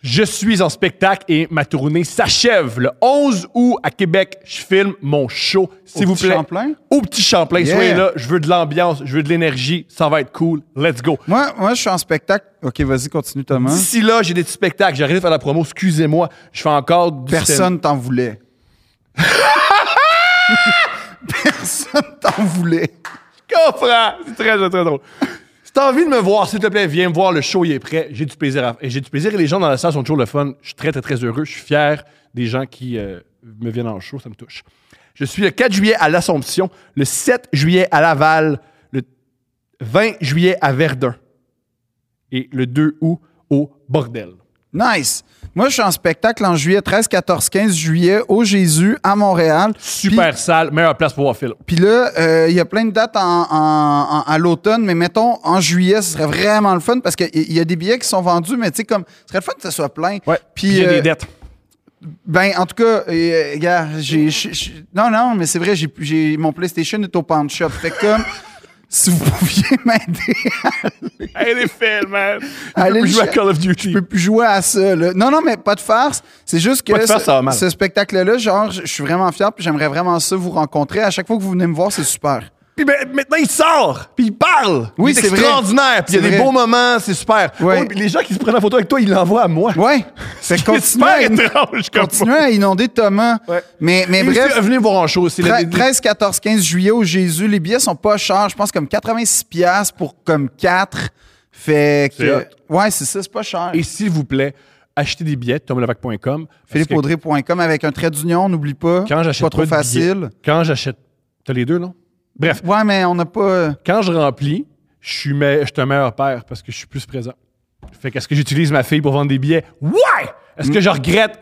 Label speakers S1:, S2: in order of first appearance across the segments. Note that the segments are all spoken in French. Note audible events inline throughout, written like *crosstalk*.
S1: Je suis en spectacle et ma tournée s'achève le 11 août à Québec. Je filme mon show, s'il vous
S2: Petit
S1: plaît.
S2: Champlain?
S1: Au petit Champlain,
S2: Yeah.
S1: soyez là. Je veux de l'ambiance, je veux de l'énergie. Ça va être cool. Let's go.
S2: Moi, moi, je suis en spectacle. OK, vas-y, continue, Thomas.
S1: D'ici là, j'ai des petits spectacles. J'arrive à faire la promo. Excusez-moi. Je fais encore du stand-up.
S2: Personne t'en voulait. *laughs* Personne t'en voulait.
S1: comprends. C'est très, très, très drôle. Si t'as envie de me voir, s'il te plaît, viens me voir. Le show, il est prêt. J'ai du plaisir. À... Et j'ai du plaisir. Et les gens dans la salle sont toujours le fun. Je suis très, très, très heureux. Je suis fier des gens qui euh, me viennent en show. Ça me touche. Je suis le 4 juillet à l'Assomption, le 7 juillet à Laval, le 20 juillet à Verdun et le 2 août au Bordel.
S2: Nice. Moi, je suis en spectacle en juillet, 13, 14, 15 juillet, au Jésus, à Montréal.
S1: Super salle, meilleure place pour voir Phil.
S2: Puis là, euh, il y a plein de dates en, en- en- à l'automne, mais mettons, en juillet, ce serait vraiment le fun parce qu'il y y a des billets qui sont vendus, mais tu sais, comme, ce serait le fun que ça soit plein.
S1: Ouais. Puis il y a
S2: euh,
S1: des dettes.
S2: Ben, en tout cas, euh, gars, j'ai. j'ai- j'ai- Non, non, mais c'est vrai, j'ai, j'ai- mon PlayStation est au pawn shop. Fait que comme, *laughs* si vous pouviez *laughs* m'aider,
S1: *laughs* Hey, les Phil, man.
S2: Allez,
S1: Allez,
S2: le
S1: jouer à
S2: chat.
S1: Call of Duty.
S2: je peux plus jouer à ça. là. Non, non, mais pas de farce. C'est juste que
S1: Pas de farce,
S2: ce,
S1: ça va mal.
S2: ce spectacle-là, genre, je je suis vraiment fier, puis j'aimerais vraiment ça vous rencontrer. À chaque fois que vous venez me voir, c'est super.
S1: Puis ben, maintenant, il sort, puis il parle.
S2: Oui,
S1: c'est
S2: c'est vrai.
S1: extraordinaire. Puis il y a
S2: C'est
S1: des
S2: vrai.
S1: beaux moments, c'est super.
S2: Ouais.
S1: Oh, puis les gens qui se prennent la photo avec toi, ils l'envoient à moi.
S2: Ouais. Fait
S1: *laughs*
S2: que
S1: C'est
S2: continuez,
S1: super
S2: à, in-
S1: étrange comme
S2: continuez à inonder Thomas.
S1: Ouais.
S2: Mais, mais
S1: Et
S2: bref.
S1: aussi, venez voir en show. C'est la-
S2: Tre- 13, 14, 15 juillet au Jésus. Les billets sont pas chers. Je pense comme 86 piastres pour comme 4. Fait
S1: C'est
S2: que... Ouais, c'est ça. C'est pas cher.
S1: Et s'il vous plaît, achetez des billets, tomlavac.com. Parce que
S2: PhilippeAudrey.com avec un trait d'union, n'oublie pas.
S1: Quand j'achète
S2: Pas trop
S1: de billets-
S2: facile.
S1: quand j'achète. T'as les deux, non? Bref,
S2: Ouais, mais on n'a pas... euh,
S1: quand je remplis, je suis, me- je suis un meilleur père parce que je suis plus présent. Fait qu'est-ce que j'utilise ma fille pour vendre des billets? Ouais! Est-ce
S2: Mm.
S1: que je regrette?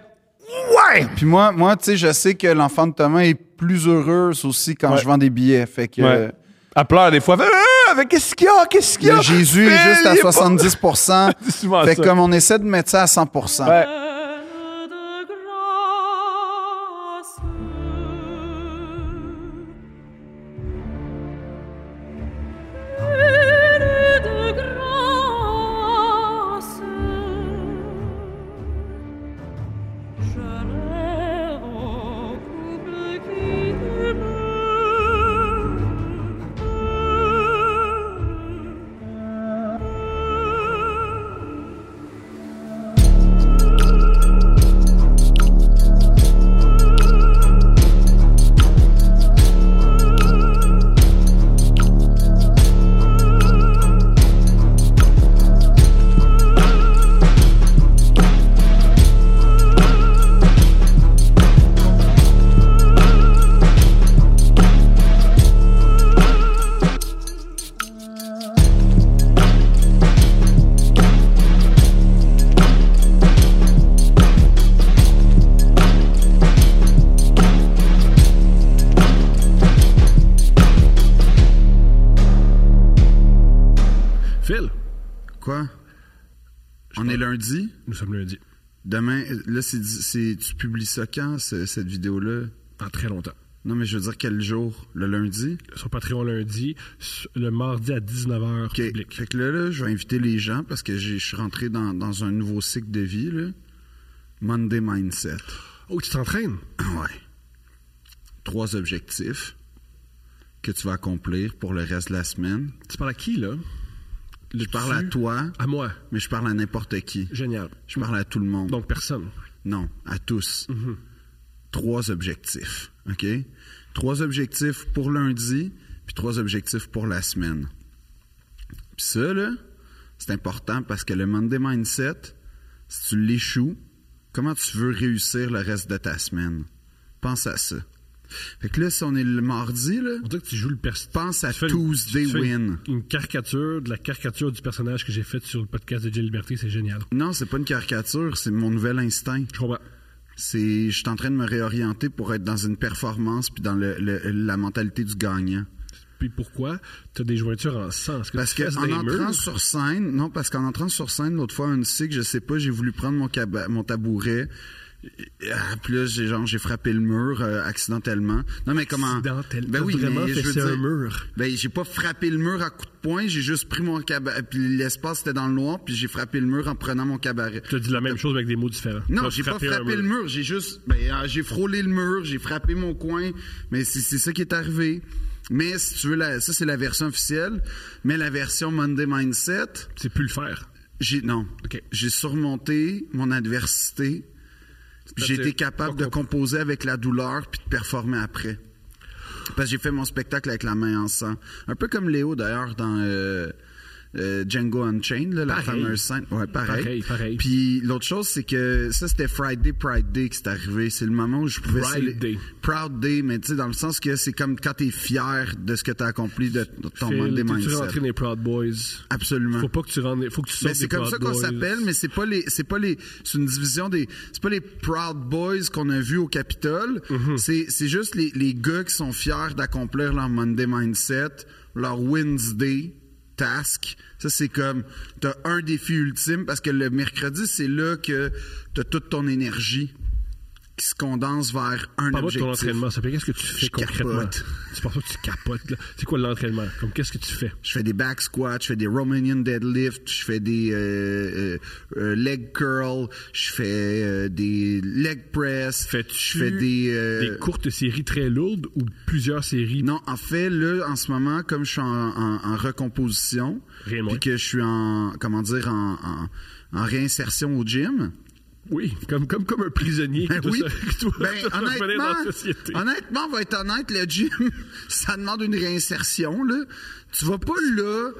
S1: Ouais!
S2: Puis moi, moi tu sais, je sais que l'enfant de Thomas est plus heureux aussi quand
S1: Ouais.
S2: je vends des billets. Fait que... euh,
S1: Ouais. Elle pleure des fois. Elle fait, Ah, mais qu'est-ce qu'il y a? Qu'est-ce qu'il y a?
S2: Le Jésus est
S1: Phil,
S2: juste à
S1: il est pas-
S2: 70
S1: *laughs* C'est souvent
S2: Fait
S1: ça.
S2: que comme on essaie de mettre ça à 100
S1: Ouais.
S3: de grâce. Pleine de grâce. Je rêve au couple qui demeure.
S4: Phil,
S2: Quoi? On est lundi?
S1: Nous sommes lundi.
S2: Demain, là, c'est, c'est- tu publies ça quand, ce- cette vidéo-là?
S1: Dans très longtemps.
S2: Non, mais je veux dire, quel jour? Le lundi?
S1: Sur Patreon lundi, sur- le mardi à 19h
S2: OK.
S1: public.
S2: Fait que là, là, je vais inviter les gens parce que j'ai- je suis rentré dans, dans un nouveau cycle de vie, là. Monday Mindset. *clears throat*
S1: Oh, tu t'entraînes?
S2: Ouais. Trois objectifs que tu vas accomplir pour le reste de la semaine.
S1: Tu parles à qui, là? Le
S2: Je parle à
S1: tu-
S2: toi,
S1: À moi.
S2: mais je parle à n'importe qui.
S1: Génial.
S2: Je parle à tout le monde.
S1: Donc, personne.
S2: Non, à tous.
S5: Mhm.
S2: Trois objectifs, OK? Trois objectifs pour lundi, puis trois objectifs pour la semaine. Puis ça, là, c'est important parce que le Monday Mindset, si tu l'échoues, comment tu veux réussir le reste de ta semaine? Pense à ça. Fait que là, si on est le mardi, là,
S5: On dirait que tu joues le personnage.
S2: pense à Tuesday Win.
S5: Une, caricature de la caricature du personnage que j'ai faite sur le podcast de Jay Liberté, c'est génial.
S2: Non, c'est pas une caricature, c'est mon nouvel instinct.
S5: Je comprends.
S2: C'est, je suis en train de me réorienter pour être dans une performance puis dans le- le- la mentalité du gagnant.
S5: Puis pourquoi tu as des jointures en sang? Est-ce que
S2: Parce
S5: tu
S2: que
S5: fesses
S2: en
S5: des
S2: entrant
S5: murs?
S2: sur scène, non, parce qu'en entrant sur scène l'autre fois, un cycle, je sais pas, j'ai voulu prendre mon, caba- mon tabouret. Ah, puis là, j'ai genre j'ai frappé le mur euh, accidentellement. Non mais comment
S5: Accidentellement,
S2: Ben oui,
S5: vraiment,
S2: mais je veux
S5: c'est un
S2: dire-
S5: mur.
S2: Ben j'ai pas frappé le mur à coup de poing, j'ai juste pris mon cabaret puis l'espace était dans le noir, puis j'ai frappé le mur en prenant mon cabaret.
S5: Tu as dit la même chose mais avec des mots différents.
S2: Non,
S5: T'as
S2: j'ai pas
S5: un
S2: frappé le mur, j'ai juste ben, euh, j'ai frôlé le mur, j'ai frappé mon coin, mais c'est c'est ça qui est arrivé. Mais si tu veux la, ça c'est la version officielle, mais la version Monday Mindset,
S5: C'est plus le faire.
S2: j'ai non,
S5: Ok.
S2: j'ai surmonté mon adversité. puis J'ai été capable de composer avec la douleur puis de performer après. Parce que j'ai fait mon spectacle avec la main en sang. Un peu comme Léo d'ailleurs dans euh, euh, Django Unchained, là, la
S5: Pareil.
S2: fameuse scène. Ouais, pareil.
S5: Pareil, pareil.
S2: Puis l'autre chose, c'est que ça, c'était Friday, Pride Day qui c'est arrivé. C'est le moment où je pouvais.
S5: Pride
S2: célé-
S5: Day.
S2: Proud Day, mais tu sais, dans le sens que c'est comme quand t'es fier de ce que t'as accompli de, de ton
S5: Phil,
S2: Monday
S5: t'es-tu rentré
S2: mindset.
S5: dans les Proud Boys?
S2: Absolument.
S5: Faut pas que tu rentres. Faut que tu sortes
S2: Mais Ben, c'est
S5: des
S2: comme
S5: Proud
S2: ça qu'on
S5: Boys.
S2: s'appelle, mais c'est pas les, c'est pas les, c'est une division des, c'est pas les Proud Boys qu'on a vus au Capitole.
S5: Mm-hmm.
S2: C'est, c'est juste les, les gars qui sont fiers d'accomplir leur Monday mindset, leur Wednesday task. Ça, c'est comme, t'as un défi ultime parce que le mercredi, c'est là que t'as toute ton énergie qui se condense vers un
S5: Parle-moi de ton
S2: objectif.
S5: entraînement. Ça fait qu'est-ce que tu fais
S2: Je
S5: concrètement?
S2: capote.
S5: Tu penses pas que tu capotes, là? C'est quoi l'entraînement? Comme qu'est-ce que tu fais?
S2: Je fais des back squats, je fais des Romanian deadlift, je fais des euh, euh, euh, leg curl, je fais euh, des leg press,
S5: Fais-tu
S2: je fais des, euh,
S5: des courtes séries très lourdes ou plusieurs séries?
S2: non, en fait, là, en ce moment, comme je suis en, en- en recomposition,
S5: Rien de moins.
S2: puis que je suis en, comment dire, en, en- en réinsertion au gym.
S5: Oui, comme, comme, comme un prisonnier
S2: Ben
S5: qui doit
S2: oui.
S5: se- *laughs* qui doit-
S2: Ben,
S5: doit revenir dans la société.
S2: honnêtement, honnêtement, on va être honnête, le gym, *laughs* ça demande une réinsertion. Là. Tu vas pas là.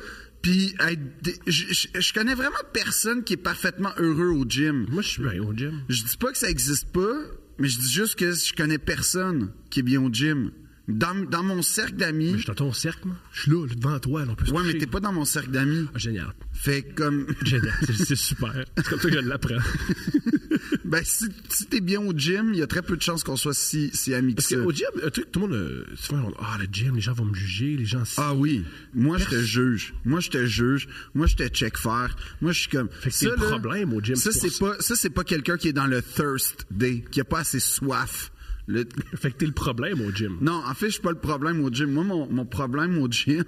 S2: Puis, être dé- je, je- je connais vraiment personne qui est parfaitement heureux au gym.
S5: Moi, je suis bien au gym.
S2: Je dis pas que ça existe pas, mais je dis juste que je connais personne qui est bien au gym. Dans, dans mon cercle
S5: Je
S2: d'amis.
S5: suis dans ton cercle, moi. Je suis là, là, devant toi, là, on peut se
S2: Ouais, mais
S5: toucher.
S2: t'es pas dans mon cercle d'amis.
S5: Ah, génial.
S2: Fait que comme. *laughs*
S5: Génial. C'est- C'est super. C'est comme ça que je l'apprends.
S2: Ben, si, si t'es bien au gym, il y a très peu de chances qu'on soit si, si amis que
S5: Parce
S2: ça.
S5: qu'au gym, un truc, tout le monde, euh, souvent, on- ah, le gym, les gens vont me juger, les gens.
S2: Ah oui. Moi, je te juge. Moi, je te juge. Moi, je te check faire. Moi, je suis comme.
S5: Fait que t'es le problème au gym,
S2: Ça,
S5: c'est
S2: c'est
S5: pour
S2: pas, ça, c'est pas quelqu'un qui est dans le thirst day, qui a pas assez soif. Le-
S5: Fait que t'es le problème au gym.
S2: Non, en fait, je suis pas le problème au gym. Moi, mon, mon problème au gym,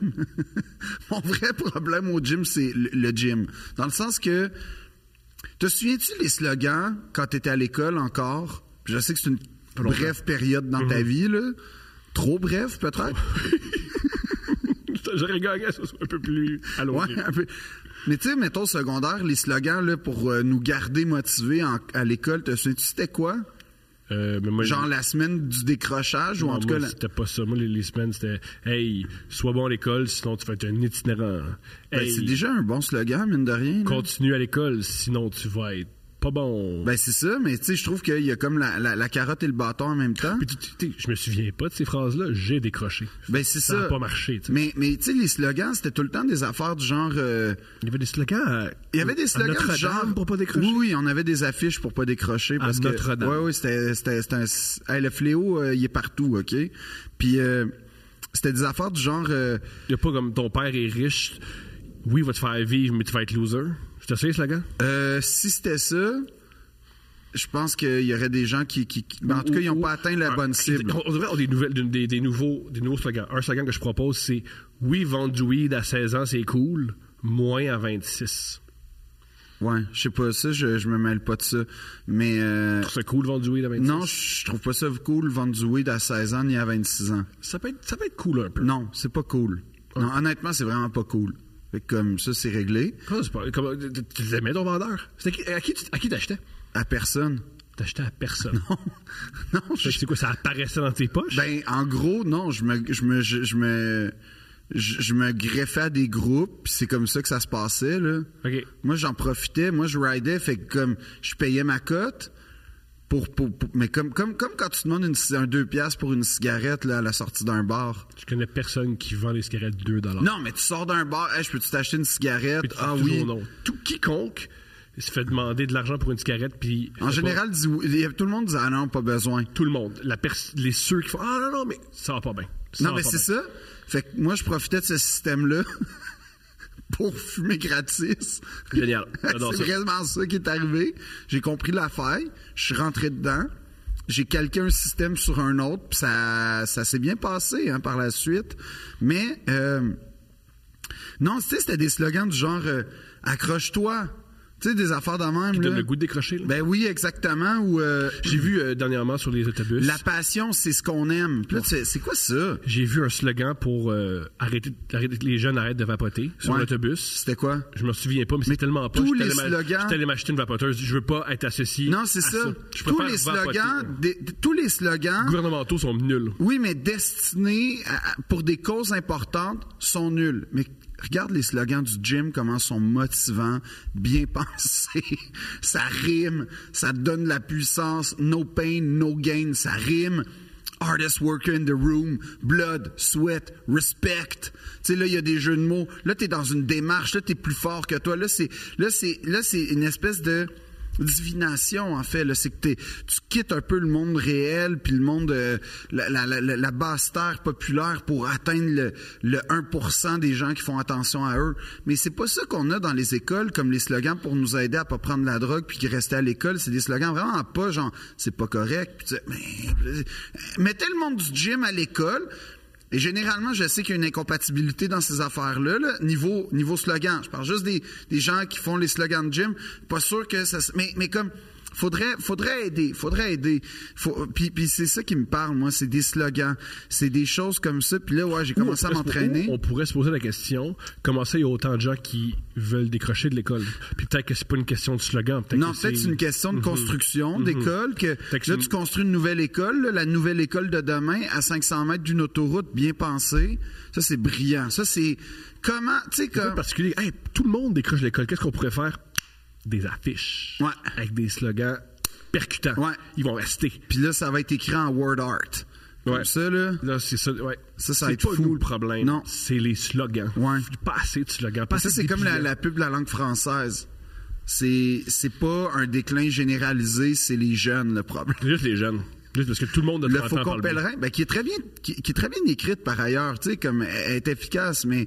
S2: *laughs* mon vrai problème au gym, c'est le, le gym. Dans le sens que, te souviens-tu les slogans quand t'étais à l'école encore? Puis je sais que c'est une brève période dans
S5: Mm-hmm.
S2: ta vie, là. Trop brève,
S5: *laughs*
S2: peut-être?
S5: J'aurais gagné à ce soit un peu plus allongé.
S2: Mm. Ouais, un peu. *laughs* Mais tu sais, mettons, au secondaire, les slogans là, pour euh, nous garder motivés en- à l'école, te souviens-tu, c'était quoi?
S5: Euh, mais moi,
S2: Genre la semaine du décrochage ou en
S5: non,
S2: tout
S5: moi,
S2: cas... la-
S5: c'était pas ça. Moi, les, les semaines, c'était Hey, sois bon à l'école, sinon tu vas être un itinérant.
S2: Ben,
S5: Hey,
S2: c'est déjà un bon slogan, mine de rien. là.
S5: continue à l'école, sinon tu vas être pas bon.
S2: Ben c'est ça, mais tu sais, je trouve qu'il y a comme la, la- la carotte et le bâton en même temps.
S5: Puis tu- tu- tu sais, je me souviens pas de ces phrases-là. J'ai décroché.
S2: Ben c'est
S5: ça
S2: ça.
S5: a pas marché, tu sais.
S2: Mais, mais tu sais, les slogans, c'était tout le temps des affaires du genre... euh,
S5: Il y avait des slogans. à-
S2: Il y avait
S5: à
S2: des slogans du
S5: Notre-Dame
S2: genre
S5: pour pas décrocher.
S2: Oui, oui, on avait des affiches pour pas décrocher parce que
S5: Notre-Dame.
S2: Ouais, ouais, c'était c'était c'était un hey, le fléau euh, il est partout, OK Puis euh, c'était des affaires du genre euh,
S5: Il y a pas comme ton père est riche. Oui, il va te faire vivre, mais tu vas être loser. C'était ça les slogans?
S2: euh, si c'était ça je pense qu'il y aurait des gens qui, qui, qui- mais en tout
S5: Ou-
S2: cas, ils n'ont
S5: ou- oh.
S2: pas atteint la
S5: un-
S2: bonne cible.
S5: On, on devrait avoir des, nouvelles, des, des- des nouveaux, des nouveaux slogans. Un slogan que je propose, c'est Oui, vendre du weed à 16 ans, c'est cool, moins à 26.
S2: Ouais, je sais pas ça, je, je me mêle pas de ça. Mais euh,
S5: C'est cool, vendre du weed à 26.
S2: non, je trouve pas ça cool vendre du weed à 16 ans ni à 26 ans.
S5: ça peut, être, ça peut être cool un peu.
S2: Non, c'est pas cool. Non, honnêtement, c'est vraiment pas cool. Fait que comme ça, c'est réglé.
S5: Ah, c'est pas- comment- tu- tu les aimais ton vendeur? C'était qui- à qui tu- à qui t'achetais?
S2: À personne. *laughs*
S5: T'achetais à personne.
S2: non,
S5: Fait que
S2: je-
S5: C'est quoi, ça apparaissait dans tes poches?
S2: ben, en gros, non, je me, je me, je, je me, je, je me greffais à des groupes, puis c'est comme ça que ça se passait, là.
S5: OK.
S2: Moi, j'en profitais, moi, je ridais, fait que comme, je payais ma cote, pour, pour, pour- mais comme, comme, comme quand tu demandes une, ci- un 2 piastres pour une cigarette, là, à la sortie d'un bar.
S5: Je connais personne qui vend des cigarettes 2
S2: Non, mais tu sors d'un bar, hey, je peux-tu t'acheter une cigarette?
S5: Puis tu dis
S2: ah
S5: toujours
S2: oui.
S5: non. Tout quiconque se fait demander de l'argent pour une cigarette, puis.
S2: En général, dis oui. Il y a- tout le monde dit, ah non, pas besoin.
S5: tout le monde. La pers- les ceux qui font Ah non, non, mais ça va pas bien. Ça
S2: Non,
S5: va
S2: mais
S5: pas
S2: c'est
S5: bien.
S2: ça. Fait que moi, je profitais de ce système-là *laughs* pour fumer gratis.
S5: Génial. J'adore
S2: *laughs* c'est
S5: ça.
S2: vraiment ça qui est arrivé. J'ai compris l'affaire. Je suis rentré dedans. J'ai calqué un système sur un autre. puis ça, ça s'est bien passé hein, par la suite. Mais euh, non, tu sais, c'était des slogans du genre euh, accroche-toi. Tu sais, des affaires de même.
S5: donne
S2: là.
S5: le goût de décrocher, là.
S2: Ben oui, exactement. Ou euh,
S5: J'ai vu euh, dernièrement sur les autobus.
S2: la passion, c'est ce qu'on aime. Puis là, tu sais, c'est quoi ça?
S5: J'ai vu un slogan pour euh, arrêter, arrêter que les jeunes arrêtent de vapoter sur
S2: Ouais.
S5: l'autobus.
S2: C'était quoi?
S5: Je me souviens pas, mais c'est tellement pas.
S2: tous
S5: J'étais
S2: les
S5: allé m'a-
S2: slogans-
S5: J'étais allé m'acheter une vapoteuse. Je veux pas être associé.
S2: Non, c'est
S5: à
S2: ça.
S5: Ah, Je
S2: Tous
S5: préfère
S2: les
S5: vapoter.
S2: slogans, des- tous les slogans,
S5: Les gouvernementaux sont nuls.
S2: oui, mais destinés à- à- pour des causes importantes, sont nuls. Mais regarde les slogans du gym, comment sont motivants, bien *laughs* pensés. ça rime, ça te donne de la puissance. No pain, no gain, ça rime. Hardest worker in the room, blood, sweat, respect. Tu sais, là, il y a des jeux de mots. Là, t'es dans une démarche. Là, t'es plus fort que toi. Là, c'est, là, c'est, là, c'est une espèce de divination en fait là c'est que t'es- tu quittes un peu le monde réel puis le monde euh, la, la, la, la- la basse terre populaire pour atteindre le, le 1% des gens qui font attention à eux mais c'est pas ça qu'on a dans les écoles comme les slogans pour nous aider à pas prendre la drogue puis qui rester à l'école c'est des slogans vraiment pas genre c'est pas correct puis tu sais, mais euh, mettez le monde du gym à l'école et généralement, je sais qu'il y a une incompatibilité dans ces affaires-là, là, niveau, niveau slogan. Je parle juste des, des gens qui font les slogans de gym. Pas sûr que ça... se- Mais, mais comme, faudrait, faudrait aider, faudrait aider. Faut- puis puis c'est ça qui me parle, moi, c'est des slogans. C'est des choses comme ça. Puis là, ouais, j'ai commencé à
S5: Ou on pourrait se- ou On
S2: m'entraîner.
S5: pourrait se poser la question comment ça, il y a autant de gens qui veulent décrocher de l'école Puis peut-être que c'est pas une question de slogan. peut-être
S2: Non,
S5: que
S2: peut-être c'est une question de construction d'école. que
S5: oh. Mm-hmm. Fait que
S2: Là,
S5: c'est-
S2: tu construis une nouvelle école, là, la nouvelle école de demain à 500 mètres d'une autoroute bien pensée. Ça, c'est brillant. Ça, c'est... Comment... Tu sais,
S5: C'est un peu
S2: comme...
S5: particulier. Hey, tout le monde décroche de l'école. Qu'est-ce qu'on pourrait faire Des affiches.
S2: Ouais.
S5: Avec des slogans percutants.
S2: Ouais.
S5: Ils vont rester.
S2: Puis là, ça va être écrit en word art. Comme
S5: Ouais.
S2: ça, là.
S5: Là, c'est ça. Ouais.
S2: Ça, ça va
S5: c'est
S2: être
S5: pas
S2: fou.
S5: nous le problème.
S2: Non.
S5: C'est les slogans.
S2: Ouais.
S5: Pas assez de slogans. Pas
S2: Ça,
S5: assez
S2: c'est
S5: de
S2: comme la,
S5: dépliants.
S2: la pub de la langue française. C'est, c'est pas un déclin généralisé, c'est les jeunes, le problème.
S5: C'est juste les jeunes. Juste parce que tout le monde a
S2: Le
S5: 30 ans
S2: Faucon
S5: parle bien.
S2: pèlerin, ben, qui est très bien, qui, qui est très bien écrite par ailleurs, tu sais, comme elle est efficace, mais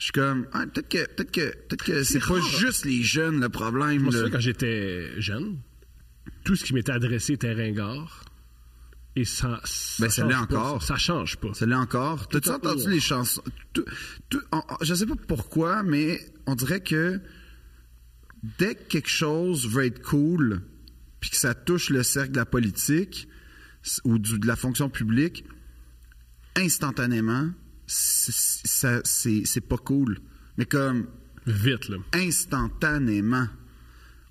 S2: je suis comme, ah, peut-être que, peut-être que, peut-être que c'est, pas juste les jeunes le problème.
S5: Moi,
S2: là.
S5: c'est vrai, quand j'étais jeune, tout ce qui m'était adressé était ringard. Et ça. ça
S2: Ben, ça
S5: change
S2: l'est
S5: pas.
S2: encore.
S5: Ça change pas.
S2: Ça l'est encore. T'as-tu
S5: en
S2: entendu
S5: cours.
S2: les chansons? Tout- tout- en- en- je sais pas pourquoi, mais on dirait que dès que quelque chose veut être cool, puis que ça touche le cercle de la politique s- ou du- de la fonction publique, instantanément, c- c- ça- c'est c'est pas cool. Mais comme
S5: Vite, là.
S2: instantanément.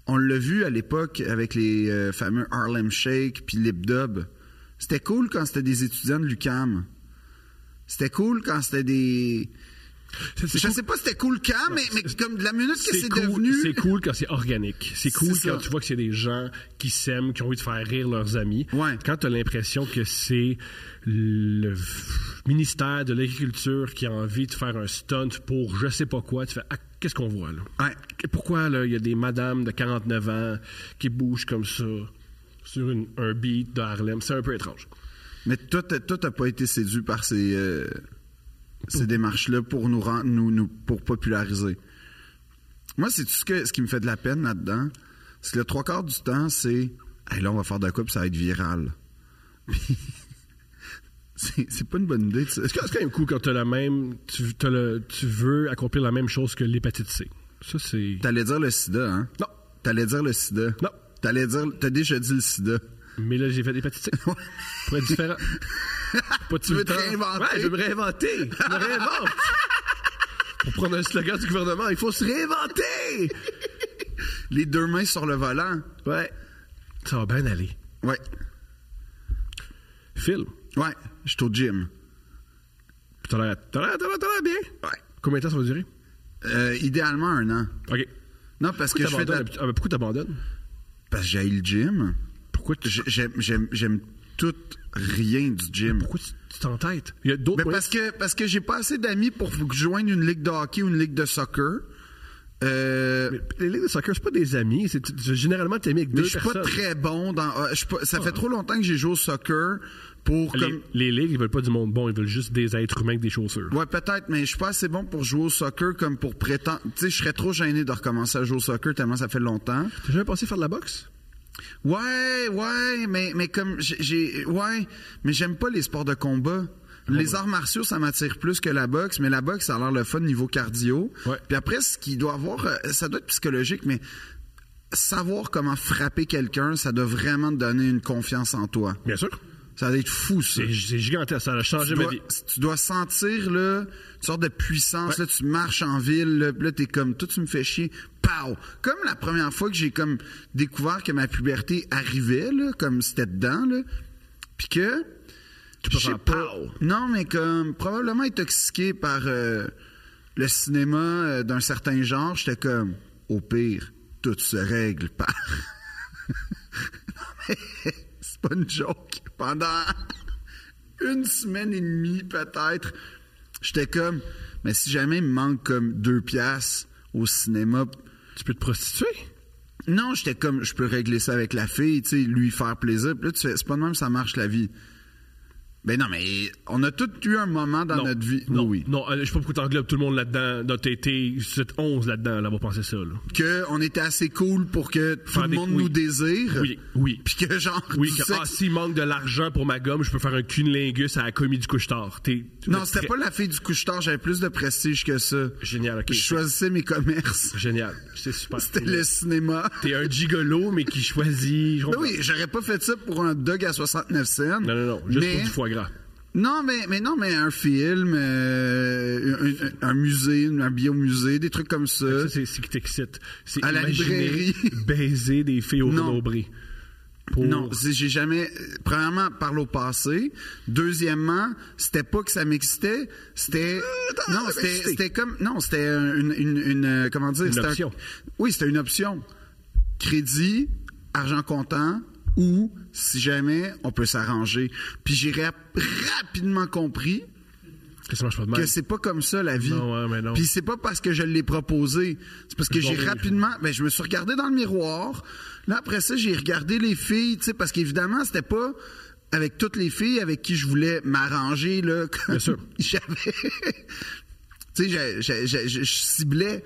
S2: On l'a vu à l'époque avec les euh, fameux Harlem Shake puis Lip Dub. C'était cool quand c'était des étudiants de l'UCAM. C'était cool quand c'était des.
S5: C'est- c'est
S2: Je
S5: cool-
S2: sais pas c'était cool quand, mais, mais comme de la minute que c'est
S5: cool,
S2: devenu.
S5: C'est cool quand c'est organique. C'est cool
S2: C'est ça.
S5: quand tu vois que c'est des gens qui s'aiment, qui ont envie de faire rire leurs amis.
S2: Ouais.
S5: Quand tu as l'impression que c'est le f- ministère de l'Agriculture qui a envie de faire un stunt pour je sais pas quoi, tu fais Ah, qu'est-ce qu'on voit là?
S2: Ouais.
S5: Que- Pourquoi là, il y a des madames de 49 ans qui bougent comme ça sur une- un beat de Harlem? C'est un peu étrange.
S2: Mais toi, t'as- toi, t'as pas été séduit par ces, euh, ces démarches-là pour nous, rend- nous, nous- pour populariser. Moi, c'est tout ce, que, ce qui me fait de la peine là-dedans. C'est que le trois quarts du temps, c'est Hey, là, on va faire de quoi, puis ça va être viral. *laughs* c'est c'est pas une bonne idée, ça.
S5: C'est quand- c'est quand même cool quand t'as la même, tu, t'as le- tu veux accomplir la même chose que l'hépatite C. Ça, c'est.
S2: T'allais dire le sida, hein?
S5: Non.
S2: T'allais dire le sida.
S5: Non.
S2: T'allais dire. T'as déjà dit le sida.
S5: Mais là, j'ai fait l'hépatite *laughs* C. Pour être différent. Pas tu
S2: veux te réinventer?
S5: Ouais, je veux me réinventer. Je me réinvente. Pour prendre un slogan du gouvernement, il faut se réinventer.
S2: Les deux mains sur le volant. Ouais.
S5: Ça va bien aller.
S2: Ouais.
S5: Phil,
S2: Ouais. Je suis au gym.
S5: t'as l'air, t'as l'air, t'as l'air, t'as l'air bien.
S2: Ouais.
S5: Combien de temps ça va durer?
S2: Euh, idéalement, un an.
S5: OK.
S2: Non, parce que
S5: Pourquoi
S2: je fais de la-
S5: t'abandonnes? Ah, ben, pourquoi t'abandonnes?
S2: Parce que j'ai le gym.
S5: Pourquoi tu,
S2: J'ai- J'aime, j'aime, j'aime tout rien du gym.
S5: pourquoi tu, tu t'entêtes? Il y a d'autres
S2: Mais
S5: moyens-
S2: parce que parce que j'ai pas assez d'amis pour joindre une ligue de hockey ou une ligue de soccer. Euh,
S5: Mais les ligues de soccer, c'est pas des amis. C'est tu- généralement t'es ami avec
S2: mais
S5: deux
S2: je suis pas
S5: personnes. Ah.
S2: très bon dans. euh, je suis pas- ça fait trop longtemps que j'ai joué au soccer pour
S5: Les,
S2: comme.
S5: les ligues, ils veulent pas du monde bon, ils veulent juste des êtres humains avec des chaussures.
S2: Ouais, peut-être, mais je suis pas assez bon pour jouer au soccer comme pour prétendre. Tu sais, je serais trop gêné de recommencer à jouer au soccer tellement ça fait longtemps.
S5: T'as jamais pensé faire de la boxe?
S2: Ouais, ouais, mais, mais comme j'ai- j'ai. Ouais, mais j'aime pas les sports de combat. Les arts martiaux, ça m'attire plus que la boxe, mais la boxe, ça a l'air le fun niveau cardio.
S5: Ouais.
S2: Puis après, ce qu'il doit avoir, euh, ça doit être psychologique, mais savoir comment frapper quelqu'un, ça doit vraiment te donner une confiance en toi.
S5: Bien sûr.
S2: Ça doit être fou, ça.
S5: C'est c'est gigantesque, ça a changé
S2: Tu
S5: ma
S2: dois,
S5: vie.
S2: tu dois sentir là, une sorte de puissance. Là, tu marches en ville, là, puis là, t'es comme tout, tu me fais chier. Pow! Comme la première fois que j'ai comme découvert que ma puberté arrivait, là, comme c'était dedans, là, puis que
S5: Tu peux
S2: je sais
S5: faire
S2: pas.
S5: pow.
S2: Non, mais comme probablement intoxiqué par euh, le cinéma euh, d'un certain genre, j'étais comme au pire, tout se règle par. *laughs* Non, mais C'est pas une joke. Pendant *laughs* une semaine et demie, peut-être, j'étais comme mais si jamais il me manque comme deux piastres au cinéma,
S5: Tu peux te prostituer?
S2: non, j'étais comme, je peux régler ça avec la fille, tu sais, lui faire plaisir. Puis là, tu fais, c'est pas de même, ça marche la vie. Ben non, mais on a tous eu un moment dans
S5: non.
S2: notre vie.
S5: Non,
S2: oui, oui.
S5: non euh, je sais pas pourquoi t'englobes tout le monde là-dedans. Non, T'es t'es- vous êtes 11 là-dedans, là, va penser ça. Là.
S2: Que on était assez cool pour que tout
S5: Faire
S2: le
S5: des-
S2: monde
S5: oui.
S2: nous désire.
S5: Oui, oui.
S2: Puis que genre,
S5: Oui,
S2: du
S5: que,
S2: sexe-
S5: ah, s'il manque de l'argent pour ma gomme, je peux faire un cunilingus à la commis du couche-tard. T'es- tu
S2: Non,
S5: fais
S2: c'était
S5: très-
S2: pas la fille du couche-tard, j'avais plus de prestige que ça.
S5: Génial, ok.
S2: Je choisissais mes commerces.
S5: Génial. C'est
S2: *laughs*
S5: super.
S2: C'était le cinéma.
S5: T'es un gigolo, mais qui choisit. je
S2: Ben
S5: comprends.
S2: oui, j'aurais pas fait ça pour un hot dog à 69 cents.
S5: Non, non, non. Juste
S2: mais...
S5: pour du foie gras.
S2: Non, mais, mais non, mais un film, euh, un, un- un musée, un biomusée, des trucs comme ça.
S5: Ça, c'est ce qui t'excite. C'est
S2: euh, À la
S5: imaginer
S2: librairie.
S5: baiser des filles au
S2: Non.
S5: nombril. Pour...
S2: Non, c'est- j'ai jamais. euh, Premièrement, parle au passé. Deuxièmement, c'était pas que ça m'excitait. C'était.
S5: Euh,
S2: Non,
S5: ça
S2: c'était
S5: m'excitait.
S2: c'était comme. Non, c'était un- une, une, une, euh, Comment dire
S5: Une
S2: c'était un-
S5: option.
S2: oui, c'était une option. Crédit, argent comptant ou si jamais on peut s'arranger. Puis j'ai rap- rapidement compris
S5: Que ça marche pas de mal.
S2: que c'est pas comme ça la vie.
S5: Non, ouais, mais non.
S2: Puis c'est pas parce que je l'ai proposé, c'est parce que
S5: Je
S2: j'ai
S5: comprends.
S2: rapidement, ben je me suis regardé dans le miroir. Là après ça, j'ai regardé les filles, tu sais parce qu'évidemment, c'était pas avec toutes les filles avec qui je voulais m'arranger là. comme
S5: Bien sûr.
S2: *laughs* J'avais tu sais j'ai- j'ai- j'ai- je ciblais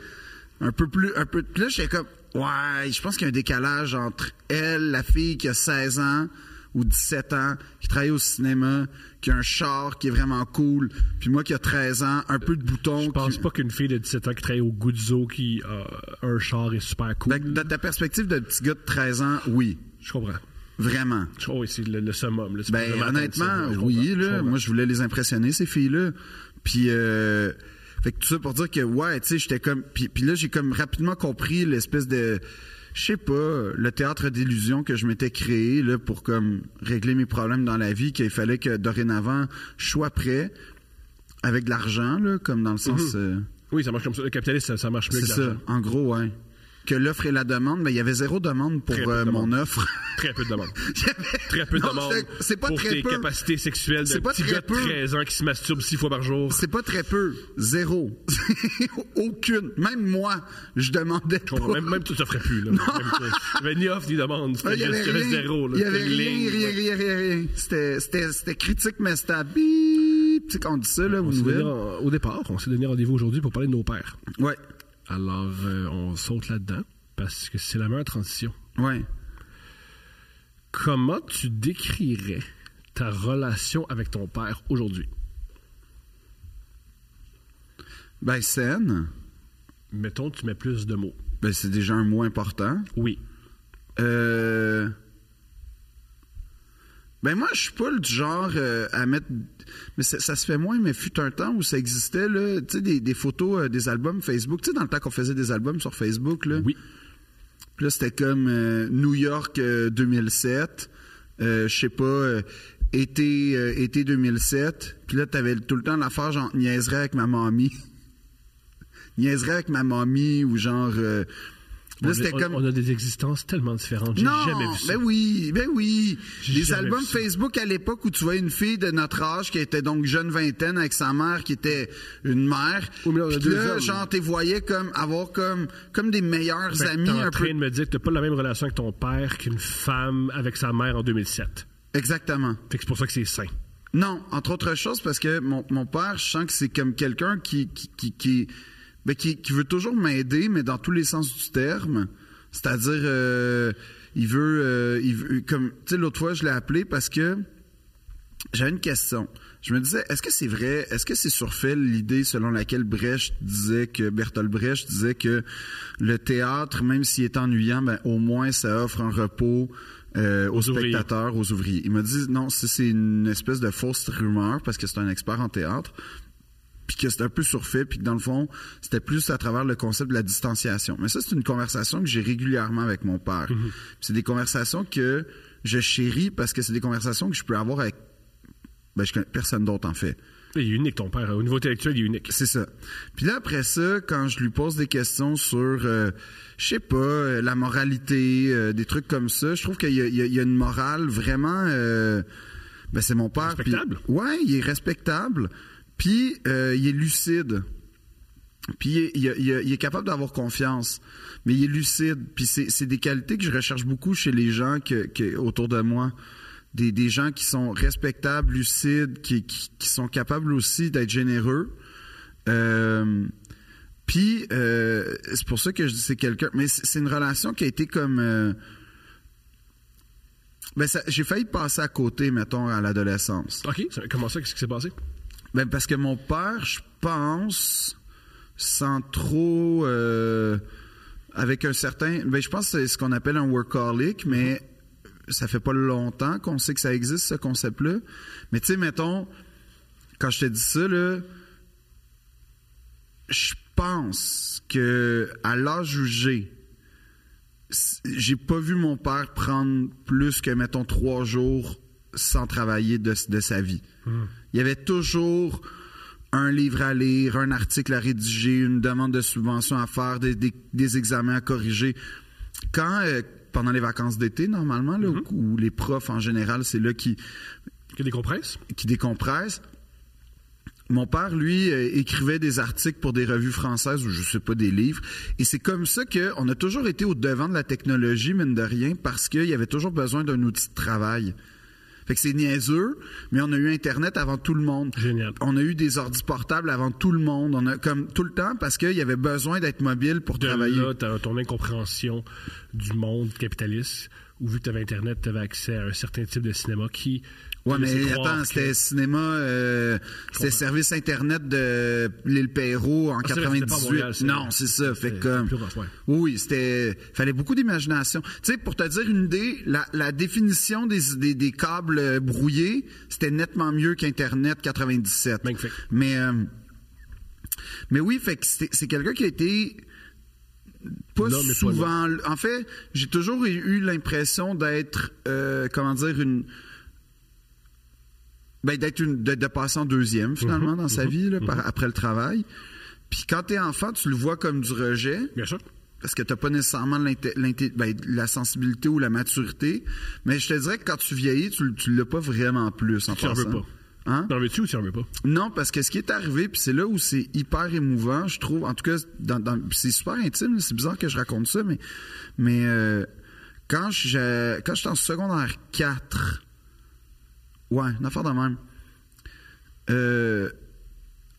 S2: un peu plus un peu puis là j'étais comme ouais, je pense qu'il y a un décalage entre elle, la fille qui a 16 ans ou 17 ans, qui travaille au cinéma, qui a un char qui est vraiment cool, puis moi qui a 13 ans, un peu de bouton.
S5: Je pense
S2: qui-
S5: pas qu'une fille de 17 ans qui travaille au Guzzo qui a un char est super cool.
S2: Fait que Dans ta perspective de petit gars de 13 ans, oui,
S5: Je comprends.
S2: vraiment.
S5: Je- Oh, oui, c'est le, le summum. là. Tu peux
S2: Ben
S5: vraiment
S2: honnêtement,
S5: atteindre ça. Ouais, je
S2: oui
S5: comprends. Je
S2: là,
S5: comprends.
S2: moi je voulais les impressionner ces filles là. Puis euh, fait que tout ça pour dire que ouais, tu sais, j'étais comme puis, puis là j'ai comme rapidement compris l'espèce de je sais pas, le théâtre d'illusion que je m'étais créé là pour comme régler mes problèmes dans la vie qu'il fallait que dorénavant je sois prêt avec de l'argent là comme dans le sens euh,
S5: Oui, ça marche comme ça. Le capitaliste, ça, ça marche mieux
S2: c'est
S5: que
S2: ça,
S5: Mhm. l'argent.
S2: en gros ouais. Que l'offre et la demande, mais il y avait zéro demande pour
S5: Très peu de
S2: euh, mon
S5: demande.
S2: offre. *laughs*
S5: Très peu de demandes.
S2: Il y avait-
S5: Très peu de
S2: Non,
S5: demandes.
S2: c'est- C'est pas
S5: pour
S2: très
S5: tes
S2: peu.
S5: capacités sexuelles de
S2: C'est pas
S5: petit
S2: très
S5: gars de
S2: peu.
S5: 13 ans qui se masturbe 6 fois par jour.
S2: C'est pas très peu. Zéro. *laughs* Aucune. Même moi, je demandais
S5: Je comprends.
S2: pas.
S5: Même, même tu t'offrais plus. Là. Même toi. Il y avait ni offre ni demande. C'était
S2: Il y
S5: juste
S2: avait
S5: il y avait
S2: rien.
S5: zéro. Là.
S2: Il y avait
S5: C'était une
S2: rien,
S5: ligne.
S2: rien, rien, rien, rien. C'était- C'était c'était critique, mais c'était à bip. Tu sais, quand on dit ça, là, aux
S5: On s'est donné
S2: nouvelles.
S5: en- au départ, on s'est donné rendez-vous aujourd'hui pour parler de nos pères.
S2: Ouais.
S5: Alors, euh, on saute là-dedans parce que c'est la meilleure transition.
S2: Ouais.
S5: Comment tu décrirais ta relation avec ton père aujourd'hui?
S2: Ben, saine.
S5: Mettons, tu mets plus de mots.
S2: Ben, c'est déjà un mot important.
S5: Oui.
S2: Euh... Ben moi, je suis pas le du genre euh, à mettre... Mais ça, ça se fait moins, mais fut un temps où ça existait, là, tu sais, des, des photos, euh, des albums Facebook. Tu sais, dans le temps qu'on faisait des albums sur Facebook, là.
S5: Oui.
S2: Puis là, c'était comme euh, New York euh, 2007, euh, je sais pas, euh, été, euh, été 2007. Puis là, t'avais tout le temps l'affaire, genre, *laughs* niaiserais avec ma mamie. niaiserais avec ma mamie ou genre, euh, Là,
S5: on,
S2: c'était
S5: on-
S2: comme-
S5: on a des existences tellement différentes. J'ai
S2: non,
S5: jamais vu ça.
S2: ben oui, ben oui.
S5: J'ai
S2: Les
S5: jamais
S2: albums
S5: vu ça.
S2: Facebook à l'époque où tu vois une fille de notre âge qui était donc jeune vingtaine avec sa mère qui était une mère.
S5: Oui, mais là, on a
S2: Puis
S5: deux
S2: là,
S5: hommes.
S2: genre, t'es voyais comme avoir comme comme des meilleurs
S5: Fait que
S2: amis
S5: t'es en
S2: un
S5: train
S2: peu.
S5: de me dire que t'as pas la même relation avec ton père qu'une femme avec sa mère en 2007.
S2: Exactement.
S5: Fait que c'est pour ça que c'est sain.
S2: Non, entre autres choses, parce que mon, mon père, je sens que c'est comme quelqu'un qui qui, qui, qui, ben, qui qui veut toujours m'aider, mais dans tous les sens du terme. C'est-à-dire, euh, il veut, euh, il veut- comme tu sais, l'autre fois, je l'ai appelé parce que j'avais une question. Je me disais, est-ce que c'est vrai, est-ce que c'est surfait l'idée selon laquelle Brecht disait que Bertolt Brecht disait que le théâtre, même s'il est ennuyant, ben, au moins ça offre un repos euh, aux,
S5: ouvriers.
S2: spectateurs, aux ouvriers. Il m'a dit non, ça, c'est une espèce de fausse rumeur parce que c'est un expert en théâtre, puis que c'était un peu surfait, puis que dans le fond, c'était plus à travers le concept de la distanciation. Mais ça, c'est une conversation que j'ai régulièrement avec mon père. Puis C'est des conversations que je chéris parce que c'est des conversations que je peux avoir avec ben, je connais personne d'autre en fait.
S5: Il est unique, ton père. Au niveau intellectuel, il est unique.
S2: C'est ça. Puis là, après ça, quand je lui pose des questions sur, euh, je sais pas, euh, la moralité, euh, des trucs comme ça, je trouve qu'il y, a- il y a- il y a une morale vraiment... euh, ben, c'est mon père. puis-
S5: Respectable.
S2: ouais, il est respectable. Puis, euh, il est lucide. Puis il est, il est- il est- il est capable d'avoir confiance, mais il est lucide. Puis c'est c'est des qualités que je recherche beaucoup chez les gens que, que- autour de moi. Des, des gens qui sont respectables, lucides, qui, qui- qui sont capables aussi d'être généreux. Euh, puis euh, c'est pour ça que je dis c'est quelqu'un. Mais c'est c'est une relation qui a été comme. euh, ben ça- j'ai failli passer à côté, mettons, à l'adolescence.
S5: OK, ça- comment ça? Qu'est-ce qui s'est passé?
S2: Ben parce que mon père, je pense, sans trop, euh, avec un certain, ben je pense que c'est ce qu'on appelle un workaholic, mais ça fait pas longtemps qu'on sait que ça existe ce concept-là. Mais tu sais, mettons, quand je te dis ça là, je pense que à l'âge où j'ai s- j'ai pas vu mon père prendre plus que, mettons, trois jours sans travailler de, de sa vie. Il y avait toujours un livre à lire, un article à rédiger, une demande de subvention à faire, des, des- des examens à corriger. Quand, euh, pendant les vacances d'été, normalement, là, où, où les profs, en général, c'est là qui,
S5: Que des compresses?
S2: qui décompresse. Mon père, lui, euh, écrivait des articles pour des revues françaises ou je sais pas des livres, et c'est comme ça que on a toujours été au devant de la technologie mine de rien parce qu'il y avait toujours besoin d'un outil de travail. Fait que c'est niaiseux, mais on a eu Internet avant tout le monde.
S5: Génial.
S2: On a eu des ordi portables avant tout le monde. On a comme tout le temps parce qu'il y avait besoin d'être mobile pour
S5: De
S2: travailler.
S5: là, t'as ton incompréhension du monde capitaliste, où vu que t'avais Internet, t'avais accès à un certain type de cinéma qui...
S2: Ouais,
S5: te laissait
S2: mais
S5: croire
S2: attends,
S5: que-
S2: c'était cinéma, euh, c'était service internet de l'île Perrault en
S5: Ah, c'est vrai, c'était pas à
S2: 98.
S5: Montréal, c'est
S2: non,
S5: vrai.
S2: c'est ça. Fait
S5: C'était
S2: que comme.
S5: plus rough, ouais.
S2: Oui, c'était. Fallait beaucoup d'imagination. Tu sais, pour te dire une idée, la, la définition des, des, des câbles euh, brouillés, c'était nettement mieux qu'Internet 97.
S5: Magnifique.
S2: Mais, euh, mais oui, fait que c'est c'est quelqu'un qui a été pas
S5: Non, mais pas
S2: souvent. en fait, j'ai toujours eu l'impression d'être, euh, comment dire, une. Ben, d'être une de, de passer en
S5: Mhm,
S2: deuxième finalement dans sa vie là, par- après le travail. Puis quand t'es enfant, tu le vois comme du rejet
S5: Bien sûr.
S2: parce que t'as pas nécessairement l'inté- l'inté- ben, la sensibilité ou la maturité. Mais je te dirais que quand tu vieillis, tu, l- tu l'as pas vraiment plus en
S5: Tu en veux
S2: passant.
S5: pas.
S2: Hein?
S5: T'en veux-tu ou tu en veux pas?
S2: Non, parce que ce qui est arrivé, puis c'est là où c'est hyper émouvant, je trouve. En tout cas, dans, dans- puis c'est super intime. C'est bizarre que je raconte ça, mais mais euh, quand je quand j'étais en secondaire 4, ouais, une affaire de même. Euh,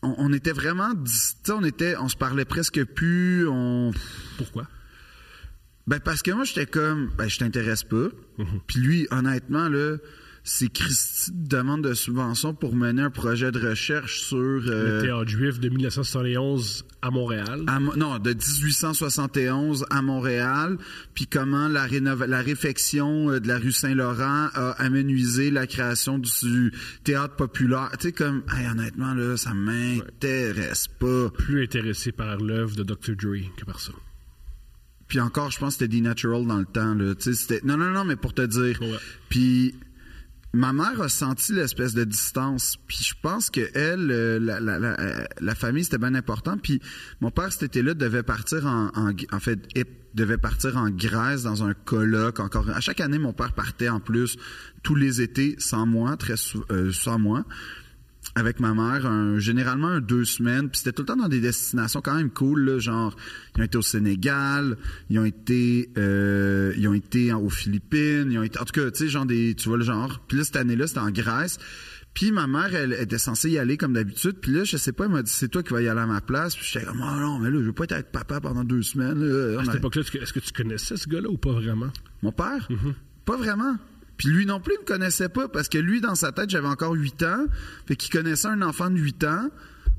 S2: on, on était vraiment, dis- tu sais, on était, on se parlait presque plus. On,
S5: Pourquoi?
S2: ben parce que moi j'étais comme ben je t'intéresse pas.
S5: Mhm.
S2: Puis lui honnêtement là, c'est Christy de demande de subvention pour mener un projet de recherche sur
S5: Le
S2: euh, Ah.
S5: théâtre juif de 1971 à Montréal.
S2: à Mo- non, de 1871 à Montréal, puis comment la, rénova- la réfection euh, de la rue Saint-Laurent a amenuisé la création du théâtre populaire. Tu sais, comme, hey, honnêtement, là, ça m'intéresse pas.
S5: Plus intéressé par l'œuvre de Dr. Dre que par ça.
S2: Ah, Puis encore, je pense que c'était D-Natural dans le temps. Là. Tu sais, c'était... Non, non, non, mais pour te dire.
S5: Ouais.
S2: Puis ma mère a senti l'espèce de distance. Puis je pense que elle, euh, la, la, la, euh, la famille, c'était bien important. Puis mon père, cet été-là, devait partir en, en, en fait, il devait partir en Grèce dans un colloque. Encore à chaque année, mon père partait en plus tous les étés sans moi, très sou- euh, sans moi. Avec ma mère, un- généralement un deux semaines, puis c'était tout le temps dans des destinations quand même cool, là, genre ils ont été au Sénégal, ils ont été, euh, ils ont été en- aux Philippines, ils ont été, en tout cas, tu sais, genre des, tu vois le genre. Puis là cette année-là, c'était en Grèce. Puis ma mère, elle, était censée y aller comme d'habitude. Puis là, je sais pas, elle m'a dit c'est toi qui vas y aller à ma place. Puis j'étais comme oh non, mais là, je veux pas être avec papa pendant deux semaines. là.
S5: À
S2: On
S5: cette
S2: a-
S5: époque-là, est-ce que- est-ce que tu connaissais ce gars-là ou pas vraiment?
S2: mon père?
S5: Mm-hmm.
S2: Pas vraiment. Puis lui non plus, il me connaissait pas parce que lui, dans sa tête, j'avais encore 8 ans. Fait qu'il connaissait un enfant de 8 ans.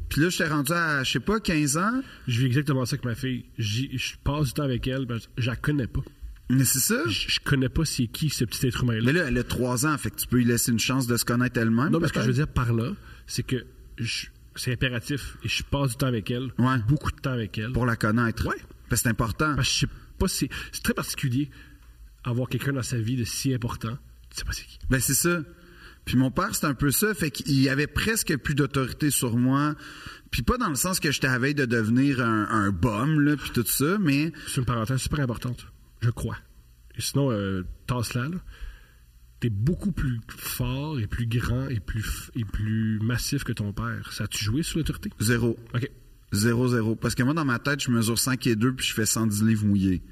S2: Puis là, j'étais rendu à, je sais pas, 15 ans.
S5: Je vis exactement ça avec ma fille. J'y- Je passe du temps avec elle, ben, je la connais pas.
S2: Mais c'est ça.
S5: Je je connais pas c'est qui ce petit être
S2: Mais
S5: humain-là.
S2: là, elle a 3 ans, fait que tu peux lui laisser une chance de se connaître elle-même.
S5: Non, mais ce que
S2: peut-être.
S5: je veux dire par là, c'est que je- c'est impératif et je passe du temps avec elle,
S2: Ouais.
S5: beaucoup de temps avec elle.
S2: Pour la connaître.
S5: Ouais.
S2: Parce que c'est important.
S5: Parce que je sais pas si. C'est très particulier avoir quelqu'un dans sa vie de si important. Tu sais pas c'est qui.
S2: Ben c'est ça. Puis mon père, c'est un peu ça, fait qu'il avait presque plus d'autorité sur moi. Puis pas dans le sens que j'étais à veille de devenir un, un bum, là, puis tout ça, mais
S5: C'est une parenthèse super importante, je crois. Et sinon, euh, tasse-la, là. T'es beaucoup plus fort et plus grand et plus, f- et plus massif que ton père. Ça a-tu joué sur l'autorité?
S2: zéro.
S5: OK.
S2: Zéro, zéro. Parce que moi, dans ma tête, je mesure 5 et 2 puis je fais 110 livres mouillés.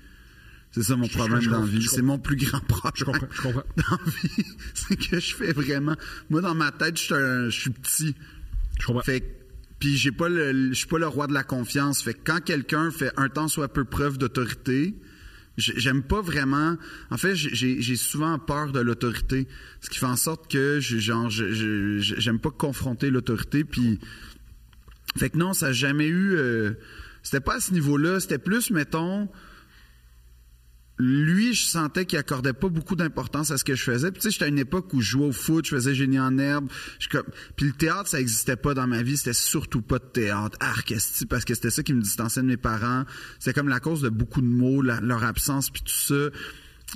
S2: C'est ça mon
S5: Je- je-
S2: problème
S5: je
S2: dans la
S5: comprends,
S2: vie.
S5: je
S2: C'est mon plus grand problème.
S5: Je comprends, je comprends.
S2: *laughs* Dans la vie, c'est que je fais vraiment. Moi, dans ma tête, je suis un- je suis petit.
S5: Je comprends.
S2: Fait que- puis j'ai pas le, le- je suis pas le roi de la confiance. Fait que quand quelqu'un fait un temps soit peu preuve d'autorité, j'ai- j'aime pas vraiment. En fait, j'ai- j'ai j'ai souvent peur de l'autorité, ce qui fait en sorte que je- genre je- je- je- j'aime pas confronter l'autorité. Puis fait que non, ça a jamais eu. euh, c'était pas à ce niveau-là. C'était plus, mettons. Lui, je sentais qu'il accordait pas beaucoup d'importance à ce que je faisais. Puis tu sais, j'étais à une époque où je jouais au foot, je faisais génie en herbe. Je comme- Puis le théâtre, ça existait pas dans ma vie. C'était surtout pas de théâtre. Arcasti, parce que c'était ça qui me distançait de mes parents. C'était comme la cause de beaucoup de mots, la- leur absence, puis tout ça.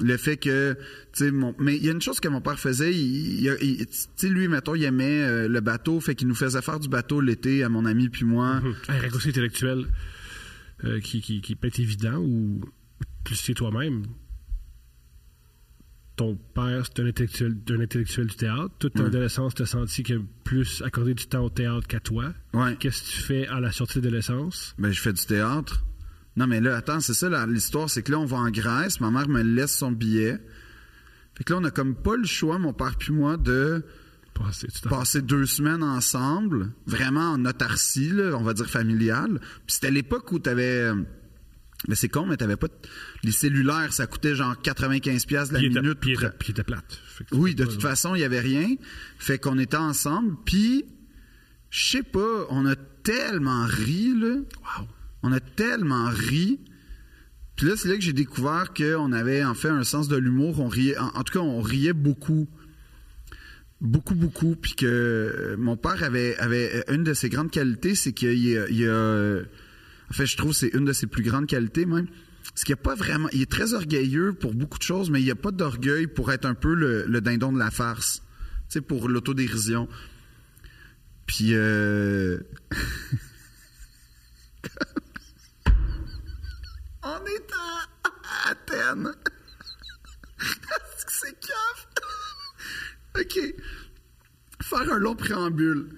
S2: Le fait que, tu sais, mon... mais il y a une chose que mon père faisait, il, il- il- tu sais, lui, mettons, il aimait euh, le bateau, fait qu'il nous faisait faire du bateau l'été à mon ami puis moi.
S5: Un raccourci intellectuel euh, qui, qui, qui peut être évident ou tu le sais toi-même. Ton père, c'est un intellectuel, un intellectuel du théâtre. Toute ton adolescence, tu as senti qu'il a plus accordé du temps au théâtre qu'à toi.
S2: Ouais.
S5: Qu'est-ce que tu fais à la sortie de l'adolescence?
S2: Ben, je fais du théâtre. Non, mais là, attends, c'est ça, la- l'histoire, c'est que là, on va en Grèce, ma mère me laisse son billet. Fait que là, on a comme pas le choix, mon père puis moi,
S5: *laughs*
S2: de
S5: Passer du temps.
S2: passer deux semaines ensemble, vraiment en autarcie, là, on va dire familiale. Puis c'était l'époque où t'avais... Mais c'est con, mais t'avais pas... t- Les cellulaires, ça coûtait genre 95$ piastres la
S5: Puis il était-
S2: minute.
S5: puis il
S2: pour-
S5: était- puis il était plate. Fait que
S2: oui,
S5: tu peux
S2: de
S5: pas-
S2: toute façon, il n'y avait rien. Fait qu'on était ensemble, puis je sais pas, on a tellement ri, là.
S5: Wow.
S2: On a tellement ri. Puis là, c'est là que j'ai découvert qu'on avait en fait un sens de l'humour. On riait, en, en tout cas, on riait beaucoup. Beaucoup, beaucoup. Puis que euh, mon père avait, avait euh, une de ses grandes qualités, c'est qu'il y a. il y a, euh, en fait, je trouve que c'est une de ses plus grandes qualités, même. C'est qu'il n'y a pas vraiment. Il est très orgueilleux pour beaucoup de choses, mais il n'y a pas d'orgueil pour être un peu le, le dindon de la farce. Tu sais, pour l'autodérision. Puis. euh, *laughs* On est à à Athènes. *laughs* Est-ce que c'est caf? *laughs* OK. Faire un long préambule.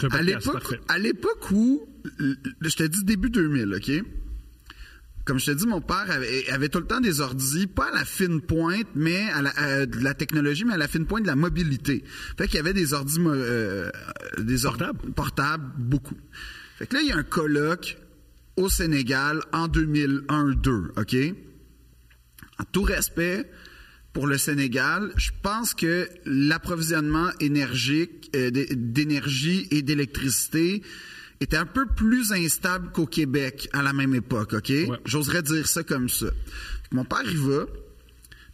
S5: C'est un
S2: À
S5: podcast,
S2: l'époque,
S5: parfait.
S2: à l'époque où, euh, je te dis début 2000, OK? Comme je te dis, mon père avait, avait tout le temps des ordis, pas à la fine pointe, mais à la, à de la technologie, mais à la fine pointe de la mobilité. Fait qu'il y avait des ordis, mo- euh, euh, des ordi-
S5: Portables.
S2: portables, beaucoup. Fait que là, il y a un colloque au Sénégal en 2001-2, OK? en tout respect pour le Sénégal, je pense que l'approvisionnement énergique euh, d'é- d'énergie et d'électricité était un peu plus instable qu'au Québec à la même époque, OK? J'oserais dire ça comme ça. Mon père y va,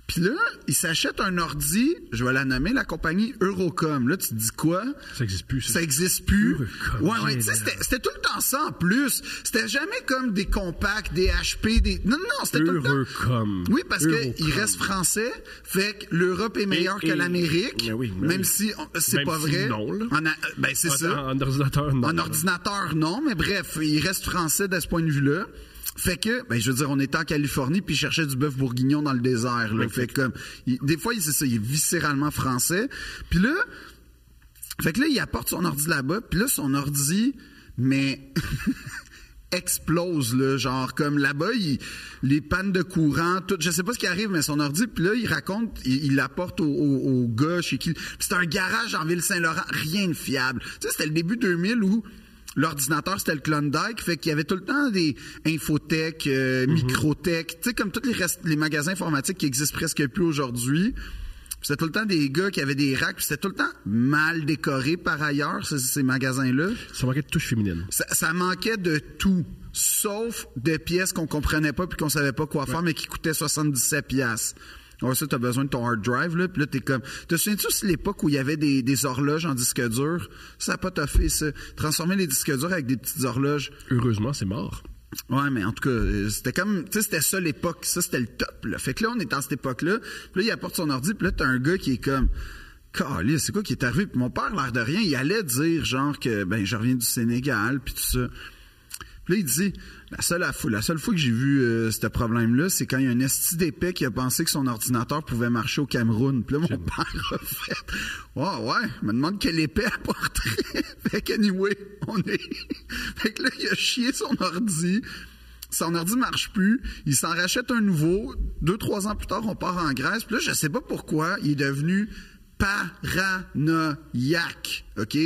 S2: Puis là, il s'achète un ordi, je vais la nommer la compagnie Eurocom. Là, tu te dis quoi?
S5: Ça existe plus, ça.
S2: Ça existe plus.
S5: Eurocom,
S2: ouais, ouais, tu sais,
S5: génial.
S2: c'était c'était tout le temps ça en plus. C'était jamais comme des compacts, des HP, des. Non, non, non, c'était tout le temps.
S5: Eurocom.
S2: Oui, parce
S5: Eurocom.
S2: qu'il reste français, fait que l'Europe est meilleure
S5: et-
S2: que l'Amérique,
S5: Mais oui, mais
S2: même
S5: oui.
S2: si on- c'est
S5: Même
S2: pas
S5: si
S2: vrai.
S5: non, là.
S2: En a- ben, c'est
S5: En,
S2: ça.
S5: en ordinateur, non.
S2: En ordinateur, non, mais bref, il reste français de ce point de vue-là. Fait que, ben, je veux dire, on était en Californie puis il cherchait du bœuf bourguignon dans le désert.
S5: Ben,
S2: Là. Fait que, comme, il- des fois, il- c'est ça, il est viscéralement français. Puis là, fait que là, il apporte son ordi là-bas, puis là, son ordi, mais *laughs* explose, là, genre, comme là-bas, il- les pannes de courant, tout, je sais pas ce qui arrive, mais son ordi, puis là, il raconte, il il l'apporte au, au, au gars chez qui... Puis c'était un garage en Ville-Saint-Laurent, rien de fiable. Tu sais, c'était le début 2000 où... L'ordinateur, c'était le Klondike, fait qu'il y avait tout le temps des infotech, euh, microtech, tu sais, comme tous les, rest- les magasins informatiques qui existent presque plus aujourd'hui. Puis C'était tout le temps des gars qui avaient des racks, puis c'était tout le temps mal décoré par ailleurs, ces, ces magasins-là.
S5: Ça manquait de touche féminine.
S2: Ça, ça manquait de tout, sauf de pièces qu'on comprenait pas puis qu'on savait pas quoi faire, mais qui coûtaient 77 pièces. Ouais, ça, t'as besoin de ton hard drive, là. Puis là, t'es comme... Te souviens-tu aussi de l'époque où il y avait des, des horloges en disque dur? Ça a pas t'a fait, ça. Transformer les disques durs avec des petites horloges.
S5: Heureusement, c'est mort.
S2: Ouais, mais en tout cas, euh, c'était comme, tu sais, c'était ça l'époque, ça c'était le top. Là. Fait que là, on est dans cette époque-là. Puis là, il apporte son ordi, puis là, t'as un gars qui est comme, Calais, c'est quoi qui est arrivé? Puis mon père, l'air de rien, il allait dire, genre, que, ben, je reviens du Sénégal, puis tout ça. Puis là, il dit, la seule, affo- la seule fois que j'ai vu euh, ce problème-là, c'est quand il y a un esti d'épais qui a pensé que son ordinateur pouvait marcher au Cameroun. Puis là, mon père a fait, ouais, ouais, je me demande quel épais apporterait. *laughs* fait que, anyway, on est... *laughs* fait que là, il a chié son ordi. Son ordi marche plus, il s'en rachète un nouveau. Deux, trois ans plus tard, on part en Grèce. Puis là, je sais pas pourquoi, il est devenu paranoïaque, OK?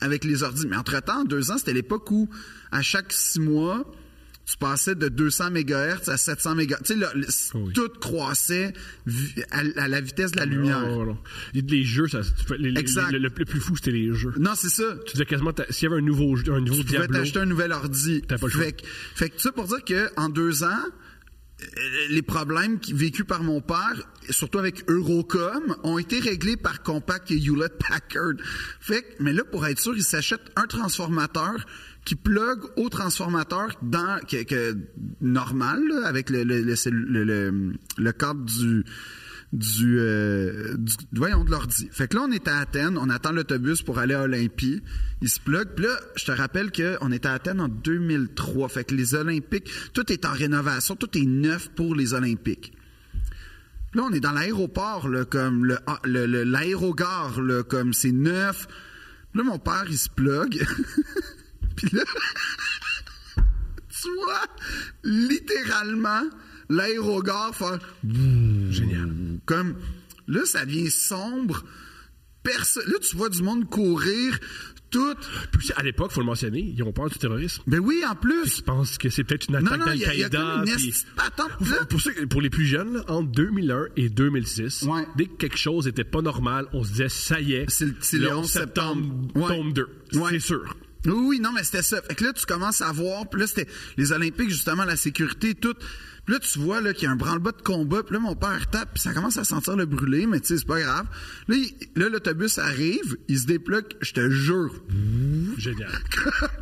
S2: Avec les ordis. Mais entre-temps, deux ans, c'était l'époque où, à chaque six mois, tu passais de 200 MHz à 700 MHz. Tu sais, là, le-
S5: Oui. Oh.
S2: tout croissait vi- à, à la vitesse de la lumière.
S5: Non, non, non. Les jeux, ça, tu fais- les- les-
S2: Exact.
S5: le, le plus fou, c'était les jeux.
S2: Non, c'est ça.
S5: Tu disais quasiment, t'as- s'il y avait un nouveau, jeu- un nouveau
S2: tu pouvais
S5: Diablo,
S2: t'acheter un nouvel ordi.
S5: T'as pas le choix.
S2: fait, que- fait que ça pour dire que en deux ans, euh, les problèmes qui- vécus par mon père, surtout avec Eurocom, ont été réglés par Compaq et Hewlett Packard. Fait que- mais là, pour être sûr, il s'achète un transformateur qui plug au transformateur dans que, que- normal là, avec le le, le, cellu- le- le- le câble du du, euh, du- voyons de l'ordi. Fait que là on est à Athènes, on attend l'autobus pour aller à Olympie. Il se plug. Puis là, je te rappelle que on était à Athènes en 2003. Fait que les Olympiques, tout est en rénovation, tout est neuf pour les Olympiques. Puis Là, on est dans l'aéroport, là, comme le, ah, le- le- l'aérogare, là, comme c'est neuf. Puis Là, mon père, il se plug. *laughs* Puis là, *laughs* tu vois, littéralement, l'aérogare fait
S5: génial.
S2: comme là, ça devient sombre. Perso- là, tu vois du monde courir, tout.
S5: Puis à l'époque, faut le mentionner, ils ont peur du terrorisme.
S2: Ben oui, en plus.
S5: Ils pensent que c'est peut-être une
S2: Non,
S5: attaque
S2: non, il y a, il y a
S5: d'Al-Qaïda.
S2: comme une Hein?
S5: puis-
S2: esti- Attends, puis là,
S5: Pour- Pour, ceux- pour les plus jeunes, là, entre 2001 et 2006,
S2: Ouais.
S5: dès que quelque chose n'était pas normal, on se disait ça y est,
S2: C'est le- c'est le 11 septembre. Ouais.
S5: tombe 2.
S2: Ouais.
S5: C'est sûr.
S2: Oui, oui, non, mais c'était ça. Fait que là, tu commences à voir, puis là, c'était les Olympiques, justement, la sécurité, tout. Puis là, tu vois là, qu'il y a un branle-bas de combat, puis là, mon père tape, puis ça commence à sentir le brûlé, mais tu sais, c'est pas grave. Là, il- là, l'autobus arrive, il se déploque, je te jure.
S5: Génial.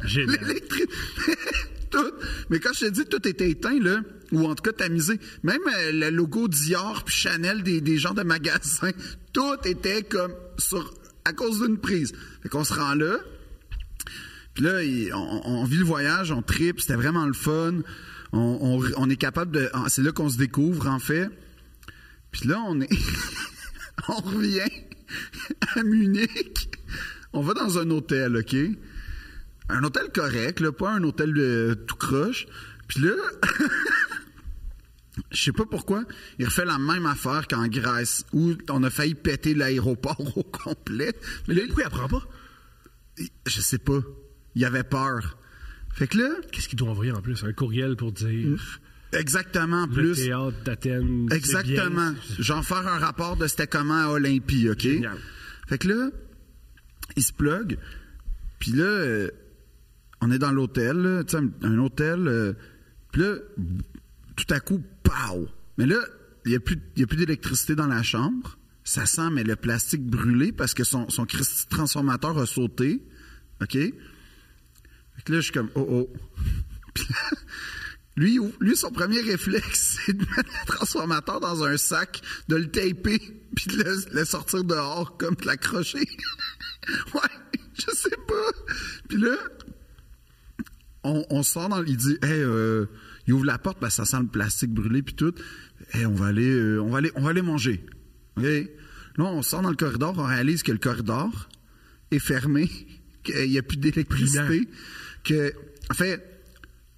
S5: Génial.
S2: L'électrique. *laughs* tout. Mais quand je te dis tout était éteint, là, ou en tout cas tamisé, même euh, le logo Dior puis Chanel des, des gens de magasins, tout était comme sur à cause d'une prise. Fait qu'on se rend là. Puis là, il- on, on vit le voyage, on tripe, c'était vraiment le fun. On, on- on est capable de. en- C'est là qu'on se découvre, en fait. Puis là, on est. *laughs* on revient *laughs* à Munich. On va dans un hôtel, OK? un hôtel correct, là, pas un hôtel euh, tout croche. Puis là, *laughs* je sais pas pourquoi, il refait la même affaire qu'en Grèce, où on a failli péter l'aéroport *laughs* au complet. Mais là,
S5: Pourquoi il apprend pas?
S2: il- je sais pas, il avait peur. Fait que là,
S5: Qu'est-ce qu'il doit envoyer en plus? Un courriel pour dire
S2: exactement, en
S5: le
S2: Mm. plus,
S5: théâtre d'Athènes. c'est
S2: exactement,
S5: bien.
S2: j'en faire un rapport de c'était comment à Olympie, OK?
S5: Génial.
S2: Fait que là, il se plug. Puis là, euh, on est dans l'hôtel, là, tu sais, un, un hôtel. euh, puis là, tout à coup, pow! Mais là, il n'y a plus, il y a plus d'électricité dans la chambre. Ça sent, mais le plastique brûlé parce que son, son Christi de transformateur a sauté. OK? Fait que là, je suis comme, oh, oh. *laughs* Puis là, lui, lui, son premier réflexe, *laughs* c'est de mettre le transformateur dans un sac, de le taper, puis de le, le sortir dehors comme de l'accrocher. *laughs* ouais, je sais pas. Puis là, on, on sort dans il dit hey, euh, il ouvre la porte parce que ça sent le plastique brûlé puis tout hey, on va aller euh, on va aller on va aller manger OK? là on sort dans le corridor on réalise que le corridor est fermé *laughs* qu'il n'y a plus d'électricité que en fait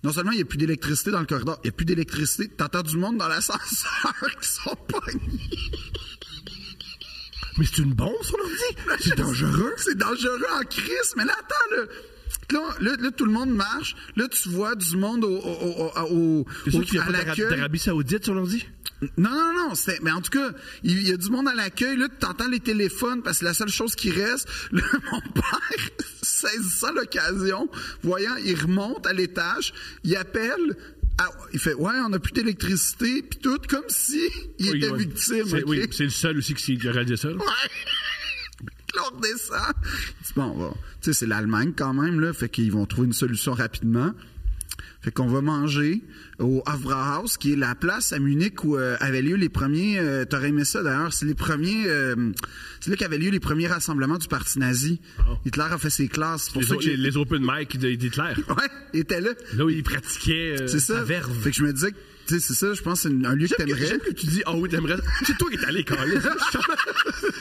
S2: non seulement il n'y a plus d'électricité dans le corridor, il n'y a plus d'électricité. T'entends du monde dans l'ascenseur *laughs* qui sont pognés.
S5: Mais c'est une bombe, sur l'ordi? C'est dangereux.
S2: *laughs* C'est dangereux en crise, mais là, attends, là. Là, là, là, tout le monde marche. Là, tu vois du monde au, au, au, au- au-
S5: C'est sûr qu'il n'y a
S2: à
S5: pas d'Ara-
S2: l'accueil.
S5: d'Arabie Saoudite sur l'ordi?
S2: Non, non, non, c'était- mais en tout cas, il il y a du monde à l'accueil, là, tu entends les téléphones, parce que la seule chose qui reste, *laughs* là, mon père, *laughs* saisissant l'occasion, voyant, il remonte à l'étage, il appelle, ah, il fait, ouais, on n'a plus d'électricité, puis tout, comme si il
S5: Oui,
S2: était
S5: ouais.
S2: victime, ok?
S5: C'est-
S2: Oh,
S5: Oui, c'est le seul aussi qui s'est- qui a réalisé ça.
S2: *laughs*
S5: là.
S2: Ouais. Là, on redescend. Il dit, bon, on va- tu sais, c'est l'Allemagne quand même, là. Fait qu'ils vont trouver une solution rapidement. Fait qu'on va manger au Havrahaus, qui est la place à Munich où euh, avaient lieu les premiers. euh, T'aurais aimé ça d'ailleurs, c'est les premiers. euh, c'est là qu'avaient lieu les premiers rassemblements du parti nazi. Hitler a fait ses classes. c'est pour
S5: Les,
S2: ça
S5: o-
S2: que j'ai-
S5: les, les open mic de- d'Hitler.
S2: Ouais, il était là.
S5: Là où il pratiquait euh,
S2: C'est ça.
S5: sa verve.
S2: Fait que je me disais que, tu sais, c'est ça, je pense que c'est une- un lieu que
S5: J'aime que,
S2: t'aimerais.
S5: j'aime que tu dis, ah oui, t'aimerais. C'est toi qui es
S2: *laughs*
S5: allé, Carlis.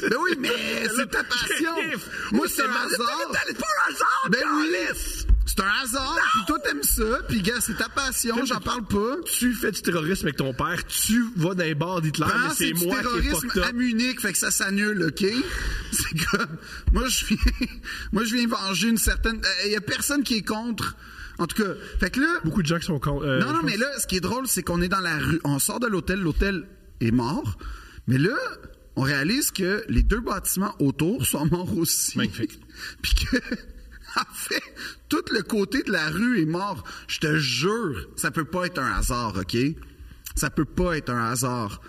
S2: Ben oui, mais c'est ta passion.
S5: créatif.
S2: Moi,
S5: Oui,
S2: c'est un
S5: mais
S2: hasard.
S5: t'as-
S2: C'est pas un hasard, ben oui. C'est un hasard. Puis toi, t'aimes ça. Puis gars, c'est ta passion. J'en parle pas.
S5: tu fais du terrorisme avec ton père, tu vas dans les bars d'Hitler,
S2: Vraiment,
S5: Ah, mais
S2: Ah, c'est
S5: c'est
S2: du
S5: moi qui est
S2: terrorisme
S5: fucked
S2: à
S5: up.
S2: Munich, fait que ça s'annule, OK? *laughs* C'est comme... Moi, je viens... *laughs* Moi, je viens venger une certaine... Il y a personne qui est contre. En tout cas, fait que là...
S5: Beaucoup de gens qui sont con- euh,
S2: Non, non,
S5: je
S2: mais là, ce qui est drôle, c'est qu'on est dans la rue. On sort de l'hôtel, l'hôtel est mort. Mais là, on réalise que les deux bâtiments autour sont morts aussi.
S5: Magnifique.
S2: *laughs* Puis que, en fait, tout le côté de la rue est mort. Je te jure, ça peut pas être un hasard, OK? Ça peut pas être un hasard.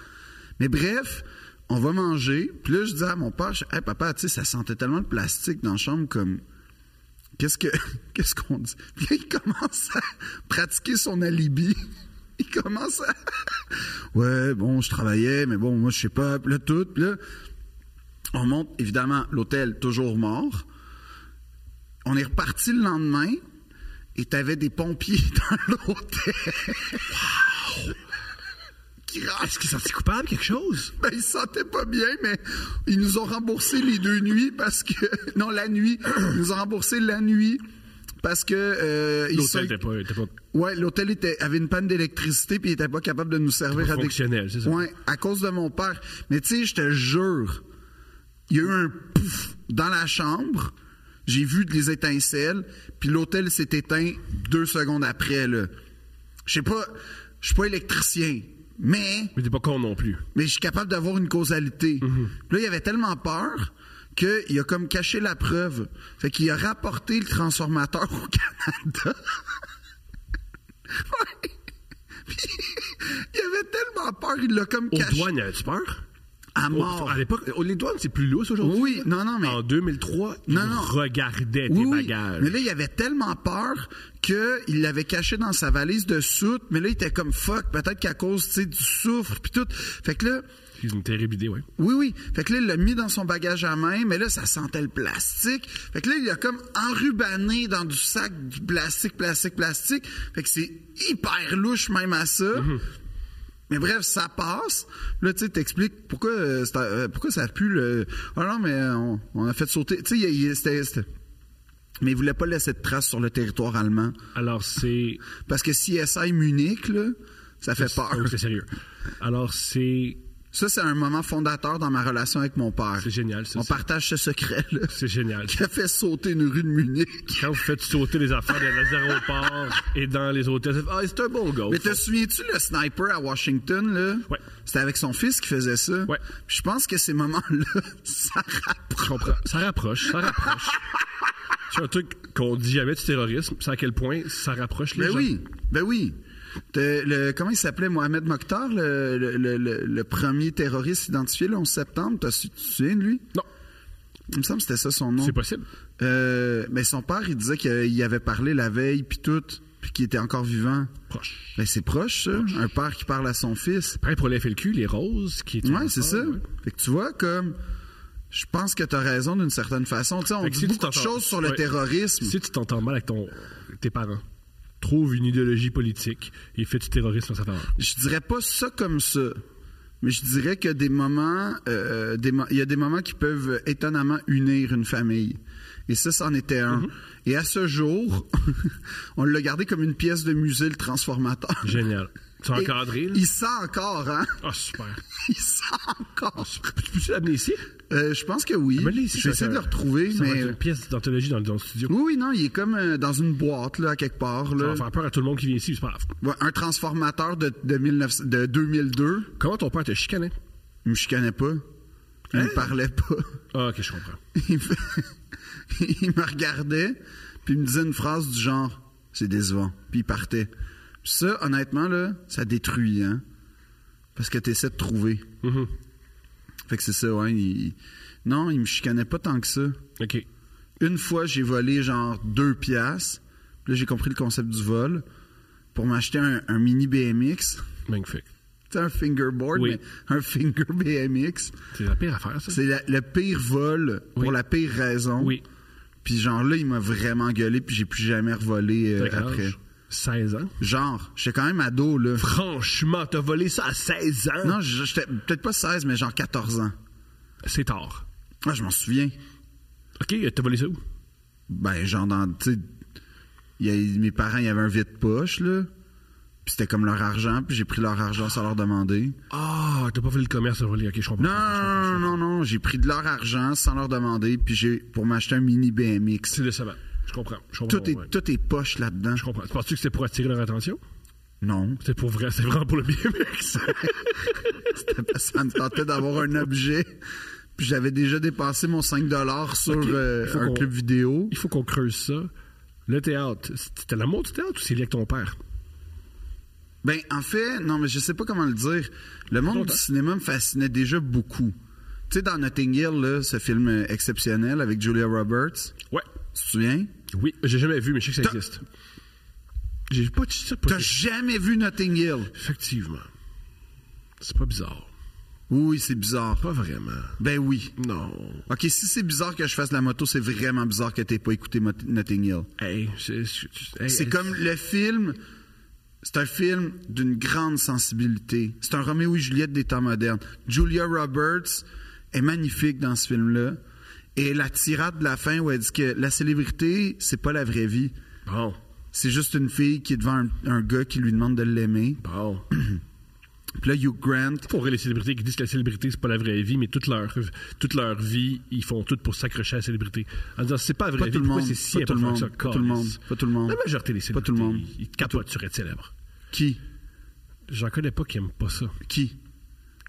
S2: Mais bref, on va manger. Puis là, je dis à mon père, je, Hey, papa, tu sais, ça sentait tellement de plastique dans la chambre comme qu'est-ce que *laughs* qu'est-ce qu'on dit Puis là, il commence à pratiquer son alibi. *laughs* Il commence à *laughs* ouais bon je travaillais mais bon moi je sais pas Puis là tout Puis là on monte évidemment l'hôtel toujours mort. On est reparti le lendemain et t'avais des pompiers *laughs* dans l'hôtel. Qui
S5: pense- Est-ce qu'ils sont coupables, quelque chose?
S2: ben, ils se sentaient pas bien, mais ils nous ont remboursé les deux nuits parce que. *laughs* Non, la nuit. Ils nous ont remboursé la nuit parce que. euh, ils
S5: L'hôtel
S2: se-
S5: était pas, était pas
S2: Ouais, l'hôtel était, avait une panne d'électricité puis il était pas capable de nous servir
S5: Pas
S2: avec.
S5: fonctionnel, c'est ça.
S2: Ouais, à cause de mon père. Mais tu sais, je te jure, il y a eu un pouf dans la chambre. J'ai vu des étincelles, puis l'hôtel s'est éteint deux secondes après, là. Je sais pas, je suis pas électricien, mais
S5: Mais t'es pas con non plus.
S2: mais je suis capable d'avoir une causalité.
S5: Mhm.
S2: Puis Là, il avait tellement peur qu'il a comme caché la preuve. Fait qu'il a rapporté le transformateur au Canada. *laughs* Ouais. Puis, il avait tellement peur, il l'a comme
S5: Aux
S2: caché
S5: douanes, avais-tu peur?
S2: à
S5: Aux-
S2: mort.
S5: À l'époque, aux- les douanes, c'est plus lousse aujourd'hui.
S2: Oui, non, non, mais-
S5: En 2003,
S2: Non,
S5: ils
S2: non.
S5: regardaient
S2: Oui,
S5: tes
S2: oui.
S5: bagages.
S2: Mais là, il avait tellement peur qu'il l'avait caché dans sa valise de soute. Mais là, il était comme fuck, peut-être qu'à cause tu sais, du soufre, puis tout. Fait que là,
S5: C'est une terrible idée, oui.
S2: Oui, oui. Fait que là, il l'a mis dans son bagage à main, mais là, ça sentait le plastique. Fait que là, il a comme enrubanné dans du sac du plastique, plastique, plastique. Fait que c'est hyper louche même à ça. Mais bref, ça passe. Là, tu sais, t'expliques pourquoi, euh, c'est, euh, pourquoi ça pue le... Ah non, mais euh, on, on a fait sauter... Tu sais, il- il- c'était... c'était- Mais il voulait pas laisser de traces sur le territoire allemand.
S5: Alors, c'est.
S2: Parce que CSI Munich, là, ça fait
S5: Ah
S2: peur.
S5: oui, c'est sérieux. Alors, c'est.
S2: Ça, c'est un moment fondateur dans ma relation avec mon père.
S5: C'est génial, ça.
S2: On
S5: c'est-
S2: partage ce secret-là. *laughs*
S5: C'est génial.
S2: qui a fait sauter une rue de Munich.
S5: Quand vous faites sauter les affaires dans les aéroports et dans les hôtels, ah, c'est un bon gars.
S2: Mais te souviens-tu le sniper à Washington, là?
S5: Ouais.
S2: C'était avec son fils qui faisait ça.
S5: Ouais.
S2: Puis je pense que ces moments-là, *laughs* ça rapproche.
S5: Je comprends. Ça rapproche, ça rapproche. C'est un truc qu'on dit jamais du terrorisme, c'est à quel point ça rapproche les
S2: Ben
S5: gens.
S2: oui, ben oui. T'as le- comment il s'appelait Mohamed Mokhtar, le, le- le- le- le premier terroriste identifié le 11 septembre? T'as su- tu te souviens de lui?
S5: Non.
S2: Il me semble que c'était ça son nom.
S5: C'est possible.
S2: Euh, mais son père, il disait qu'il y avait parlé la veille, puis tout, puis qu'il était encore vivant.
S5: Proche.
S2: Ben, c'est proche, ça. Un père qui parle à son fils.
S5: Pareil pour l'FLQ, les roses, qui est.
S2: Ouais, c'est ça.
S5: Ouais.
S2: Fait que tu vois, comme. Je pense que t'as raison d'une certaine façon. Tu sais, on
S5: Fait que
S2: dit
S5: si tu
S2: beaucoup de
S5: t'entends-
S2: choses sur le
S5: ouais.
S2: terrorisme.
S5: Si tu t'entends mal avec ton, tes parents, trouve une idéologie politique et fais du terrorisme à sa faveur.
S2: je dirais pas ça comme ça, mais je dirais que des moments, euh, des mo- il y a des moments qui peuvent étonnamment unir une famille. Et ça, c'en était un.
S5: Mm-hmm.
S2: Et à ce jour, *laughs* on l'a gardé comme une pièce de musée, le transformateur.
S5: Génial. Tu as
S2: Et
S5: encadré, là?
S2: Il sent encore, hein? *laughs*
S5: Ah, super. Ah,
S2: Il sent encore.
S5: Tu peux-tu l'amener ici?
S2: Euh, je pense que oui.
S5: Amène-le ici, ça va
S2: J'essaie
S5: être
S2: de le
S5: un-
S2: retrouver,
S5: ça va
S2: mais...
S5: être une pièce d'anthologie dans, dans le studio.
S2: Oui, oui, non, il est comme euh, dans une boîte, là, à quelque part.
S5: Ça
S2: Là.
S5: va faire peur à tout le monde qui vient ici, c'est pas grave.
S2: Ouais, un transformateur de, de, 1900 de 2002.
S5: Comment ton père te chicanait?
S2: Il me chicanait pas. Il me parlait pas.
S5: Ah, ok, je comprends.
S2: il me, *laughs* il me regardait, puis il me disait une phrase du genre C'est décevant. Puis il partait. Puis ça, honnêtement, là, ça détruit, hein. Parce que t'essaies de trouver.
S5: Mhm.
S2: Fait que c'est ça, ouais. il- Non, il me chicanait pas tant que ça.
S5: Ok.
S2: Une fois, j'ai volé genre deux piastres. Puis là, j'ai compris le concept du vol. Pour m'acheter un, un mini BMX.
S5: Magnifique.
S2: Tu sais, un fingerboard,
S5: Oui.
S2: mais un *laughs* finger BMX.
S5: C'est la pire affaire, ça?
S2: C'est la- le pire vol pour
S5: Oui.
S2: la pire raison.
S5: Oui.
S2: Puis genre là, il m'a vraiment gueulé, puis j'ai plus jamais revolé euh,
S5: T'as quel
S2: après.
S5: âge? 16 ans.
S2: Genre, j'étais quand même ado, là.
S5: Franchement, t'as volé ça à 16 ans?
S2: Non, j- j'étais peut-être pas 16, mais genre 14 ans.
S5: C'est tard.
S2: Ah, je m'en souviens.
S5: Ok, t'as volé ça où?
S2: Ben, genre dans, tu sais, il y a- mes parents, il y avait un vide-poche, là. Puis c'était comme leur argent, puis j'ai pris leur argent sans leur demander.
S5: Ah, t'as pas volé le commerce à voler. Ok, je comprends.
S2: Non, non, non, non, j'ai pris de leur argent sans leur demander, puis j'ai pour m'acheter un mini BMX.
S5: C'est décevant. Je comprends. Je comprends.
S2: Tout est,
S5: Oh, ouais.
S2: tout est poche là-dedans.
S5: Je comprends. Tu penses-tu que c'est pour attirer leur attention?
S2: Non,
S5: C'est pour vrai, c'est vraiment pour le BMX.
S2: ça me tentait d'avoir un objet. Puis j'avais déjà dépassé mon 5 sur
S5: Ok,
S2: euh,
S5: il faut
S2: un
S5: qu'on-
S2: club vidéo.
S5: *laughs* Il faut qu'on creuse ça. Le théâtre, c'était l'amour du théâtre ou c'est lié avec ton père?
S2: Ben, en fait, non, mais je sais pas comment le dire. Le monde
S5: Longtemps.
S2: du cinéma me fascinait déjà beaucoup. Tu sais, dans Notting Hill, là, ce film euh, exceptionnel avec Julia Roberts,
S5: Ouais.
S2: tu te souviens?
S5: Oui, j'ai jamais vu, mais je sais que ça
S2: T'as-
S5: existe. J'ai pas dit ça pour
S2: T'as jamais vu Notting Hill?
S5: Effectivement. C'est pas bizarre.
S2: Oui, c'est bizarre.
S5: Pas vraiment.
S2: Ben oui.
S5: Non.
S2: Ok, si c'est bizarre que je fasse la moto, c'est vraiment bizarre que t'aies pas écouté Mot- Notting Hill.
S5: Hey, c'est c'est- hey,
S2: C'est
S5: hey,
S2: comme le film. C'est un film d'une grande sensibilité. C'est un Roméo et Juliette des temps modernes. Julia Roberts est magnifique dans ce film-là. Et la tirade de la fin où elle dit que la célébrité, c'est pas la vraie vie.
S5: Bon,
S2: C'est juste une fille qui est devant un, un gars qui lui demande de l'aimer.
S5: bon.
S2: Puis là, Hugh Grant,
S5: Pour les célébrités qui disent que la célébrité, c'est pas la vraie vie, mais toute leur, toute leur vie, ils font tout pour s'accrocher à la célébrité. En disant, c'est pas la vraie
S2: Pas
S5: vie,
S2: tout le
S5: pourquoi
S2: monde,
S5: c'est si
S2: pas tout le
S5: important
S2: monde,
S5: que ça,
S2: pas tout le monde,
S5: câlisse?
S2: pas tout le monde.
S5: La majorité des
S2: Pas
S5: célébrités,
S2: tout le monde.
S5: ils capotent sur être célèbres.
S2: qui
S5: J'en connais pas qui aiment pas ça.
S2: Qui,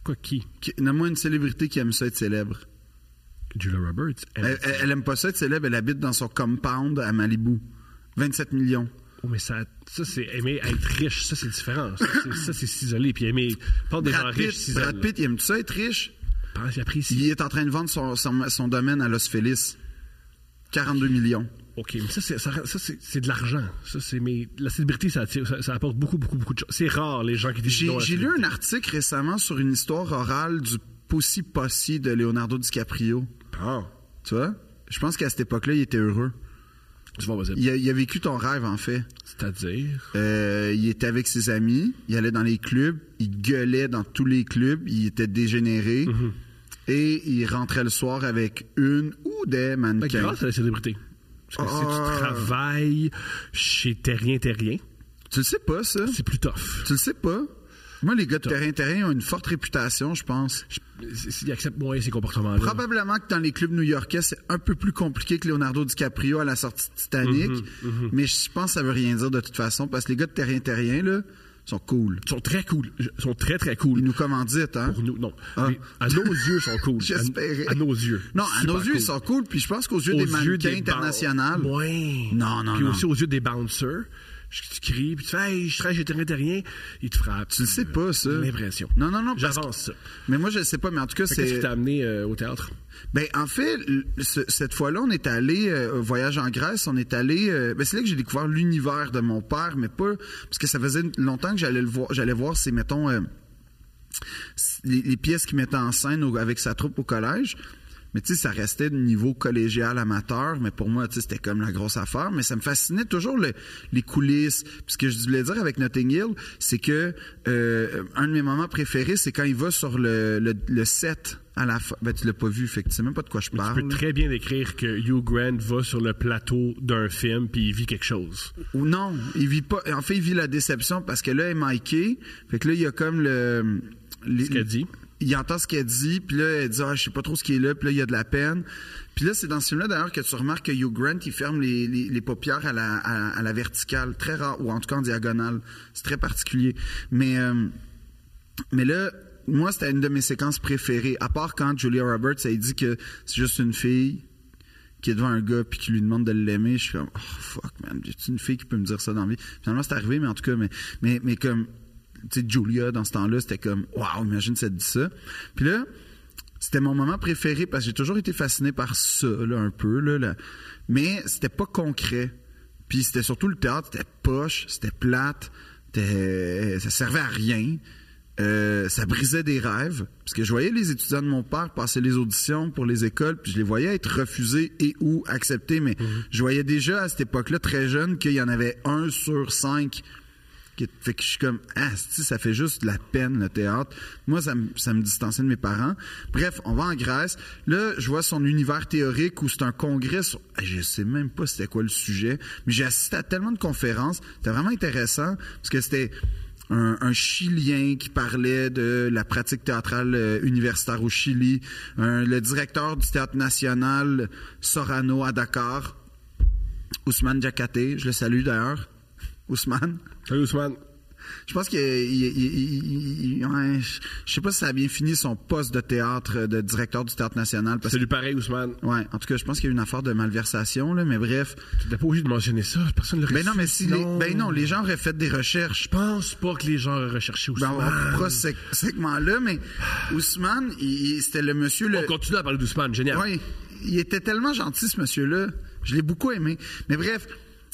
S5: Quoi, qui?
S2: qui Nomme-moi une célébrité qui aime ça être célèbre.
S5: Julia Roberts. elle-
S2: Elle, elle- elle aime pas ça être célèbre, elle habite dans son compound à Malibu. 27 millions.
S5: Oh, mais ça, ça c'est aimer être riche, ça c'est différent. Ça, c'est- Ça c'est s'isoler, puis aimer. Parle des gens
S2: Brad
S5: riches, Ah,
S2: Pitt, Brad
S5: s'isoler.
S2: Pitt, il aime ça être riche?
S5: Pense, il apprécie.
S2: Il est en train de vendre son, son- son domaine à Los Feliz. 42 millions.
S5: Ok, mais ça c'est, ça, ça, c'est, c'est de l'argent. Ça c'est, mais la célébrité ça, attire- ça, ça apporte beaucoup, beaucoup, beaucoup de choses. C'est rare les gens qui disent.
S2: J'ai
S5: non à la
S2: j'ai lu un
S5: célébrité.
S2: article récemment sur une histoire orale du Possi Possi de Leonardo DiCaprio.
S5: Ah,
S2: Tu vois? Je pense qu'à cette époque-là, il était heureux.
S5: tu vas vas-y.
S2: Il a, il a vécu ton rêve, en fait.
S5: C'est-à-dire.
S2: Euh, il était avec ses amis, il allait dans les clubs, il gueulait dans tous les clubs, il était dégénéré. Et il rentrait le soir avec une ou des
S5: Ben,
S2: mannequins.
S5: Grâce à la célébrité. Parce que si
S2: Ah.
S5: tu travailles chez Terrien Terrien,
S2: Tu le sais pas, ça?
S5: c'est plus tough.
S2: Tu le sais pas? Moi, les gars de terrain-terrain ont une forte réputation, je pense.
S5: Je- c'est- c'est- Ils acceptent moins ces comportements-là.
S2: Probablement que dans les clubs new-yorkais, c'est un peu plus compliqué que Leonardo DiCaprio à la sortie de Titanic.
S5: Mhm,
S2: Mais je pense que ça veut rien dire de toute façon, parce que les gars de terrain-terrain, là, sont cool.
S5: Ils sont très cool. Ils sont très très cool.
S2: Ils nous commanditent, hein?
S5: Pour nous, non.
S2: Ah.
S5: Mais
S2: *laughs*
S5: à nos yeux, ils sont cool.
S2: J'espérais.
S5: À, à nos yeux.
S2: Non, à
S5: Super
S2: nos yeux,
S5: cool.
S2: ils sont cool, puis je pense qu'aux yeux
S5: Aux
S2: des mannequins
S5: ban-
S2: internationaux.
S5: Ouais.
S2: Non, non,
S5: Puis
S2: non.
S5: aussi aux yeux des bouncers. Je- Tu cries, puis tu fais Hey, je travaille chez terrain terrien. Il te frappe.
S2: Tu le sais pas, ça.
S5: J'ai l'impression.
S2: Non, non, non. parce que-
S5: J'avance ça.
S2: Mais moi, je le sais pas, mais en tout cas,
S5: Fait que Qu'est-ce
S2: c'est.
S5: qui t'a amené euh, au théâtre?
S2: Ben, en fait, l- ce- cette fois-là, on est allé euh, au voyage en Grèce, on est allé. euh, ben, c'est là que j'ai découvert l'univers de mon père, mais pas parce que ça faisait longtemps que j'allais le voir. J'allais voir, c'est mettons euh, c- les, les pièces qu'il mettait en scène au- avec sa troupe au collège. Mais tu sais, ça restait du niveau collégial amateur, mais pour moi, tu sais, c'était comme la grosse affaire. Mais ça me fascinait toujours le- les coulisses. Puis ce que je voulais dire avec Notting Hill, c'est que euh, un de mes moments préférés, c'est quand il va sur le, le, le set à la fin. Ben, tu l'as pas vu, fait que tu sais même pas de quoi je
S5: Tu
S2: parle.
S5: peux très bien décrire que Hugh Grant va sur le plateau d'un film puis il vit quelque chose.
S2: Ou non, il vit pas. En fait, il vit la déception parce que là, il est Mikey. Fait que là, il y a comme le. les-
S5: Ce qu'elle dit.
S2: il entend ce qu'elle dit, puis là, elle dit, ah, je sais pas trop ce qui est là, puis là, il y a de la peine. Puis là, c'est dans ce film-là, d'ailleurs, que tu remarques que Hugh Grant, il ferme les, les- les paupières à la, à- à la verticale, très rare, ou en tout cas en diagonale. C'est très particulier. Mais, euh, mais là, moi, c'était une de mes séquences préférées, à part quand Julia Roberts, elle dit que c'est juste une fille qui est devant un gars puis qui lui demande de l'aimer, je suis comme oh fuck man, j'ai une fille qui peut me dire ça dans la vie. Finalement c'est arrivé mais en tout cas mais mais mais comme tu sais Julia dans ce temps-là, c'était comme waouh, imagine si elle dit ça. Puis là c'était mon moment préféré parce que j'ai toujours été fasciné par ça là un peu là, là. mais c'était pas concret. Puis c'était surtout le théâtre, c'était poche, c'était plate, c'était- ça servait à rien. Euh, ça brisait des rêves parce que je voyais les étudiants de mon père passer les auditions pour les écoles puis je les voyais être refusés et ou acceptés mais je voyais déjà à cette époque-là très jeune qu'il y en avait un sur cinq qui fait que je suis comme ah si ça fait juste de la peine le théâtre moi ça me ça me distançait de mes parents bref on va en Grèce là je vois son univers théorique où c'est un congrès sur- Ah, je sais même pas c'était quoi le sujet mais j'ai assisté à tellement de conférences c'était vraiment intéressant parce que c'était un, un Chilien qui parlait de la pratique théâtrale euh, universitaire au Chili, un- le directeur du théâtre national Sorano à Dakar, Ousmane Diakate, je le salue d'ailleurs. Ousmane.
S5: Salut Ousmane.
S2: Je pense qu'il, il- il- il- ouais, je je sais pas si ça a bien fini son poste de théâtre, euh, de directeur du théâtre national. Parce que,
S5: Salut pareil Ousmane.
S2: ouais, en tout cas, je pense qu'il y a eu une affaire de malversation, là, mais bref.
S5: T'étais pas obligé de mentionner ça. Personne ne le
S2: Ben non, mais si, les- ben non, les gens auraient fait des recherches.
S5: Je pense pas que les gens auraient recherché Ah.
S2: Ben,
S5: Ousmane.
S2: on reprend ce seg- segment-là, mais Ousmane, il- il- c'était le monsieur le.
S5: On continue à parler d'Ousmane. Génial.
S2: Oui, il était tellement gentil, ce monsieur-là. Je l'ai beaucoup aimé. Mais bref.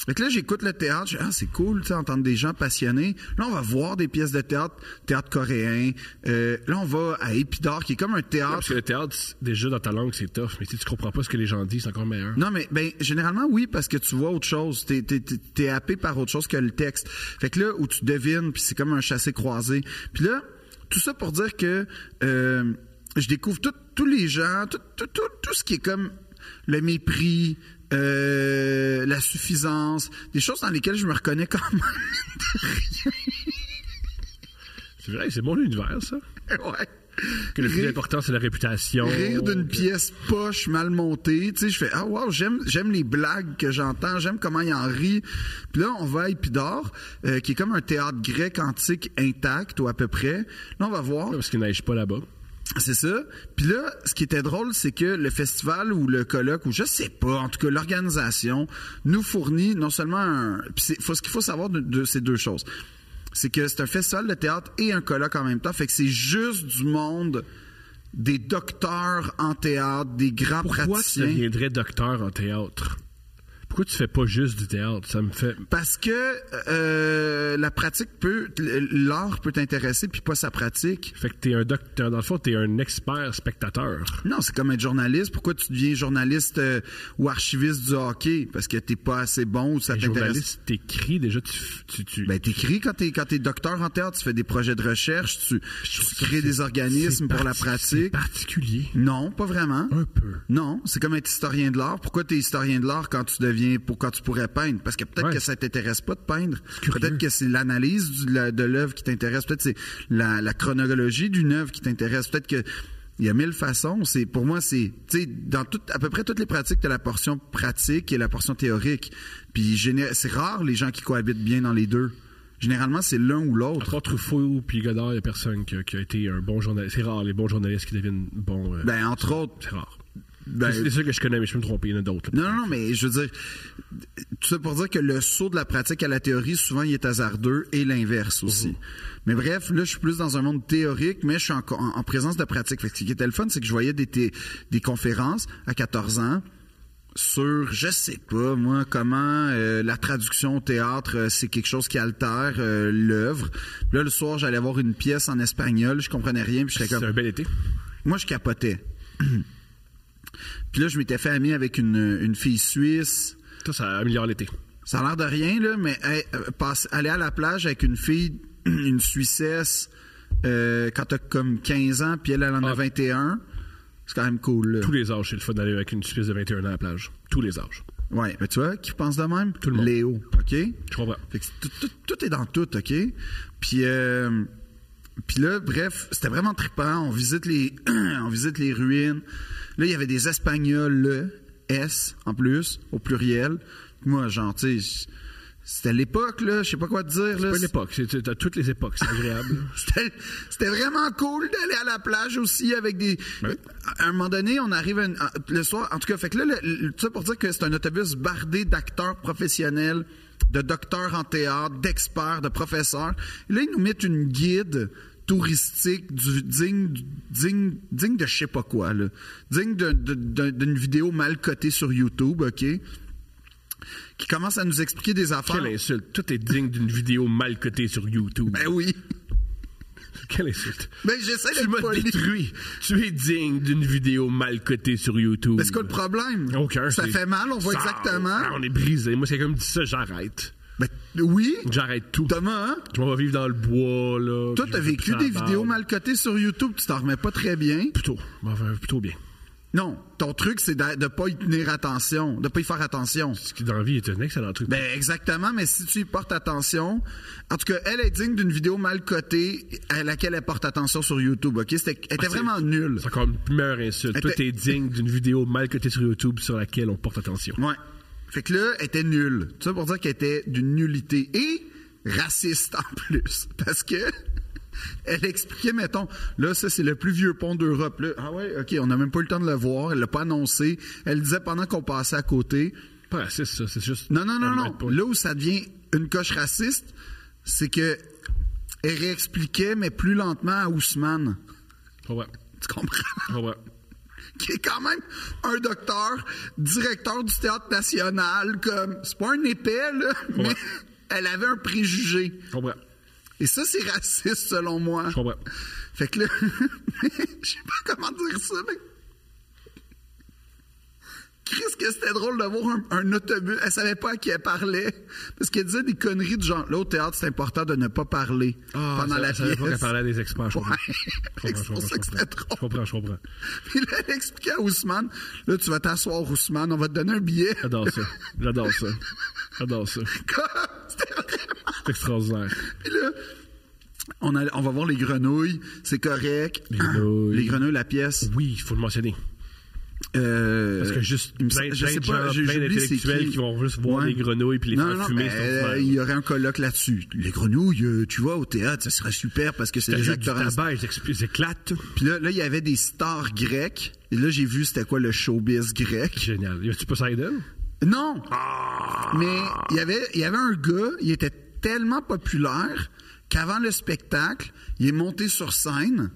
S2: Fait que là, j'écoute le théâtre. Je dis, ah, c'est cool, tu sais, entendre des gens passionnés. Là, on va voir des pièces de théâtre, théâtre coréen. Euh, là, on va à Épidore, qui est comme un
S5: Ah,
S2: théâtre.
S5: Parce que le théâtre, c'est- déjà dans ta langue, c'est tough, mais si tu comprends pas ce que les gens disent, c'est encore meilleur.
S2: Non, mais ben, généralement, oui, parce que tu vois autre chose. T'es, t'es, t'es- t'es happé par autre chose que le texte. Fait que là, où tu devines, puis c'est comme un chassé-croisé. Puis là, tout ça pour dire que euh, je découvre tout- tous les gens, tout, tout, tout, tout ce qui est comme le mépris, euh, la suffisance, des choses dans lesquelles je me reconnais quand même. *laughs*
S5: C'est vrai, c'est bon l'univers, ça.
S2: ouais.
S5: Que le plus
S2: Rire-
S5: important, c'est la réputation.
S2: rire d'une
S5: Que-
S2: pièce poche mal montée. Tu sais, je fais ah wow, j'aime j'aime les blagues que j'entends, j'aime comment il en rit. Puis là, on va à Épidore, euh, qui est comme un théâtre grec antique intact ou à peu près. Là, on va voir.
S5: Parce qu'il neige pas là-bas.
S2: C'est ça. Puis là, ce qui était drôle, c'est que le festival ou le colloque ou je sais pas, en tout cas l'organisation nous fournit non seulement un. Puis c'est- faut, ce qu'il faut savoir de, de ces deux choses, c'est que c'est un festival de théâtre et un colloque en même temps. Fait que c'est juste du monde des docteurs en théâtre, des grands
S5: Pourquoi tu
S2: praticiens.
S5: deviendrais docteur en théâtre? Pourquoi tu fais pas juste du théâtre? Ça me fait.
S2: Parce que euh, la pratique peut, l'art peut t'intéresser puis pas sa pratique.
S5: Fait que t'es un docteur. Dans le fond, t'es un expert spectateur.
S2: Non, c'est comme être journaliste. Pourquoi tu deviens journaliste euh, ou archiviste du hockey? Parce que t'es pas assez bon ou ça
S5: T'es
S2: t'intéresse.
S5: journaliste, t'écris déjà, tu. f- tu, tu-
S2: Ben, t'écris quand t'es quand t'es docteur en théâtre, tu fais des projets de recherche, tu, tu crées des organismes
S5: C'est
S2: pour la
S5: parti- c'est
S2: pratique.
S5: particulier.
S2: Non, pas vraiment.
S5: Un peu.
S2: Non, c'est comme être historien de l'art. Pourquoi t'es historien de l'art quand tu deviens, pour quand tu pourrais peindre Parce que peut-être
S5: Ouais.
S2: que ça t'intéresse pas de peindre.
S5: curieux.
S2: Peut-être que c'est l'analyse du- la- de l'œuvre qui t'intéresse. Peut-être c'est la, la chronologie d'une œuvre qui t'intéresse. Peut-être que il y a mille façons. C'est pour moi, c'est tu sais dans tout, à peu près toutes les pratiques, t'as la portion pratique et la portion théorique. Puis géné- c'est rare les gens qui cohabitent bien dans les deux. Généralement, c'est l'un ou
S5: À
S2: l'autre.
S5: part Truffaut puis Godard, il y a personne qui a, qui a été un bon journaliste. C'est rare les bons journalistes qui deviennent bons. euh,
S2: Ben entre autres,
S5: c'est rare.
S2: Ben,
S5: c'est sûr que je connais, mais je peux me tromper. Il y en a d'autres. là.
S2: Non, non, non, mais je veux dire, tout ça pour dire que le saut de la pratique à la théorie, souvent, il est hasardeux et l'inverse aussi. Mais bref, là, je suis plus dans un monde théorique, mais je suis en, en- en présence de pratique. Fait que ce qui était le fun, c'est que je voyais des, thé- des conférences à 14 ans sur, je sais pas, moi, comment euh, la traduction au théâtre, euh, c'est quelque chose qui altère euh, l'œuvre. Là, le soir, j'allais voir une pièce en espagnol, je comprenais rien, puis j'étais
S5: C'est
S2: comme...
S5: un bel été.
S2: Moi, je capotais. *clears throat* Puis là, je m'étais fait ami avec une, une fille suisse.
S5: Ça, ça améliore l'été.
S2: Ça a l'air de rien, là, mais hey, euh, passe- aller à la plage avec une fille, *clears throat* une Suissesse, euh, quand t'as comme 15 ans, puis elle, elle en a
S5: Ah.
S2: 21, c'est quand même cool, là.
S5: Tous les âges, c'est le fun d'aller avec une Suisse de 21 ans à la plage. Tous les âges.
S2: Ouais, mais tu vois, qui pense de même?
S5: le monde.
S2: Léo, OK?
S5: Je comprends.
S2: Fait que tout, tout- tout est dans tout, OK? Puis, euh, puis là, bref, c'était vraiment trippant. On visite, les, *clears throat* on visite les ruines. Là, il y avait des Espagnols, le S, en plus, au pluriel. Moi, genre, tu sais, c'était l'époque, là. Je sais pas quoi te dire, là.
S5: Pas une époque. C'est- c'est- T'as toutes les époques. C'est
S2: *laughs*
S5: agréable.
S2: C'était c'était vraiment cool d'aller à la plage aussi avec des.
S5: Ben
S2: À un moment donné, on arrive à une- à- le soir. En tout cas, fait que là, le- le- tout ça pour dire que c'est un autobus bardé d'acteurs professionnels, de docteurs en théâtre, d'experts, de professeurs. Et là, ils nous mettent une guide touristique du digne du- digne digne de je sais pas quoi là. digne de- de- de- d'une vidéo mal cotée sur YouTube ok qui commence à nous expliquer des affaires
S5: Quelle insulte. Tout est digne d'une vidéo mal cotée sur YouTube.
S2: ben oui
S5: Quelle insulte.
S2: ben j'essaie
S5: Tu
S2: d'être
S5: m'as
S2: poli.
S5: détruit. Tu es digne d'une vidéo mal cotée sur YouTube.
S2: Mais c'est quoi le problème?
S5: Aucun.
S2: Ça
S5: c'est-
S2: fait mal, on voit
S5: Ça-
S2: exactement.
S5: Ah, on est brisé. Moi, si quelqu'un me dit ça, j'arrête.
S2: Ben, oui,
S5: J'arrête tout.
S2: Thomas, hein?
S5: Je m'en vais vivre dans le bois, là.
S2: toi,
S5: puis
S2: t'as
S5: je vais
S2: vécu
S5: pousser
S2: des
S5: la barbe.
S2: vidéos mal cotées sur YouTube, tu t'en remets pas très bien.
S5: Plutôt. Enfin, plutôt bien.
S2: Non, ton truc, c'est de, de pas y tenir attention, de pas y faire attention.
S5: Ce qui, dans la vie, est un excellent truc.
S2: Ben, exactement, mais si tu y portes attention. En tout cas, elle est digne d'une vidéo mal cotée à laquelle elle porte attention sur YouTube, OK? C'était, elle était
S5: Ah, c'est-
S2: vraiment nulle.
S5: C'est encore une meilleure insulte.
S2: Elle
S5: Toi,
S2: était-
S5: t'es digne d'une vidéo mal cotée sur YouTube sur laquelle on porte attention.
S2: Ouais. Fait que là, elle était nulle. Tout ça pour dire qu'elle était d'une nullité et raciste en plus. *laughs* Parce que elle expliquait, mettons, là, ça, c'est le plus vieux pont d'Europe. Là, Ah ouais, OK, on n'a même pas eu le temps de le voir. Elle l'a pas annoncé. Elle disait pendant qu'on passait à côté.
S5: Pas raciste, ça. C'est juste.
S2: Non, non, non,
S5: un
S2: non.
S5: mal-
S2: Là où ça devient une coche raciste, c'est que elle réexpliquait, mais plus lentement à Ousmane.
S5: Oh, Ouais. Oh,
S2: Tu comprends?
S5: Ouais.
S2: qui est quand même un docteur, directeur du théâtre national, comme c'est pas un épais là, mais
S5: Ouais.
S2: elle avait un préjugé.
S5: Je comprends.
S2: Et ça c'est raciste selon moi.
S5: Je comprends.
S2: Fait que là, *laughs* je sais pas comment dire ça, mais Chris, que c'était drôle de voir un, un autobus. Elle savait pas à qui elle parlait. Parce qu'elle disait des conneries du genre. Là, au théâtre, c'est important de ne pas parler
S5: Ah,
S2: pendant
S5: ça-
S2: la
S5: ça savait pas qu'elle
S2: pièce.
S5: parlait à des experts, je comprends.
S2: Ouais.
S5: Je
S2: Fait que
S5: comprends,
S2: c'est
S5: je
S2: pour ça que c'était
S5: comprends. Je
S2: drôle.
S5: comprends, je comprends.
S2: Puis là, elle expliquait à Ousmane, là, tu vas t'asseoir, Ousmane, on va te donner un billet.
S5: J'adore ça. J'adore ça. J'adore ça.
S2: *laughs* Comme, c'était vraiment...
S5: C'est extraordinaire.
S2: Puis là, on, allait- on va voir les grenouilles, c'est correct.
S5: Les grenouilles.
S2: Les grenouilles, la pièce.
S5: Oui, il faut le mentionner.
S2: Euh,
S5: Parce que juste
S2: il me
S5: plein,
S2: semble- je
S5: plein
S2: sais
S5: de
S2: pas,
S5: gens,
S2: j'ai-
S5: plein
S2: j'oublie c'est
S5: d'intellectuels qui vont juste voir
S2: Ouais.
S5: les grenouilles puis les
S2: Non,
S5: faire
S2: non,
S5: fumer,
S2: ben,
S5: c'est extraordinaire.
S2: il y aurait un colloque là-dessus. Les grenouilles, euh, tu vois, au théâtre, ça serait super parce que c'est des
S5: T'ajoutes du
S2: acteurs en
S5: tabac, ils ex- ils éclatent.
S2: Puis là, là, il y avait des stars grecques. Et là, j'ai vu c'était quoi le showbiz grec.
S5: Génial. Y a-tu Poseidon?
S2: Non. Mais il y avait, il y avait un gars, il était tellement populaire qu'avant le spectacle, il est monté sur scène,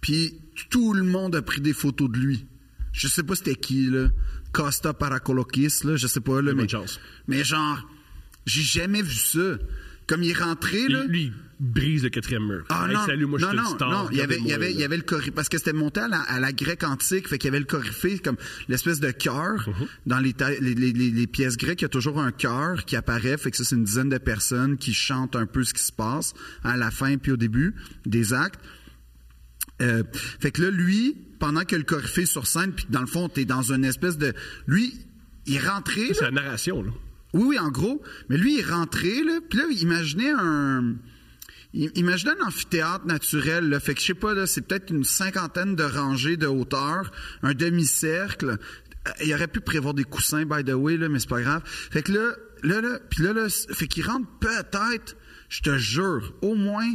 S2: puis tout le monde a pris des photos de lui. Je sais pas c'était qui, là. Costa Paracolokis, là, je sais pas, là. Mais,
S5: bonne chance.
S2: mais genre, j'ai jamais vu ça. Comme il est rentré, là.
S5: Lui, lui, il brise le quatrième mur.
S2: Ah
S5: Hey,
S2: non,
S5: salut, moi, je
S2: non,
S5: suis une
S2: non,
S5: star.
S2: non, il y avait, il y
S5: regardez-moi,
S2: avait, il y
S5: là.
S2: avait le cori- parce que c'était monté à la, à la grecque antique, fait qu'il y avait le coryphée, comme l'espèce de cœur.
S5: Mhm.
S2: Dans les, ta- les, les- les- les pièces grecques, il y a toujours un cœur qui apparaît, fait que ça, c'est une dizaine de personnes qui chantent un peu ce qui se passe à la fin puis au début des actes. Euh, fait que là, lui, pendant que le coryphée est sur scène, puis que dans le fond, t'es dans une espèce de, lui, il rentrait,
S5: C'est la narration, là.
S2: oui, oui, en gros. Mais lui, il est rentré, là. Puis là, imaginez un. i- Imaginez un amphithéâtre naturel, là. Fait que je sais pas, là, c'est peut-être une cinquantaine de rangées de hauteur, un demi-cercle. Euh, Il aurait pu prévoir des coussins, by the way, là, mais c'est pas grave. Fait que là, là, là, puis là, là, c- fait qu'il rentre peut-être, je te jure, au moins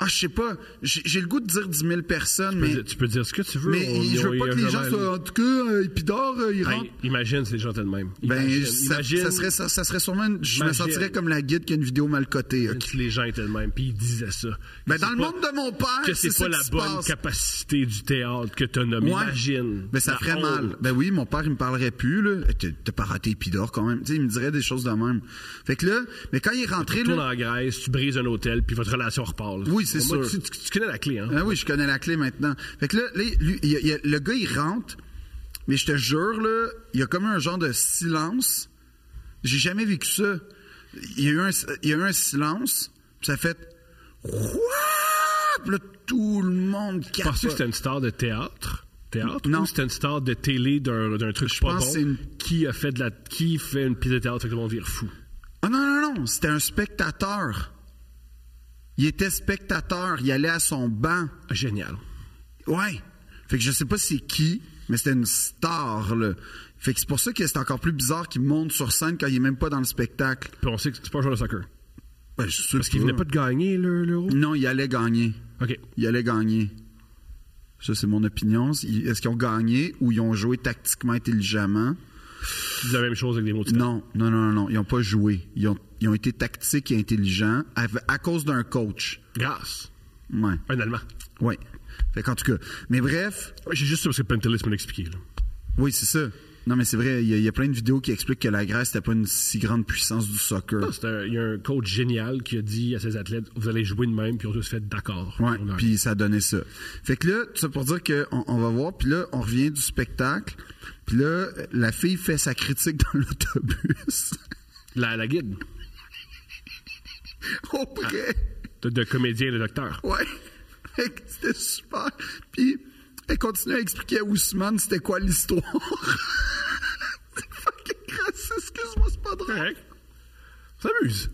S2: Ah, je sais pas. J'ai j'ai le goût de dire 10 000 personnes,
S5: Tu peux
S2: mais,
S5: dire- Tu peux dire ce que tu veux.
S2: mais
S5: on-
S2: je
S5: on
S2: veux
S5: y
S2: pas
S5: est
S2: que les gens
S5: jamais allé.
S2: soient. En tout cas, euh, Épidore, euh, il rentre.
S5: Hey, imagine si les gens étaient de même.
S2: ben,
S5: imagine,
S2: ça,
S5: imagine
S2: ça serait, ça, ça serait sûrement. une- Je me
S5: Imagine.
S2: sentirais comme la guide qui a une vidéo mal cotée. ok?
S5: si les gens étaient de même, puis ils disaient ça.
S2: Ben,
S5: Que
S2: dans
S5: c'est
S2: le
S5: pas-
S2: monde de mon père,
S5: que
S2: Ah, c'est
S5: c'est
S2: ça
S5: pas
S2: qui
S5: la
S2: se
S5: bonne
S2: passe.
S5: capacité du théâtre que tu nommes.
S2: Ouais.
S5: Imagine.
S2: Ben, ça
S5: La
S2: ferait
S5: honte.
S2: mal. Ben oui, mon père, il me parlerait plus, là. Eh, t'as- T'as pas raté Épidore quand même. Tu sais, il me dirait des choses de même. Fait que là, mais quand il est rentré,
S5: Tu
S2: là.
S5: tournes en Grèce, tu brises un hôtel, puis votre relation repart. là.
S2: Oui, c'est
S5: Moi,
S2: sûr.
S5: Tu, tu- tu connais la clé, hein?
S2: Ah oui, je connais la clé maintenant. Fait que là, là, lui, il y a- il y a- le gars, il rentre, mais je te jure, là, il y a comme un genre de silence. J'ai jamais vécu ça. Il y a eu un, il y a eu un silence, puis ça a fait. Ouah! Puis là, tout le monde
S5: Parce que
S2: capote.
S5: c'était une star de théâtre. Théâtre?
S2: Non.
S5: Ou c'était une star de télé d'un d'un truc
S2: Je
S5: pas
S2: pense
S5: bon,
S2: que c'est une-
S5: qui a fait de la qui fait une pièce de théâtre fait que le monde vire fou.
S2: Ah non, non, non, c'était un spectateur. Il était spectateur, il allait à son banc.
S5: Génial.
S2: Ouais. Fait que je sais pas c'est qui, mais c'était une star, là. Fait que c'est pour ça que c'est encore plus bizarre qu'il monte sur scène quand il est même pas dans le spectacle.
S5: Puis on sait que c'est pas un joueur de soccer.
S2: Ben, je suis sûr
S5: Parce qu'il venait pas de gagner le- l'euro.
S2: Non, il allait gagner.
S5: OK.
S2: Il allait gagner. Ça, c'est mon opinion. Il- Est-ce qu'ils ont gagné ou ils ont joué tactiquement intelligemment?
S5: Tu dis la même chose avec des mots différents.
S2: Non, non, non, non, non. Ils n'ont pas joué. Ils ont, ils ont été tactiques et intelligents à, à cause d'un coach.
S5: Grâce.
S2: Ouais,
S5: Un Allemand.
S2: ouais. Fait qu'en tout cas. Mais bref,
S5: J'ai juste ça parce que Pentelis me l'a expliqué. là.
S2: oui, c'est ça. Non, mais c'est vrai, il y, a- il y a plein de vidéos qui expliquent que la Grèce n'était pas une si grande puissance du soccer.
S5: Non, Ah, c'est un- Il y a un coach génial qui a dit à ses athlètes Vous allez jouer de même, puis ils ont tous fait d'accord.
S2: Ouais,
S5: On gagne.
S2: puis ça donnait ça. Fait que là, tout ça pour dire qu'on on va voir, puis là, on revient du spectacle, puis là, la fille fait sa critique dans l'autobus. *laughs*
S5: la, la guide
S2: Au près.
S5: de, de comédien et de docteur.
S2: Ouais. Fait que c'était super. Puis elle continue à expliquer à Ousmane c'était quoi l'histoire. *laughs* c'est fucking raciste, excuse-moi, c'est pas drôle.
S5: Correct. Ça amuse.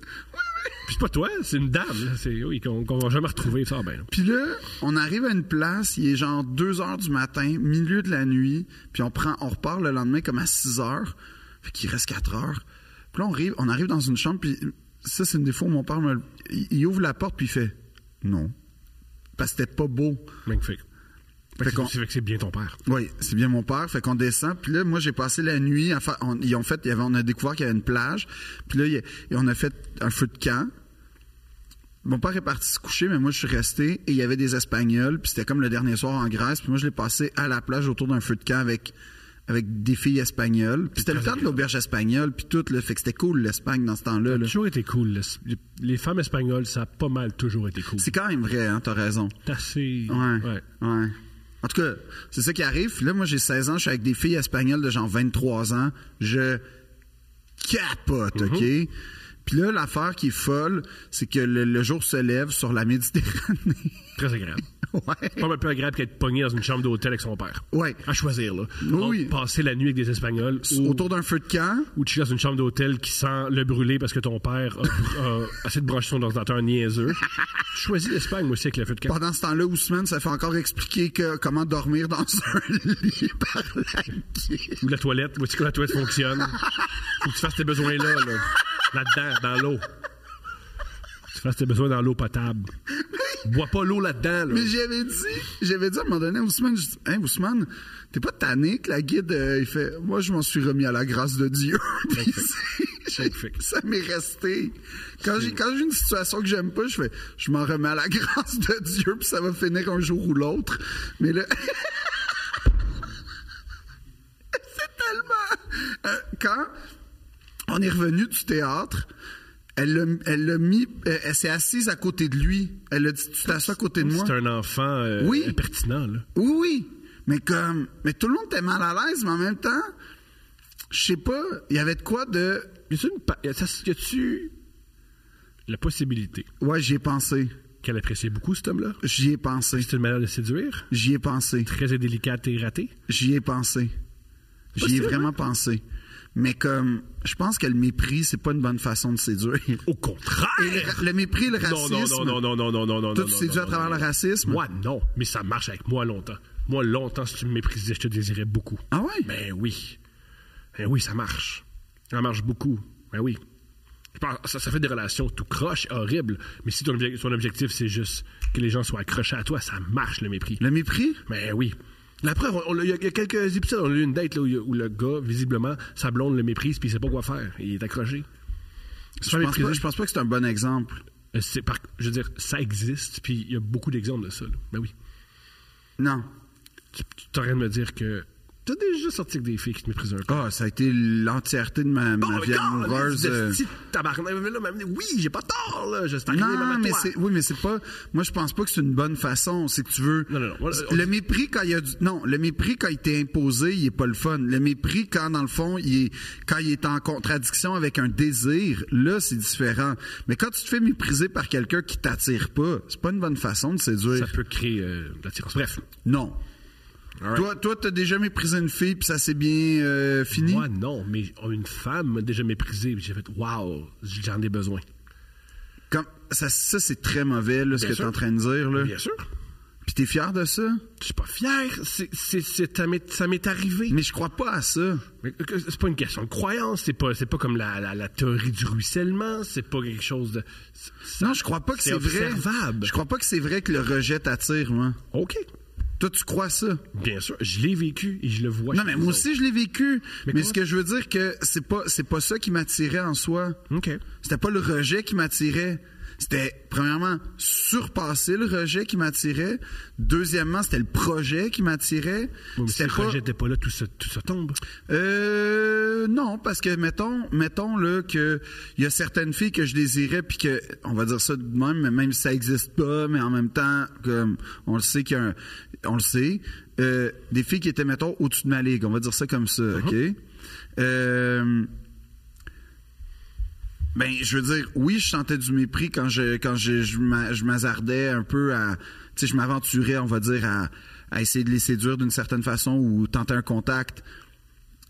S5: Puis c'est pas toi, c'est une dame. là. C'est oui, qu'on qu'on va jamais retrouver ça. Ben, là.
S2: Puis là, on arrive à une place, il est genre 2 heures du matin, milieu de la nuit, puis on prend, on repart le lendemain comme à 6 heures, fait qu'il reste 4 heures. Puis là, on arrive, on arrive dans une chambre, puis ça, c'est une défaut, mon père me... le- Il, il ouvre la porte, puis il fait « Non ». Parce que c'était pas beau.
S5: magnifique. Fait
S2: Fait
S5: que
S2: qu'on-
S5: c'est- c'est fait que c'est bien ton père.
S2: Oui, c'est bien mon père. Fait qu'on descend. Puis là, moi, j'ai passé la nuit. À faire- on, ils ont fait, il y avait, on a découvert qu'il y avait une plage. Puis là, il y a- et on a fait un feu de camp. Mon père est parti se coucher, mais moi, je suis resté. Et il y avait des Espagnols. Puis c'était comme le dernier soir en Grèce. Puis moi, je l'ai passé à la plage autour d'un feu de camp avec avec des filles espagnoles. Puis c'était le temps de l'auberge espagnole. Puis tout, là. Fait que c'était cool, l'Espagne, dans ce temps-là. là.
S5: Toujours été cool. Les, les- les femmes espagnoles, ça a pas mal toujours été cool.
S2: C'est quand même vrai, hein, t'as raison.
S5: C'est assez.
S2: Ouais.
S5: Ouais.
S2: ouais. En tout cas, c'est ça qui arrive. Puis Là, moi, j'ai 16 ans, je suis avec des filles espagnoles de genre 23 ans. Je capote, OK? Puis là, l'affaire qui est folle, c'est que le, le jour se lève sur la Méditerranée. *laughs*
S5: Très agréable.
S2: ouais.
S5: Pas mal plus agréable qu'être pogné dans une chambre d'hôtel avec son père.
S2: Ouais.
S5: À choisir, là.
S2: Oui, oui.
S5: Passer la nuit avec des Espagnols ou,
S2: Autour d'un feu de camp.
S5: ou chiller dans une chambre d'hôtel qui sent le brûler parce que ton père a, *laughs* a essayé de brancher son ordinateur niaiseux. Tu choisis l'Espagne, moi aussi, avec le feu de camp.
S2: Pendant ce temps-là, Ousmane, ça fait encore expliquer que, comment dormir dans *laughs* un lit par la *laughs* guise.
S5: Ou la toilette. Voici comment la toilette fonctionne. Faut que tu fasses tes besoins là, là. Là-dedans, dans l'eau. Tu fasses tes besoins dans l'eau potable. Bois pas l'eau là-dedans, là.
S2: Mais j'avais dit, j'avais dit à un moment donné à Ousmane, je dis, hein, Ousmane, t'es pas tanné que la guide, euh, il fait, moi, je m'en suis remis à la grâce de Dieu. *laughs* Puis c'est-
S5: Magnifique.
S2: ça m'est resté. Quand j'ai, quand j'ai une situation que j'aime pas, je fais, je m'en remets à la grâce de Dieu, puis ça va finir un jour ou l'autre. Mais *laughs* là, c'est tellement, Euh, quand on est revenu du théâtre, elle l'a, elle l'a mis, elle, elle s'est assise à côté de lui. Elle a dit, tu t'assois à côté de moi.
S5: C'est un enfant euh,
S2: Oui.
S5: impertinent, là.
S2: Oui, oui. Mais comme. Mais tout le monde était mal à l'aise, mais en même temps, je sais pas, il y avait de quoi de.
S5: Y a-tu une pa- y a- ça- y a-tu la possibilité
S2: Ouais, j'y ai pensé.
S5: qu'elle appréciait beaucoup cet homme-là?
S2: J'y ai pensé.
S5: C'est une manière de séduire?
S2: J'y ai pensé.
S5: Très délicate et ratée?
S2: J'y ai pensé. J'y ai
S5: Possible,
S2: vraiment pensé. Mais comme. Je pense que le mépris, c'est pas une bonne façon de séduire.
S5: Au contraire!
S2: Et le, ra- le mépris, le
S5: non,
S2: racisme.
S5: non, non, non, non, non, non, non, non.
S2: Toi,
S5: non,
S2: tu
S5: non,
S2: séduis
S5: non,
S2: à travers
S5: non,
S2: le racisme?
S5: Moi, non, mais ça marche avec moi longtemps. Moi, longtemps, si tu me méprisais, je te désirais beaucoup.
S2: Ah ouais?
S5: Ben oui. Ben oui, ça marche. Ça marche beaucoup. Ben oui. Je parle- ça, ça fait des relations tout croche, horrible. Mais si ton, obje- ton objectif, c'est juste que les gens soient accrochés à toi, ça marche le mépris.
S2: Le mépris?
S5: Mais oui. La preuve, on- on l'a- il y, a il y a quelques épisodes, on a eu une date là, où, il y a- où le gars, visiblement, sa blonde le méprise puis il sait pas quoi faire. Il est accroché.
S2: Je
S5: C'est pas
S2: pense
S5: méprisé.
S2: pas, je pense pas que c'est un bon exemple.
S5: Euh, c'est par- je veux dire, ça existe, puis il y a beaucoup d'exemples de ça. là. Ben oui.
S2: Non.
S5: Tu tu- t'as rien de me dire que t'as déjà sorti avec des filles qui te méprisent un peu.
S2: Ah, ça a été l'entièreté de ma, ma vie amoureuse. euh,
S5: tabarnak, mais là, mais oui, j'ai pas tort, là, je suis arrivé même à
S2: Non, mais
S5: toi.
S2: c'est oui, mais c'est pas. Moi, je pense pas que c'est une bonne façon. C'est que tu veux.
S5: Non, non, non. Voilà, on-
S2: Le mépris quand il y a du non, le mépris quand il t'est imposé, il est pas le fun. Le mépris quand dans le fond, il est quand il est en contradiction avec un désir, là, c'est différent. Mais quand tu te fais mépriser par quelqu'un qui t'attire pas, c'est pas une bonne façon de
S5: Ça
S2: séduire.
S5: peut créer euh, de l'attirance. Bref.
S2: Non.
S5: Alright.
S2: Toi, toi, t'as déjà méprisé une fille puis ça s'est bien euh, fini.
S5: Moi, non, mais une femme m'a déjà méprisé, puis j'ai fait, waouh, j'en ai besoin.
S2: Comme- ça, ça c'est très mauvais là, ce
S5: Bien
S2: que
S5: sûr.
S2: t'es en train de dire là.
S5: Bien sûr.
S2: Puis t'es fier de ça
S5: Je suis pas fier, c'est, c'est, c'est- ça m'est- ça m'est arrivé.
S2: Mais je crois pas à ça.
S5: Mais que- C'est pas une question de croyance, c'est pas, c'est pas comme la, la, la théorie du ruissellement, c'est pas quelque chose de. c'est- ça-
S2: Non, je crois pas que
S5: c'est
S2: c'est vrai.
S5: observable.
S2: Je crois pas que c'est vrai que le rejet t'attire, moi.
S5: OK.
S2: Toi, tu crois ça?
S5: Bien sûr, je l'ai vécu et je le vois.
S2: Non,
S5: chez
S2: mais
S5: les
S2: moi
S5: autres.
S2: aussi, je l'ai vécu.
S5: Mais
S2: Mais,
S5: quoi?
S2: ce que je veux dire, que c'est pas, c'est pas ça qui m'attirait en soi.
S5: OK.
S2: C'était pas le rejet qui m'attirait. C'était, premièrement, surpasser le rejet qui m'attirait. Deuxièmement, c'était le projet qui m'attirait.
S5: Bon, mais si
S2: C'était
S5: le
S2: pas...
S5: rejet était pas là, tout ça, tout ça tombe.
S2: Euh, non, parce que mettons, mettons là que il y a certaines filles que je désirais puis que on va dire ça de même, mais même si ça existe pas, mais en même temps comme on le sait qu'il y a un- on le sait, euh, des filles qui étaient mettons au-dessus de ma ligue, on va dire ça comme ça, ok. Euh, ben, je veux dire, oui, je sentais du mépris quand je quand je je m'a- je m'hazardais un peu à, tu sais, je m'aventurais, on va dire à, à essayer de les séduire d'une certaine façon ou tenter un contact.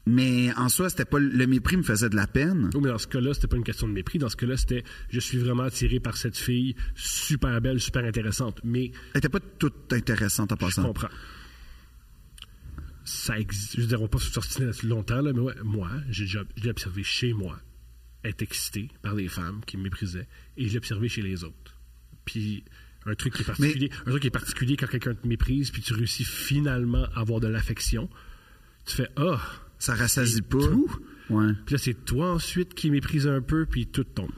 S2: Mais en soi, c'était pas le mépris me faisait de la peine.
S5: Oui, mais dans ce cas-là, c'était pas une question de mépris. Dans ce cas-là, c'était je suis vraiment attiré par cette fille super belle, super intéressante. Mais
S2: Elle était pas toute intéressante en
S5: je
S2: passant.
S5: comprends. Ça existe. Je veux dire, on va pas se sortir là-dessus longtemps, là, mais ouais, moi, j'ai déjà je l'ai observé chez moi être excité par des femmes qui me méprisaient et je l'ai observé chez les autres. Puis un truc qui est particulier, un truc qui est particulier quand quelqu'un te méprise puis tu réussis finalement à avoir de l'affection, tu fais ah,
S2: Ça rassasie pas.
S5: tout.
S2: Ouais.
S5: Puis là, c'est toi ensuite qui méprise un peu, puis tout tombe.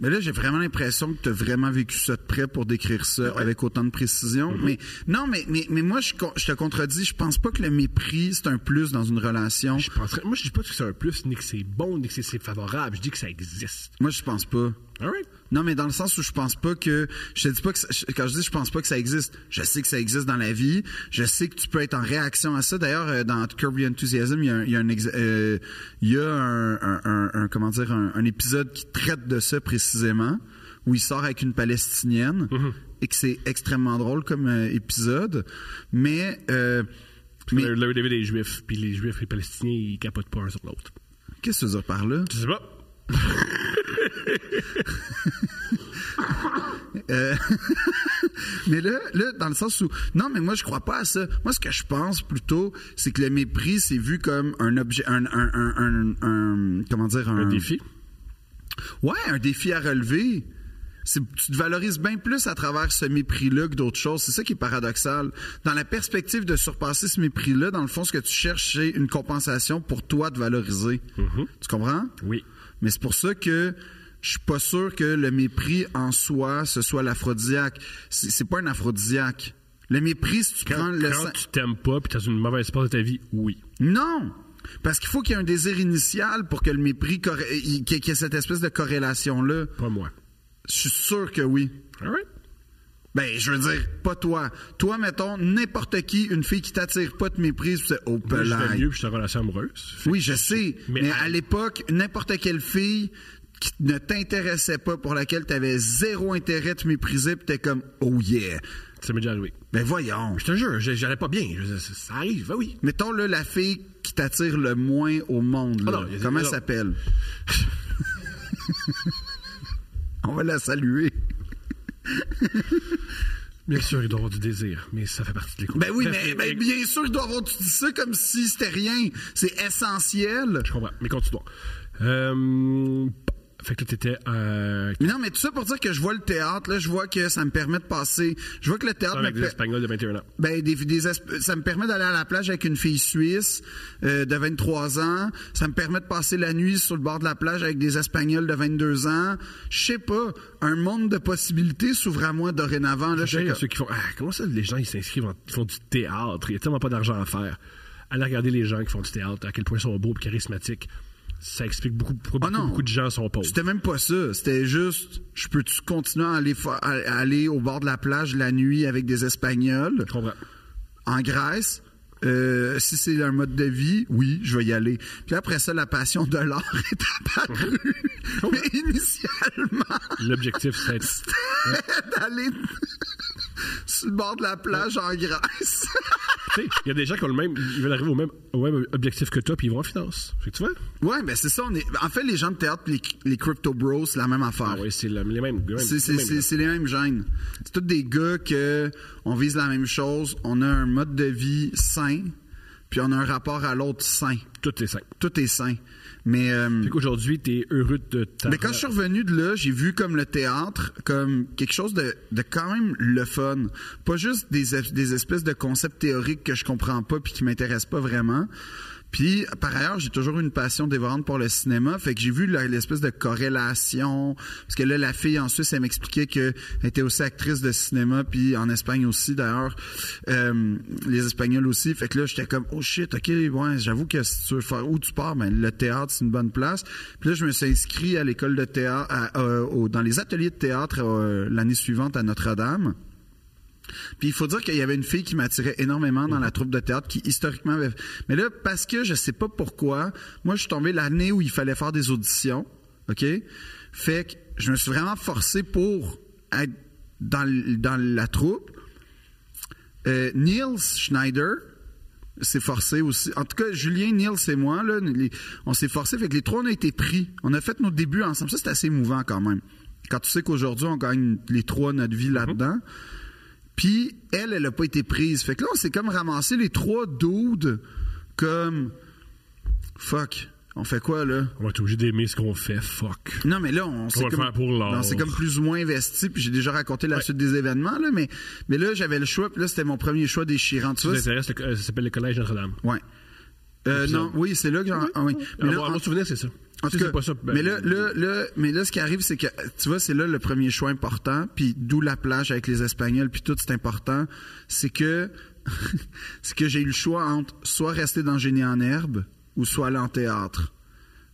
S2: Mais là, j'ai vraiment l'impression que tu as vraiment vécu ça de près pour décrire ça avec autant de précision.
S5: Mm-hmm.
S2: Mais non, mais, mais, mais moi, je, con- je te contredis. Je pense pas que le mépris, c'est un plus dans une relation.
S5: Je penserais, moi, je dis pas que c'est un plus, ni que c'est bon, ni que c'est- c'est favorable. Je dis que ça existe.
S2: Moi, je pense pas.
S5: All right.
S2: Non, mais dans le sens où je pense pas que je te dis pas que ça- je- quand je dis je pense pas que ça existe, je sais que ça existe dans la vie. Je sais que tu peux être en réaction à ça. D'ailleurs, euh, dans Curb Your Enthusiasm, il y a un, il y a un, ex- euh, il y a un, un- un- un- comment dire un, un épisode qui traite de ça précisément, où il sort avec une palestinienne et que c'est extrêmement drôle comme euh, épisode. Mais euh, mais
S5: Là, le des Juifs, puis les Juifs et les Palestiniens, ils capotent pas un sur l'autre.
S2: qu'est-ce que tu veux dire par là
S5: Je sais pas.
S2: Mais là, là, dans le sens où, non, mais moi, je crois pas à ça. Moi, ce que je pense plutôt, c'est que le mépris, c'est vu comme un objet, un, un, un, un- un- comment dire,
S5: Un défi.
S2: Ouais, un défi à relever. C'est- Tu te valorises bien plus à travers ce mépris-là que d'autres choses. C'est ça qui est paradoxal. Dans la perspective de surpasser ce mépris-là, dans le fond, ce que tu cherches, c'est une compensation pour toi de valoriser.
S5: Mm-hmm.
S2: Tu comprends?
S5: Oui.
S2: Mais c'est pour ça que je suis pas sûr que le mépris en soi, ce soit l'aphrodisiaque. C'est c'est pas un aphrodisiaque. Le mépris, si tu prends
S5: Quand,
S2: le
S5: quand
S2: sen-
S5: tu t'aimes pas, puis t'as une mauvaise passe de ta vie, oui.
S2: Non! Parce qu'il faut qu'il y ait un désir initial pour que le mépris, corré- il- qu'il y ait- qu'il y ait cette espèce de corrélation-là.
S5: Pas moi.
S2: Je suis sûr que oui.
S5: All right.
S2: Ben, je veux dire, pas toi. Toi, mettons, n'importe qui, une fille qui t'attire pas de méprise, c'est oh, au
S5: Moi, je vais
S2: pelage.
S5: mieux, puis je suis en relation amoureuse. Fait
S2: Oui,
S5: que
S2: je sais.
S5: Mais-
S2: Mais, à l'époque, n'importe quelle fille qui ne t'intéressait pas, pour laquelle tu avais zéro intérêt, tu méprisais, puis t'es comme, oh yeah.
S5: Ça m'est déjà arrivé.
S2: Ben voyons.
S5: Je te jure, je- j'allais pas bien. Je- ça- ça arrive, ben oui.
S2: Mettons là la fille qui t'attire le moins au monde. là.
S5: Ah non, il y a-
S2: Comment
S5: il
S2: elle
S5: y a-
S2: s'appelle? *laughs* On va la saluer.
S5: Bien sûr, il doit y avoir du désir, mais ça fait partie de l'écoute.
S2: Ben oui,
S5: Bref,
S2: mais, mais bien sûr, il doit avoir tu dis ça comme si c'était rien. C'est essentiel.
S5: Je comprends, mais continue. Euh, fait que là, t'étais à.
S2: Mais non, mais tout ça pour dire que je vois le théâtre, là, je vois que ça me permet de passer. Je vois que le théâtre me
S5: avec des
S2: per-
S5: Espagnols de 21 ans.
S2: Ben, des, des esp- ça me permet d'aller à la plage avec une fille suisse euh, de 23 ans. Ça me permet de passer la nuit sur le bord de la plage avec des Espagnols de 22 ans. Je sais pas, un monde de possibilités s'ouvre à moi dorénavant. Là, je
S5: D'ailleurs,
S2: sais que-
S5: il y a ceux qui font. Ah, comment ça, les gens, ils s'inscrivent, en- ils font du théâtre. Il n'y a tellement pas d'argent à faire. Allez regarder les gens qui font du théâtre, à quel point ils sont beaux et charismatiques. Ça explique beaucoup pourquoi
S2: Ah
S5: beaucoup,
S2: non.
S5: beaucoup de gens sont pauvres.
S2: C'était même pas ça. C'était juste, je peux-tu continuer à aller, fa- à- à aller au bord de la plage la nuit avec des Espagnols?
S5: Je comprends.
S2: en Grèce. euh, si c'est un mode de vie, oui, je vais y aller. Puis après ça, la passion de l'art *laughs* est apparue. Mais initialement, *laughs*
S5: L'objectif, c'est d'être-
S2: c'était d'aller *laughs* sur le bord de la plage en Grèce. *laughs*
S5: Tu sais, Il y a des gens qui ont le même. Ils veulent arriver au même, au même objectif que toi, puis ils vont en finance. Fait que tu vois?
S2: ouais, mais c'est ça. On est... En fait, les gens de théâtre pis les, les crypto bros, c'est la même affaire.
S5: Ah oui, c'est le- les mêmes. les mêmes-
S2: C'est,
S5: les
S2: c'est,
S5: mêmes
S2: c'est, c'est les mêmes gènes. C'est tous des gars que on vise la même chose, on a un mode de vie sain, puis on a un rapport à l'autre sain.
S5: gars. Tout est simple.
S2: Tout est sain. Mais euh,
S5: Fait qu'aujourd'hui, t'es heureux de ta.
S2: Mais quand je suis revenu de là, j'ai vu comme le théâtre comme quelque chose de, de quand même le fun. Pas juste des, es- des espèces de concepts théoriques que je comprends pas puis qui m'intéressent pas vraiment. Puis, par ailleurs, j'ai toujours une passion dévorante pour le cinéma. Fait que j'ai vu la- l'espèce de corrélation. Parce que là, la fille en Suisse, elle m'expliquait qu'elle était aussi actrice de cinéma. Puis en Espagne aussi, d'ailleurs. Euh, les Espagnols aussi. Fait que là, j'étais comme, oh shit, OK, ouais, j'avoue que si tu veux faire où tu pars, ben, le théâtre, c'est une bonne place. Puis là, je me suis inscrit à l'école de théâtre, à- euh, au- dans les ateliers de théâtre euh, l'année suivante à Notre-Dame. Puis il faut dire qu'il y avait une fille qui m'attirait énormément dans la troupe de théâtre qui historiquement avait... Mais là, parce que je sais pas pourquoi, moi je suis tombé l'année où il fallait faire des auditions, OK? Fait que je me suis vraiment forcé pour être dans, l- dans la troupe. Euh, Niels Schneider s'est forcé aussi. En tout cas, Julien, Niels et moi, là, les- on s'est forcé. Fait que les trois, on a été pris. On a fait nos débuts ensemble. Ça, c'est assez émouvant quand même. Quand tu sais qu'aujourd'hui, on gagne les trois notre vie là-dedans. Puis elle, elle n'a pas été prise. Fait que là, on s'est comme ramassé les trois dudes comme fuck. On fait quoi là?
S5: On va être obligé d'aimer ce qu'on fait, fuck.
S2: Non, mais là, on s'est
S5: va le
S2: comme,
S5: faire pour l'art.
S2: on s'est comme plus ou moins investi, puis j'ai déjà raconté la suite des événements, là, mais, mais là, j'avais le choix, puis là, c'était mon premier choix déchirant. Tu
S5: Ça
S2: vois,
S5: t'intéresse, le- euh, ça s'appelle le Collège Notre-Dame.
S2: c'est- ouais. Euh, non, oui, c'est là que j'en. ah oui. Mais
S5: Mais
S2: là,
S5: mon,
S2: en-
S5: mon souvenir, c'est ça.
S2: en
S5: Si
S2: tout cas,
S5: c'est pas ça, ben,
S2: mais là, là, là- mais là, ce qui arrive, c'est que, tu vois, c'est là le premier choix important, puis d'où la plage avec les Espagnols, puis tout, c'est important, c'est que, *laughs* c'est que j'ai eu le choix entre soit rester dans Génie en herbe, ou soit aller en théâtre.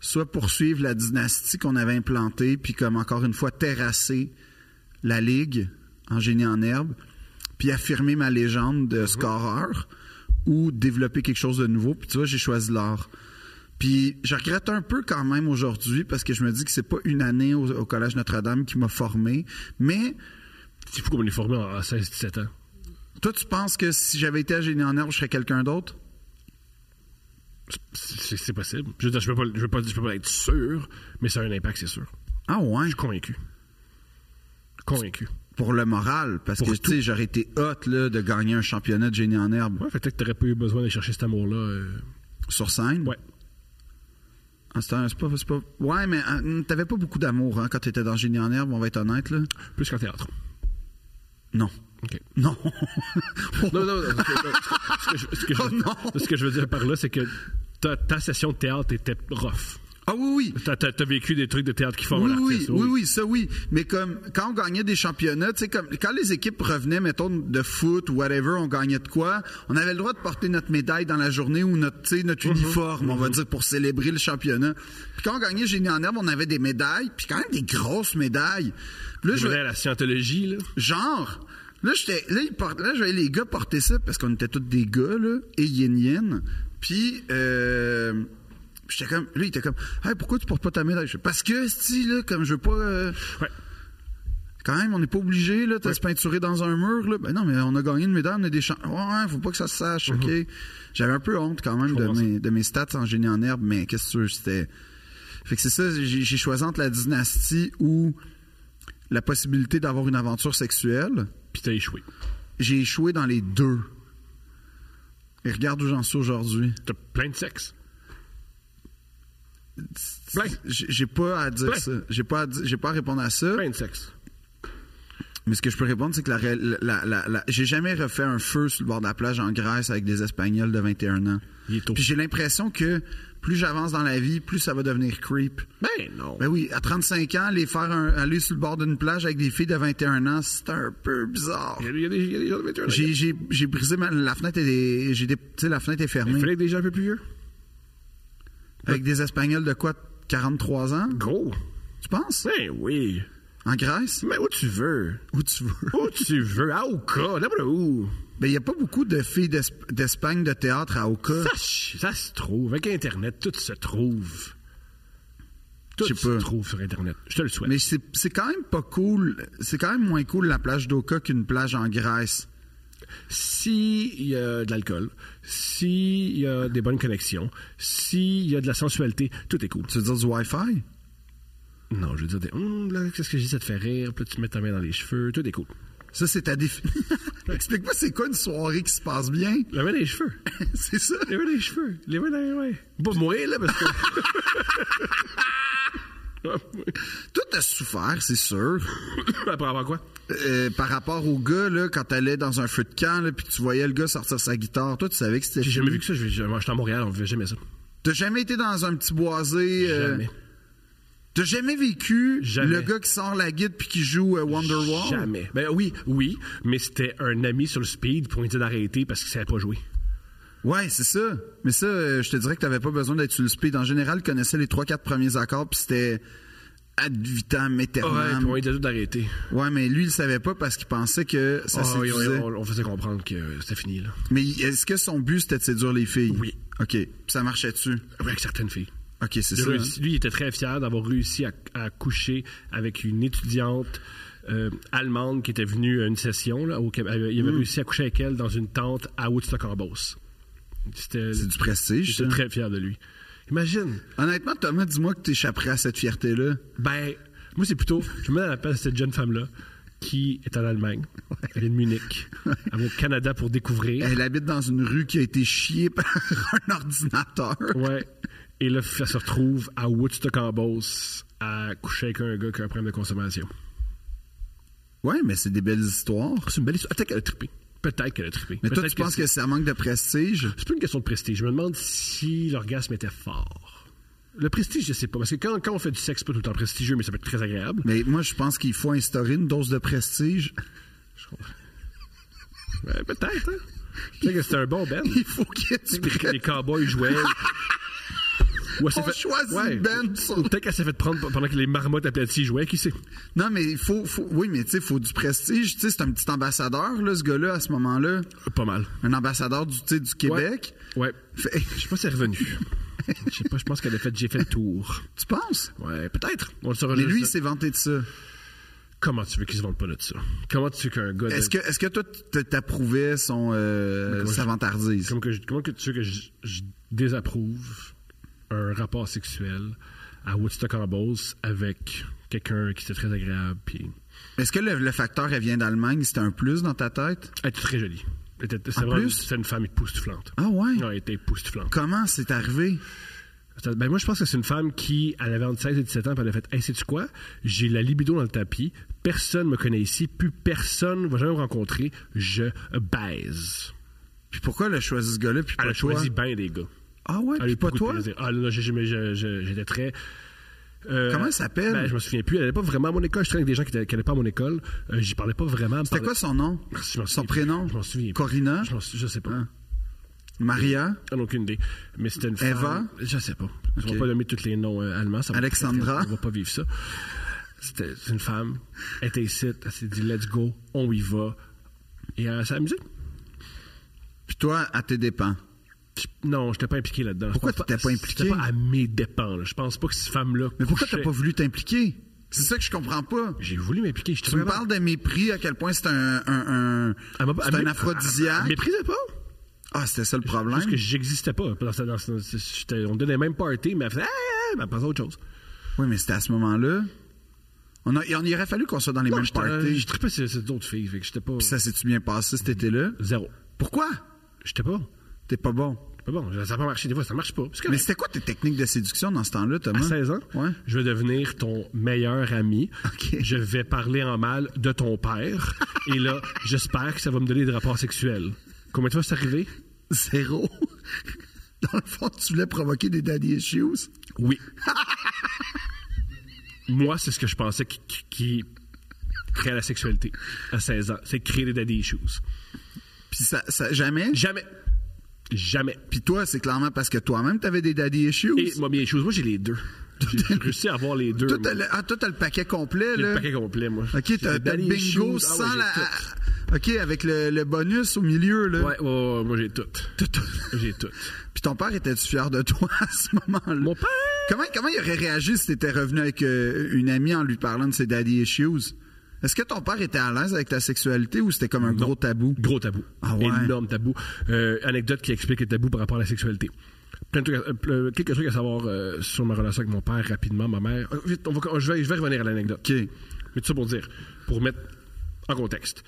S2: Soit poursuivre la dynastie qu'on avait implantée, puis comme encore une fois, terrasser la Ligue en Génie en herbe, puis affirmer ma légende
S5: Mhm.
S2: de scoreur, ou développer quelque chose de nouveau, puis tu vois, j'ai choisi l'art. Puis je regrette un peu quand même aujourd'hui parce que je me dis que c'est pas une année au, au Collège Notre-Dame qui m'a formé. Mais
S5: C'est fou comme on est formé en 16-17 ans.
S2: toi, tu penses que si j'avais été à Génie en herbe, je serais quelqu'un d'autre?
S5: C'est c'est possible. Je veux dire, je peux pas, je peux pas, je peux pas être sûr, mais ça a un impact, c'est sûr.
S2: Ah ouais,
S5: Je suis convaincu. Convaincu.
S2: pour le moral, parce
S5: Pour
S2: que tu sais, j'aurais été hot là, de gagner un championnat de génie en herbe
S5: Ouais, fait que t'aurais pas eu besoin de chercher cet amour-là. euh.
S2: sur scène.
S5: Ouais.
S2: Ah, c'est un- c'est pas, c'est pas- Ouais, mais euh, t'avais pas beaucoup d'amour hein, quand t'étais dans génie en herbe, on va être honnête là.
S5: Plus qu'en théâtre.
S2: Non,
S5: OK.
S2: non. *laughs*
S5: Non, non, non. Ce que, non, ce que je- ce *laughs* que je-
S2: Oh non!
S5: ce que je veux dire par là, c'est que ta, ta session de théâtre était rough.
S2: ah oui, oui.
S5: T'as as, vécu des trucs de théâtre qui forment
S2: Oui, oui,
S5: l'artiste.
S2: oui, oui, ça oui. Mais comme quand on gagnait des championnats, tu sais, comme quand les équipes revenaient, mettons, de foot ou whatever, on gagnait de quoi, on avait le droit de porter notre médaille dans la journée ou notre, tu sais, notre
S5: Mhm.
S2: uniforme, on va dire, pour célébrer le championnat. Puis quand on gagnait Génie en herbe, on avait des médailles, puis quand même des grosses médailles. Puis là,
S5: Je
S2: je,
S5: venais à la scientologie, là.
S2: genre, là, j'étais, là, ils portent- là, je voyais les gars porter ça parce qu'on était tous des gars, là, et yin yin. Puis, euh, j'étais comme, lui, il était comme, hey, pourquoi tu portes pas ta médaille? Je fais, Parce que, si, là, comme je veux pas, euh,
S5: Ouais.
S2: quand même, on n'est pas obligé là, de se peinturer dans un mur. Là. Ben non, mais on a gagné une médaille, on a des champs. Ouais, ouais, faut pas que ça se sache, OK? J'avais un peu honte quand même de
S5: Mm-hmm. comprends
S2: mes, de mes stats en génie en herbe, mais qu'est-ce que tu veux, c'était... Fait que c'est ça, j'ai j'ai choisi entre la dynastie ou la possibilité d'avoir une aventure sexuelle.
S5: Puis t'as échoué.
S2: J'ai échoué dans les deux. Et regarde où j'en suis aujourd'hui.
S5: T'as plein de sexe. Plein.
S2: J'ai j'ai pas à dire
S5: Plein.
S2: ça. J'ai pas, à di- j'ai pas à répondre à ça.
S5: Plein de sexe.
S2: Mais ce que je peux répondre, c'est que la, ré- la- la- la- j'ai jamais refait un feu sur le bord de la plage en Grèce avec des Espagnols de 21 ans.
S5: Il est tôt.
S2: Puis j'ai l'impression que plus j'avance dans la vie, plus ça va devenir creep.
S5: Ben non.
S2: Ben oui, à 35 ans, les faire un- aller sur le bord d'une plage avec des filles de 21 ans, c'est un peu bizarre.
S5: Il y a- il y a des- il y a des gens de 21 ans.
S2: J'ai, j'ai, j'ai brisé ma, la fenêtre et des, j'ai des, tu sais, la fenêtre est
S5: Il
S2: fermée.
S5: fallait que des gens un peu plus vieux.
S2: Avec des Espagnols de quoi 43 ans,
S5: Gros.
S2: tu penses?
S5: Ben oui.
S2: En Grèce?
S5: Mais où tu veux.
S2: Où tu veux?
S5: Où tu veux. À Oka. N'importe où.
S2: Ben, il n'y a pas beaucoup de filles d'Esp- d'Espagne de théâtre à Oka.
S5: Ça, ch- ça se trouve. Avec Internet, tout se trouve. Tout
S2: Je sais
S5: se
S2: pas.
S5: trouve sur Internet. Je te le souhaite.
S2: Mais c'est c'est quand même pas cool. C'est quand même moins cool la plage d'Oka qu'une plage en Grèce.
S5: S'il y a de l'alcool, s'il y a des bonnes connexions, s'il y a de la sensualité, tout est cool.
S2: Tu veux dire du Wi-Fi?
S5: Non, je veux dire, des, Hum, là, qu'est-ce que j'ai dit, ça te fait rire, puis là, tu mets ta main dans les cheveux, tout est cool.
S2: Ça, c'est ta définition. *laughs* Explique-moi, c'est quoi une soirée qui se passe bien? *laughs*
S5: La main dans les cheveux.
S2: c'est ça?
S5: Les mains dans les cheveux. Les mains dans les ouais. Pas mourir, là, parce que. *laughs*
S2: Toi, t'as souffert, c'est sûr.
S5: Après avoir quoi?
S2: Euh, par rapport au gars, là, quand t'allais dans un feu de camp, là, puis que tu voyais le gars sortir sa guitare, toi, tu savais que c'était.
S5: J'ai jamais vu que ça. Je vais- moi, j'étais à Montréal, on ne vivait jamais ça.
S2: T'as jamais été dans un petit boisé? euh,
S5: Jamais.
S2: T'as jamais vécu
S5: Jamais.
S2: le gars qui sort la guide puis qui joue euh, Wonderwall?
S5: Jamais. Ben oui, oui, mais c'était un ami sur le speed pour lui dire d'arrêter parce qu'il savait pas jouer.
S2: Ouais, c'est ça. Mais ça, euh, je te dirais que t'avais pas besoin d'être sur le speed. En général, tu connaissais les 3-4 premiers accords, puis c'était ad vitam
S5: Ouais,
S2: aeternam.
S5: puis on
S2: Ouais,
S5: lui disait d'arrêter.
S2: mais lui, il savait pas parce qu'il pensait que ça
S5: Ah, oui,
S2: séduisait.
S5: on, on- on faisait comprendre que c'était fini, là.
S2: Mais est-ce que son but, c'était de séduire les filles?
S5: Oui.
S2: OK. Puis ça marchait-tu?
S5: Avec certaines filles.
S2: OK, c'est
S5: Il a
S2: ça. hein.
S5: réussi- lui, il était très fier d'avoir réussi à, à coucher avec une étudiante euh, allemande qui était venue à une session. Là, au Québec. Euh, il avait
S2: Hmm.
S5: réussi à coucher avec elle dans une tente à Woodstock en Beauce. C'était
S2: C'est du prestige, hein. ça.
S5: J'étais très fier de lui. Imagine.
S2: hein. Honnêtement, Thomas, dis-moi que t'échapperais à cette fierté-là.
S5: Ben, moi, c'est plutôt. Je me mets dans la place de cette jeune femme-là qui est en Allemagne. Elle est de Munich. Elle va au Canada pour découvrir.
S2: Elle habite dans une rue qui a été chiée *laughs* par un ordinateur.
S5: Ouais. Et là, elle se retrouve à Woodstock en Beauce à coucher avec un gars qui a un problème de consommation.
S2: Ouais, mais c'est des belles histoires.
S5: Oh, C'est une belle histoire. Peut-être qu'elle a trippé. Peut-être qu'elle a trippé.
S2: Mais toi,
S5: Peut-être
S2: tu penses que
S5: c'est
S2: ça manque de prestige?
S5: c'est pas une question de prestige. Je me demande si l'orgasme était fort. Le prestige, je sais pas. Parce que quand, quand on fait du sexe, c'est pas tout le temps prestigieux, mais ça peut être très agréable.
S2: Mais moi, je pense qu'il faut instaurer une dose de prestige. *laughs*
S5: Ouais, peut-être, hein. Peut-être que c'était un bon Ben.
S2: Il faut qu'il y ait du
S5: Les, les
S2: prestige.
S5: cowboys
S2: *laughs*
S5: jouaient. Ou elle s'est
S2: On choisit une band sur-
S5: Peut-être qu'elle s'est fait prendre pendant que les marmottes aplaties jouaient, qui sait?
S2: Non, mais il faut, faut- Oui, mais tu sais, il faut du prestige. Tu sais, c'est un petit ambassadeur, là, ce gars-là, à ce moment-là.
S5: Pas mal.
S2: Un ambassadeur du, tu sais, du Québec.
S5: Ouais.
S2: Fait-
S5: Je sais pas si elle est revenue. Je sais pas, je pense qu'elle a fait J'ai fait le tour.
S2: tu penses?
S5: Ouais, peut-être. On le saura
S2: Mais
S5: juste-
S2: lui, il s'est vanté de ça.
S5: Comment tu veux qu'il se vende pas de ça? Comment tu veux qu'un gars. de-
S2: Est-ce que, est-ce que toi, t- t'approuvais son, euh,
S5: Moi,
S2: sa
S5: je-
S2: vantardise?
S5: Comme que je- comment que tu veux que je, je désapprouve un rapport sexuel à Woodstock en Beauce avec quelqu'un qui était très agréable puis
S2: Est-ce que le, le facteur, elle vient d'Allemagne, c'était un plus dans ta tête?
S5: elle était très jolie. Elle était-
S2: En
S5: C'était vraiment-
S2: plus?
S5: c'était une femme époustouflante.
S2: Ah ouais?
S5: Ouais, elle était époustouflante.
S2: Comment c'est arrivé?
S5: C'était- Ben moi je pense que c'est une femme qui elle avait entre 16 et 17 ans puis elle a fait "Hey, sais-tu quoi J'ai la libido dans le tapis, personne me connaît ici, plus personne va jamais me rencontrer, je baise."
S2: Puis pourquoi elle a choisi ce gars-là? Puis
S5: Elle
S2: pas
S5: a
S2: toi?
S5: choisi bien des gars.
S2: Ah ouais,
S5: Elle a
S2: puis
S5: eu
S2: pas
S5: beaucoup de
S2: toi?
S5: plaisir. Ah, là, là, j'ai- j'ai- j'ai- j'ai- j'étais très. euh,
S2: Comment elle s'appelle?
S5: Ben, je me souviens plus. Elle n'allait pas vraiment à mon école. Je traînais avec des gens qui n'allaient pas à mon école. Euh, J'y parlais pas vraiment.
S2: C'était quoi son nom? Son prénom?
S5: Je m'en souviens. plus.
S2: Corina?
S5: Je, m'en sou- je sais pas.
S2: Ah. Maria?
S5: J'en ai Ah, aucune idée. Mais c'était une
S2: Eva?
S5: femme- Je sais pas. Je ne
S2: Ok.
S5: vais pas nommer tous les noms euh, allemands. ça va-
S2: Alexandra?
S5: On va pas vivre ça. C'était c'est une femme. Elle était ici. Elle s'est dit, let's go. On y va. Et euh, elle s'est amusée.
S2: Puis toi, à tes dépens.
S5: Je- Non, je n'étais pas impliqué là-dedans. Je
S2: Pourquoi
S5: pense
S2: t'étais pas impliqué?
S5: C'était pas à mes dépens. là. Je pense pas que cette femme-là.
S2: Mais pourquoi t'as
S5: couchait-
S2: pas voulu t'impliquer? C'est ça que je comprends pas.
S5: J'ai voulu m'impliquer. j'étais
S2: Tu me
S5: vraiment-
S2: parles de mépris, à quel point c'est un, un, un-
S5: Elle m'a pas-
S2: c'est
S5: elle
S2: un
S5: m'a- elle- Elle
S2: aphrodisiaque.
S5: méprisait pas.
S2: Ah, c'était ça le problème.
S5: Parce que j'existais pas. Dans, sa- dans sa- j'étais- on donnait les mêmes parties, mais elle faisait. Ah, ah, ah, mais elle pensait à autre chose.
S2: Oui, mais c'était à ce moment-là. On, a- il en- il aurait fallu qu'on soit dans les
S5: Non,
S2: mêmes
S5: j'étais-
S2: parties.
S5: Je trippais sur, sur d'autres filles. Fait que j'étais pas.
S2: Puis ça s'est-tu bien passé cet été-là?
S5: Zéro.
S2: Pourquoi?
S5: J'étais pas.
S2: T'es pas bon.
S5: Mais bon, ça n'a pas marché. Des fois, ça marche pas. Parce que
S2: Mais c'était quoi tes techniques de séduction dans ce temps-là, Thomas?
S5: à 16 ans,
S2: Ouais.
S5: je vais devenir ton meilleur ami.
S2: Ok.
S5: Je vais parler en mal de ton père. et là, j'espère que ça va me donner des rapports sexuels. Combien de fois c'est arrivé?
S2: Zéro. *laughs* Dans le fond, tu voulais provoquer des daddy issues.
S5: Oui. Moi, c'est ce que je pensais qui, qui- qui crée la sexualité à 16 ans. C'est créer des daddy issues.
S2: Puis ça, ça- jamais.
S5: Jamais. Jamais.
S2: Puis toi, c'est clairement parce que toi-même, t'avais des daddy issues.
S5: Et moi, mes choses, moi, j'ai les deux. J'ai réussi à avoir les deux.
S2: Toi,
S5: moi.
S2: t'as le, ah, toi, t'as le paquet complet,
S5: J'ai le
S2: là.
S5: paquet complet, moi.
S2: OK, t'as
S5: J'ai
S2: t'as le
S5: daddy
S2: bingo
S5: issues. Ah ouais,
S2: sans
S5: j'ai
S2: la...
S5: tout.
S2: OK, avec le, le bonus au milieu, là.
S5: Ouais, ouais, ouais, moi j'ai tout. *laughs* J'ai tout.
S2: Puis ton père était-tu fier de toi *laughs* à ce moment-là?
S5: Mon père!
S2: Comment, comment il aurait réagi si t'étais revenu avec euh, une amie en lui parlant de ses daddy issues? Est-ce que ton père était à l'aise avec ta sexualité ou c'était comme un gros tabou?
S5: Gros tabou.
S2: Ah ouais?
S5: Énorme tabou. Euh, anecdote qui explique les tabous par rapport à la sexualité. Plein de trucs à- euh, ple- quelques trucs à savoir euh, sur ma relation avec mon père rapidement, ma mère. Euh, Vite, on va, je, vais, je vais revenir à l'anecdote.
S2: OK.
S5: Mais tout ça pour dire, pour mettre en contexte.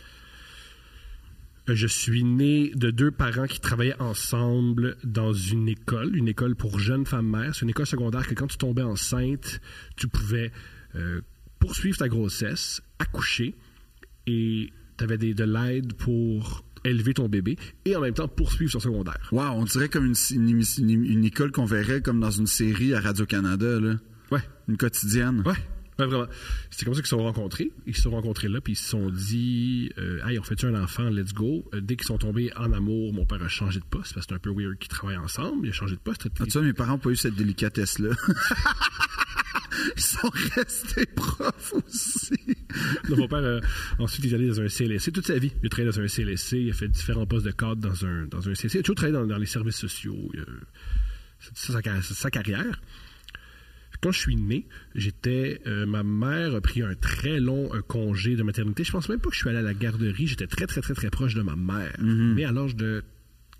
S5: Euh, Je suis né de deux parents qui travaillaient ensemble dans une école, une école pour jeunes femmes mères. C'est une école secondaire que quand tu tombais enceinte, tu pouvais euh, poursuivre ta grossesse, accoucher et tu avais de l'aide pour élever ton bébé et en même temps poursuivre son secondaire.
S2: Wow, on dirait comme une, une, émission- une- une école qu'on verrait comme dans une série à Radio-Canada, là.
S5: Ouais,
S2: Une quotidienne.
S5: ouais, ouais, vraiment. C'est comme ça qu'ils se sont rencontrés. Ils se sont rencontrés là, puis ils se sont dit euh, Hey, on fait-tu un enfant, let's go. Euh, dès qu'ils sont tombés en amour, mon père a changé de poste parce que c'est un peu weird qu'ils travaillent ensemble. Il a changé de poste.
S2: Ah, tu vois, mes parents n'ont pas eu cette délicatesse-là. *laughs* Ils sont restés profs aussi.
S5: *laughs* Donc, mon père, euh, ensuite, il est allé dans un CLSC toute sa vie. Il a travaillé dans un CLSC, il a fait différents postes de cadre dans un, dans un CLSC. Il a toujours travaillé dans, dans les services sociaux. Il a- C'est ça sa, car- c'est sa carrière. Quand je suis né, j'étais. euh, ma mère a pris un très long euh, congé de maternité. Je pense même pas que je suis allé à la garderie. J'étais très, très, très, très proche de ma mère. Mais à l'âge de.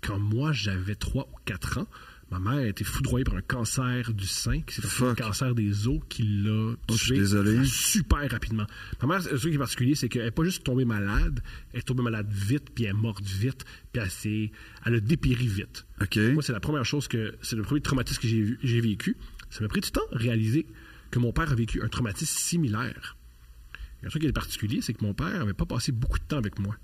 S5: Quand moi, j'avais 3 ou 4 ans, ma mère a été foudroyée par un cancer du sein, qui s'est transformé
S2: Fuck.
S5: en cancer des os, qui l'a
S2: Oh, je suis
S5: tué
S2: désolé.
S5: super rapidement. Ma mère, le truc qui est particulier, c'est qu'elle n'est pas juste tombée malade, elle est tombée malade vite, puis elle est morte vite, puis elle, s'est- elle a dépéri vite.
S2: OK.
S5: Moi, c'est la première chose que. C'est le premier traumatisme que j'ai vu- j'ai vécu. Ça m'a pris du temps à réaliser que mon père a vécu un traumatisme similaire. Et un truc qui est particulier, c'est que mon père n'avait pas passé beaucoup de temps avec moi.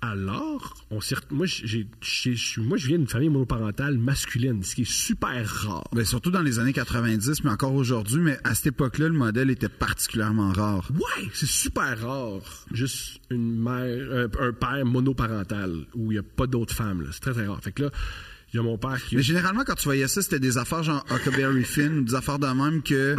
S5: Alors, on s'est re- moi, j'ai- j'ai- je- moi, je viens d'une famille monoparentale masculine, ce qui est super rare.
S2: Ben, surtout dans les années 90, mais encore aujourd'hui, mais à cette époque-là, le modèle était particulièrement rare.
S5: Ouais, c'est super rare. Juste une mère, euh, un père monoparental où il n'y a pas d'autres femmes. là. C'est très, très rare. Fait que là, il y a mon père qui.
S2: Mais généralement, quand tu voyais ça, c'était des affaires genre Huckleberry Finn, des affaires de même
S5: *clears throat*
S2: que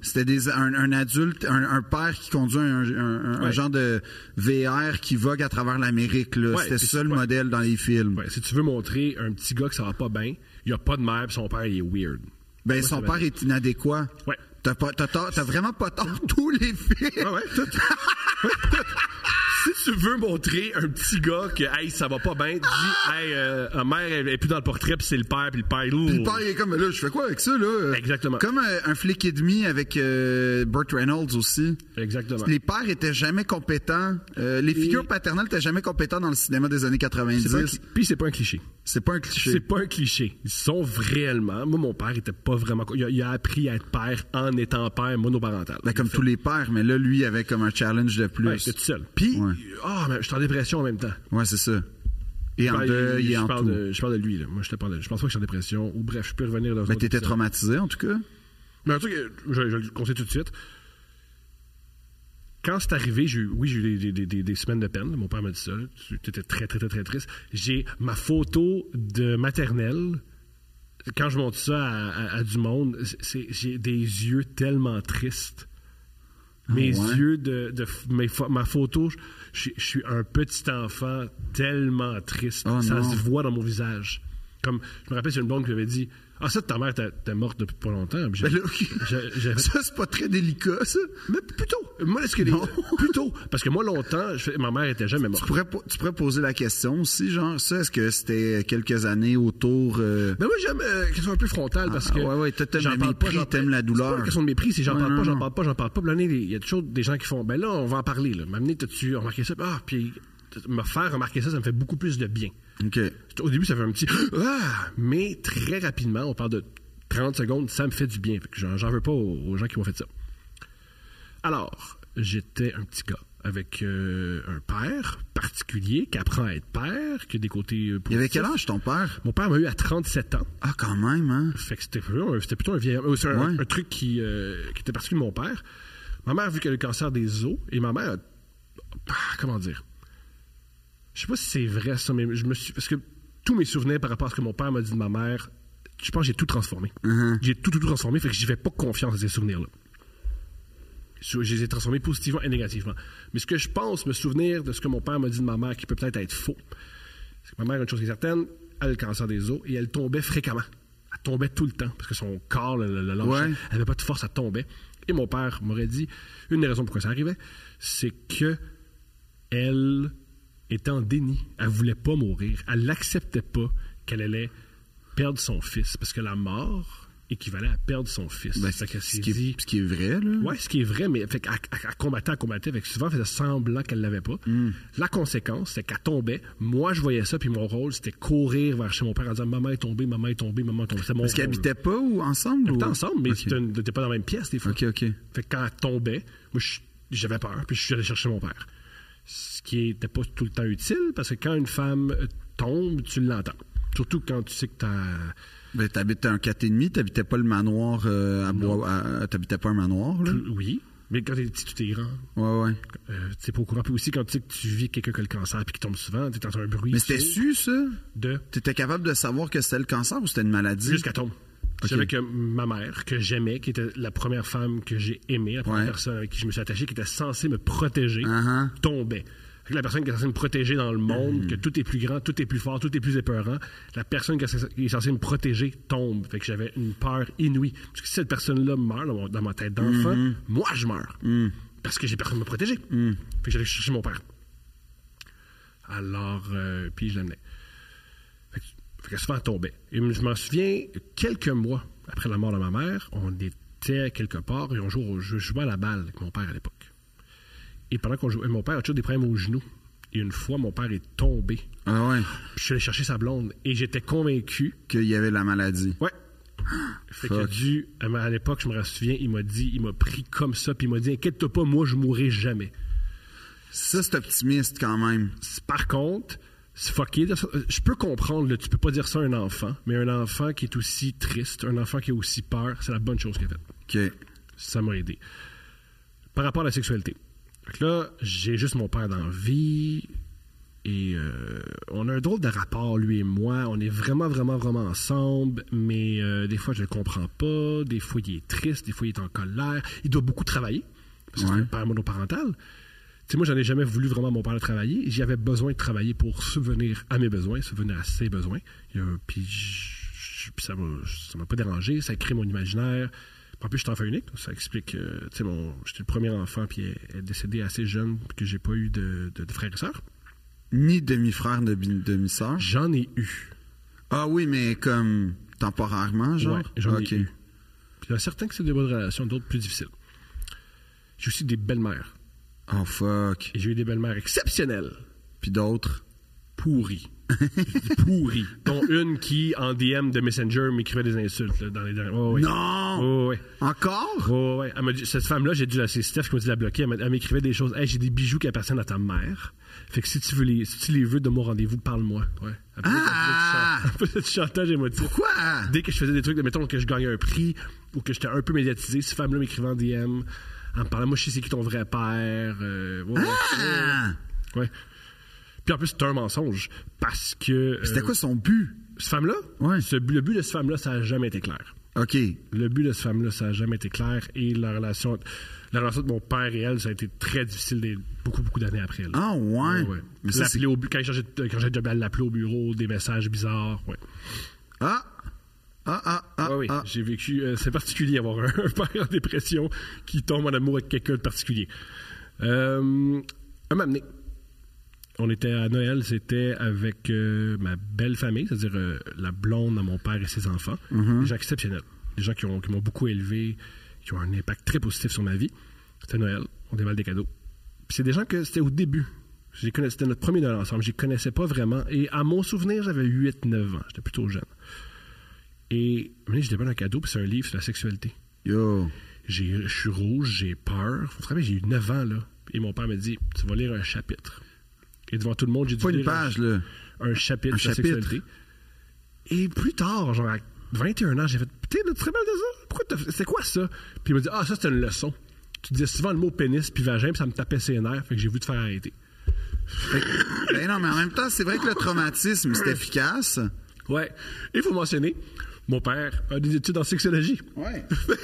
S2: c'était des un, un adulte, un, un père qui conduit un, un- un- un
S5: Ouais.
S2: genre de VR qui vogue à travers l'Amérique. là.
S5: Ouais,
S2: c'était
S5: puis-
S2: ça le
S5: ouais.
S2: modèle dans les films.
S5: Ouais, si tu veux montrer un petit gars que ça va pas bien, il n'y a pas de mère, puis son père, il est weird.
S2: Ben,
S5: Moi,
S2: son
S5: ça
S2: père est inadéquat.
S5: Ouais.
S2: T'as pas- t'as tort- t'as vraiment pas
S5: *laughs*
S2: tort tous les films.
S5: Ah ouais, tout. *laughs* si tu veux montrer un petit gars que, hey, ça va pas bien, dis, hey, euh, ma mère, elle est plus dans le portrait, puis c'est le père, puis le père,
S2: Puis le père, il est comme, là, je fais quoi avec ça, là?
S5: Exactement.
S2: Comme euh, un flic et demi avec euh, Burt Reynolds aussi.
S5: Exactement.
S2: Les pères étaient jamais compétents. euh, les figures paternelles étaient jamais compétents dans le cinéma des années
S5: C'est pas un
S2: 90.
S5: cli- Puis c'est pas un cliché.
S2: C'est pas un cliché.
S5: C'est pas un cliché. Ils sont réellement. Moi, mon père était pas vraiment. Il a, il a appris à être père en étant père monoparental.
S2: Ben, comme tous les pères, mais là, lui, avait comme un challenge de plus.
S5: Ouais, il était tout seul. Puis,
S2: Ouais.
S5: ah, mais je suis en dépression en même temps.
S2: Ouais, c'est ça. Et en
S5: Parle-
S2: deuil, et
S5: je
S2: en tout.
S5: parle de, je parle de lui, là. Moi, je te parle de- Je pense pas que je suis en dépression. Ou bref, je peux revenir dans un
S2: Mais Ben,
S5: autre
S2: t'étais
S5: épisode.
S2: traumatisé, en tout cas.
S5: Mais un truc, euh, je, je le conseille tout de suite. Quand c'est arrivé, j'ai eu, oui, j'ai eu des, des- des- des semaines de peine. Mon père m'a dit ça. là. Tu étais très, très, très, très triste. J'ai ma photo de maternelle. Quand je montre ça à, à- à du monde, c'est- j'ai des yeux tellement tristes. Mes
S2: Ah ouais?
S5: yeux de, de f- mes pho- ma photo, je- je suis- je suis un petit enfant tellement triste.
S2: Oh
S5: ça
S2: non.
S5: se voit dans mon visage. Comme je me rappelle, c'est une blonde qui m'avait dit Ah, ça, ta mère, t'es t'es morte depuis pas longtemps. Puis j'ai-
S2: Ben là,
S5: j'ai- j'ai-
S2: *laughs* ça, c'est pas très délicat, ça.
S5: Mais plutôt, moi, est-ce que les.
S2: Non.
S5: Plutôt, parce que moi, longtemps, je fais- ma mère était jamais
S2: Tu
S5: morte.
S2: pourrais, po- tu pourrais poser la question aussi, genre, ça, est-ce que c'était quelques années autour. euh,
S5: Mais moi, j'aime euh, qu'elle soit un peu frontale parce que.
S2: Ah, ouais, ouais, t'as- t'aimes
S5: j'en
S2: le
S5: parle pas,
S2: mépris,
S5: j'en-
S2: t'aimes la douleur.
S5: C'est pas une question de mépris, c'est j'en
S2: Ouais,
S5: parle
S2: non,
S5: pas, j'en
S2: non.
S5: parle pas, j'en parle pas. Puis là, Il y a toujours des gens qui font, ben là, on va en parler, là. M'amener, t'as-tu remarqué ça? Ah, puis me faire remarquer ça, ça me fait beaucoup plus de bien.
S2: OK.
S5: Au début, ça fait un petit Ah! Mais très rapidement, on parle de 30 secondes, ça me fait du bien. Fait que j'en j'en veux pas aux, aux gens qui m'ont fait ça. Alors, j'étais un petit gars avec euh, un père particulier qui apprend à être père, qui a des côtés. euh,
S2: Il avait
S5: positifs.
S2: quel âge ton père?
S5: Mon père m'a eu à 37 ans.
S2: Ah, quand même, hein?
S5: Fait que c'était plutôt, c'était plutôt un vieil homme. C'est un,
S2: Ouais.
S5: un truc qui, euh, qui était particulier de mon père. Ma mère, vu qu'elle a le cancer des os, et ma mère, a- ah, comment dire Je sais pas si c'est vrai ça, mais je me suis. Parce que tous mes souvenirs par rapport à ce que mon père m'a dit de ma mère, je pense que j'ai tout transformé. J'ai tout, tout, tout transformé, fait que j'y fais pas confiance à ces souvenirs-là. Je je les ai transformés positivement et négativement. Mais ce que je pense me souvenir de ce que mon père m'a dit de ma mère, qui peut peut-être être faux, parce que ma mère, une chose qui est certaine, elle a le cancer des os et elle tombait fréquemment. Elle tombait tout le temps parce que son corps le, le- le lâchait.
S2: Ouais.
S5: Elle n'avait pas de force, elle tombait. Et mon père m'aurait dit une des raisons pourquoi ça arrivait, c'est que elle était en déni. Elle voulait pas mourir. Elle n'acceptait pas qu'elle allait perdre son fils parce que la mort équivalait à perdre son fils.
S2: Ben,
S5: Fait
S2: ce,
S5: qu'elle s'est
S2: qui
S5: dit-
S2: est, ce qui est vrai, là.
S5: Ouais, ce qui est vrai, mais fait qu'à- à, à combattre, à combattre, fait que souvent, elle faisait semblant qu'elle l'avait pas.
S2: Mm.
S5: La conséquence, c'est qu'elle tombait. Moi, je voyais ça, puis mon rôle, c'était courir vers chez mon père en disant Maman est tombée, maman est tombée, maman est tombée. C'était mon
S2: Parce qu'ils
S5: rôle.
S2: habitaient pas ou ensemble?
S5: Ils
S2: Ou...
S5: étaient ensemble, mais
S2: Ok.
S5: c'était une- t'étais pas dans la même pièce, des fois.
S2: OK, OK.
S5: Fait que quand elle tombait, moi, je- j'avais peur, puis je suis allé chercher mon père. Ce qui n'était pas tout le temps utile, parce que quand une femme euh, tombe, tu l'entends. Surtout quand tu sais que t'as.
S2: Ben, t'habitais un 4,5, t'habitais pas le manoir euh, à bois. à- T'habitais pas un manoir, là?
S5: Oui, mais quand t'es petit, tout est grand.
S2: Ouais, ouais.
S5: Euh, tu sais pas au courant. Puis aussi, quand tu sais que tu vis quelqu'un qui a le cancer puis qui tombe souvent, tu entends un bruit.
S2: Mais c'était
S5: sourd
S2: su, ça?
S5: De
S2: T'étais capable de savoir que c'était le cancer ou c'était une maladie?
S5: jusqu'à tombe. Je
S2: Ok.
S5: savais que ma mère, que j'aimais, qui était la première femme que j'ai aimée, la première
S2: Ouais.
S5: personne avec qui je me suis attaché, qui était censée me protéger,
S2: Uh-huh.
S5: tombait. Fait que La personne qui est censée me protéger dans le monde, que tout est plus grand, tout est plus fort, tout est plus épeurant, la personne qui est- qui est censée me protéger tombe. Fait que j'avais une peur inouïe. Parce que si cette personne-là meurt dans, mon- dans ma tête d'enfant, moi je meurs. Parce que j'ai personne de me protéger. Fait que j'allais chercher mon père. Alors, euh, puis je l'amenais. Fait que, fait que souvent, elle tombait. Et je m'en souviens, quelques mois après la mort de ma mère, on était quelque part et on jouait, au jeu- je jouais à la balle avec mon père à l'époque. Et pendant qu'on jouait, mon père a toujours des problèmes aux genoux. Et une fois, mon père est tombé.
S2: Ah ouais.
S5: Puis je suis allé chercher sa blonde et j'étais convaincu.
S2: Qu'il y avait la maladie.
S5: Ouais. Fait qu'il a
S2: Fuck.
S5: dû, à ma- à l'époque, je me souviens, il m'a dit, il m'a pris comme ça, puis il m'a dit, inquiète-toi pas, moi, je mourrai jamais.
S2: Ça, c'est optimiste quand même.
S5: C'est- Par contre, c'est fucké. de dire ça. Euh, Je peux comprendre, là, tu peux pas dire ça à un enfant, mais un enfant qui est aussi triste, un enfant qui a aussi peur, c'est la bonne chose qu'il a faite.
S2: OK.
S5: Ça m'a aidé. Par rapport à la sexualité. Fait que là, j'ai juste mon père dans la vie. Et euh, on a un drôle de rapport, lui et moi. On est vraiment, vraiment, vraiment ensemble. Mais euh, des fois, je le comprends pas. Des fois, il est triste. Des fois, il est en colère. Il doit beaucoup travailler. Parce que c'est
S2: Ouais.
S5: un père monoparental. Tu sais, moi, j'en ai jamais voulu vraiment à mon père de travailler. J'avais besoin de travailler pour subvenir à mes besoins, subvenir à ses besoins. Et, euh, puis, je- je- puis ça m'a ça m'a pas dérangé. Ça crée mon imaginaire. En plus, je suis enfant unique. Ça explique, euh, tu sais, mon- j'étais le premier enfant, puis elle, elle est décédée assez jeune, puis que j'ai pas eu de, de, de frères et sœurs.
S2: Ni demi-frère, ni demi- demi-sœur.
S5: J'en ai eu.
S2: Ah oui, mais comme temporairement, genre?
S5: Ouais, j'en
S2: OK.
S5: ai eu. Puis il y en a certains que c'est des bonnes relations, d'autres plus difficiles. J'ai aussi des belles-mères.
S2: Oh fuck.
S5: Et j'ai eu des belles-mères exceptionnelles,
S2: Puis d'autres? *laughs*
S5: pourries. Je dis pourries. Dont une qui, en DM de Messenger, m'écrivait des insultes là, dans les derniers. Oh, ouais.
S2: Non!
S5: Oh, ouais.
S2: Encore?
S5: Oh, ouais. Elle m'a dit- cette femme-là, j'ai dû la. C'est Steph qui m'a dit de la bloquer. Elle m'a- Elle m'écrivait des choses. Hey, j'ai des bijoux qui appartiennent à ta mère. Fait que si tu veux les, si tu les veux de mon rendez-vous, parle-moi. Ouais. Elle faisait-
S2: Ah!
S5: *laughs* elle faisait du chantage émotif.
S2: Pourquoi?
S5: dès que je faisais des trucs, de, mettons que je gagnais un prix ou que j'étais un peu médiatisé, ces femmes-là m'écrivaient en DM en me parlant, moi, je sais c'est qui ton vrai père. euh, ouais, ouais,
S2: Ah!
S5: ouais. Ouais. Puis en plus, c'était un mensonge parce que. euh,
S2: C'était quoi son but?
S5: Cette femme-là?
S2: Ouais.
S5: Ce bu- le but de cette femme-là, ça n'a jamais été clair.
S2: OK.
S5: Le but de cette femme-là, ça n'a jamais été clair et la relation, la relation de mon père et elle, ça a été très difficile des, beaucoup, beaucoup d'années après. là.
S2: Ah ouais?
S5: Ouais.
S2: Mais ça, c'est-
S5: L'appeler au bu- quand j'ai quand j'ai déjà l'appeler au bureau, des messages bizarres. Ouais.
S2: Ah! Ah, ah, ah,
S5: Ouais, oui,
S2: ah.
S5: j'ai vécu. euh, c'est particulier avoir un, *laughs* un père en dépression qui tombe en amour avec quelqu'un de particulier. Euh, un moment donné, on était à Noël, c'était avec euh, ma belle famille, c'est-à-dire euh, la blonde à mon père et ses enfants.
S2: Mm-hmm.
S5: Des gens exceptionnels. Des gens qui, ont, qui m'ont beaucoup élevé, qui ont un impact très positif sur ma vie. C'était Noël, on déballe des cadeaux. Puis c'est des gens que c'était au début Je les connais- C'était notre premier Noël ensemble. Je les connaissais pas vraiment. Et à mon souvenir, j'avais 8-9 ans. J'étais plutôt jeune. Et un moment donné, je déballe un cadeau, puis c'est un livre sur la sexualité.
S2: Yo.
S5: J'ai- Je suis rouge, j'ai peur. Vous savez, j'ai eu 9 ans, là. Et mon père me dit Tu vas lire un chapitre. Et devant tout le monde, j'ai dû
S2: Pas une
S5: lire un-
S2: page, là.
S5: un chapitre
S2: Un
S5: sur la
S2: chapitre.
S5: sexualité. Et plus tard, genre à 21 ans, j'ai fait Putain, tu te rappelles de ça Pourquoi t'as fait- C'est quoi ça Puis il m'a dit Ah, ça, c'était une leçon. Tu disais souvent le mot pénis puis vagin, puis ça me tapait ses nerfs, fait que j'ai voulu te faire arrêter.
S2: Ben non, mais en même temps, c'est vrai que le traumatisme, c'est efficace.
S5: Ouais. Et il faut mentionner, mon père a des études en sexologie.
S2: Ouais.
S5: Fait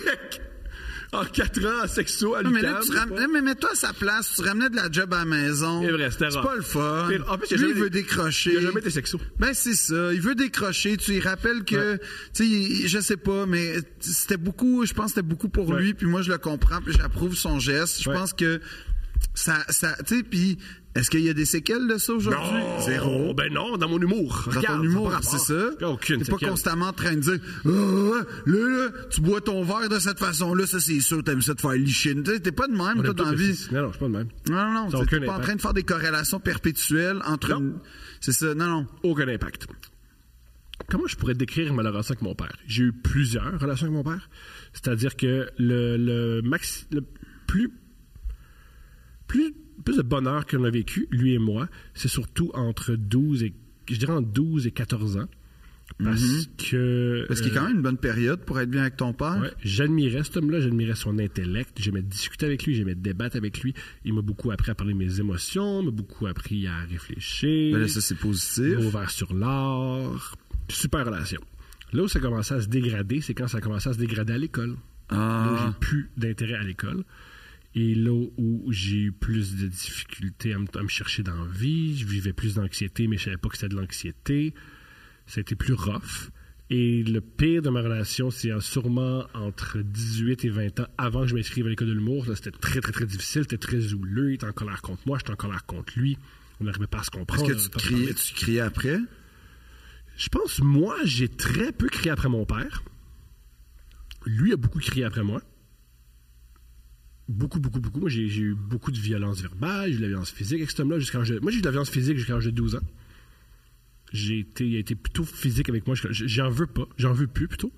S5: que, en 4 ans, en sexo, à
S2: Non, mais là,
S5: l'UQAM,
S2: tu ram... là, mais mets-toi à sa place. Tu ramenais de la job à la maison.
S5: C'est vrai, c'était
S2: C'est
S5: rare.
S2: pas le fun.
S5: C'est- en plus, il a
S2: Lui,
S5: jamais
S2: il veut
S5: été-
S2: décrocher.
S5: il a jamais été sexo.
S2: Ben, c'est ça. Il veut décrocher. Tu lui rappelles que,
S5: Ouais.
S2: tu sais, il- je sais pas, mais c'était beaucoup, je pense que c'était beaucoup pour
S5: Ouais.
S2: lui. Puis moi, je le comprends. Puis j'approuve son geste. Je
S5: Ouais.
S2: pense que ça, ça tu sais, puis est-ce qu'il y a des séquelles de ça aujourd'hui?
S5: Non,
S2: Zéro.
S5: Ben non, dans mon humour.
S2: Dans
S5: Regarde,
S2: ton humour,
S5: pas
S2: c'est
S5: rapport.
S2: ça.
S5: Il y a aucune
S2: T'es pas
S5: séquelle.
S2: constamment en train de dire Ah, ah, ah, là, là, tu bois ton verre de cette façon-là, ça c'est sûr, t'aimes ça te faire licher. T'sais, T'es pas de même, toi,
S5: On aime tout,
S2: dans la
S5: mais
S2: vie.
S5: c'est- Non, non, je suis pas de même.
S2: Non, non,
S5: Ça a
S2: non. t'es-
S5: aucun
S2: T'es pas en
S5: impact.
S2: train de faire des corrélations perpétuelles entre
S5: Non.
S2: une. C'est ça, non, non.
S5: aucun impact. Comment je pourrais décrire ma relation avec mon père? J'ai eu plusieurs relations avec mon père. C'est-à-dire que le, le maxi- le plus, plus, plus de bonheur qu'on a vécu, lui et moi, c'est surtout entre 12 et, je dirais entre 12 et 14 ans. Parce que.
S2: Mhm. Parce qu'il y a
S5: euh,
S2: quand même une bonne période pour être bien avec ton père.
S5: Ouais, j'admirais cet homme-là, j'admirais son intellect, j'aimais discuter avec lui, j'aimais débattre avec lui. Il m'a beaucoup appris à parler de mes émotions, m'a beaucoup appris à réfléchir.
S2: Ben là, ça c'est positif.
S5: Ouvert sur l'art. Super relation. Là où ça commençait à se dégrader, c'est quand ça commençait à se dégrader à l'école. Là où
S2: Ah.
S5: j'ai plus d'intérêt à l'école. Et là où j'ai eu plus de difficultés à me, à me chercher dans la vie, je vivais plus d'anxiété, mais je savais pas que c'était de l'anxiété. Ça a été plus rough. Et le pire de ma relation, c'est en- sûrement entre 18 et 20 ans, avant que je m'inscrive à l'école de l'humour. Là, C'était très, très, très difficile. C'était très houleux. Il était en colère contre moi. J'étais en colère contre lui. On n'arrivait pas à
S2: Est-ce
S5: se comprendre.
S2: que
S5: on
S2: tu te
S5: n'arrivait pas euh, à
S2: criais,
S5: se parler.
S2: tu criais après?
S5: Je pense, moi, j'ai très peu crié après mon père. Lui a beaucoup crié après moi. Beaucoup, beaucoup, beaucoup. Moi, j'ai j'ai eu beaucoup de violence verbale, j'ai eu de la violence physique avec cet homme-là. jusqu'à l'âge de- Moi, j'ai eu de la violence physique jusqu'à l'âge de 12 ans. J'ai été, il a été plutôt physique avec moi. jusqu'à- j- J'en veux pas. J'en veux plus, plutôt.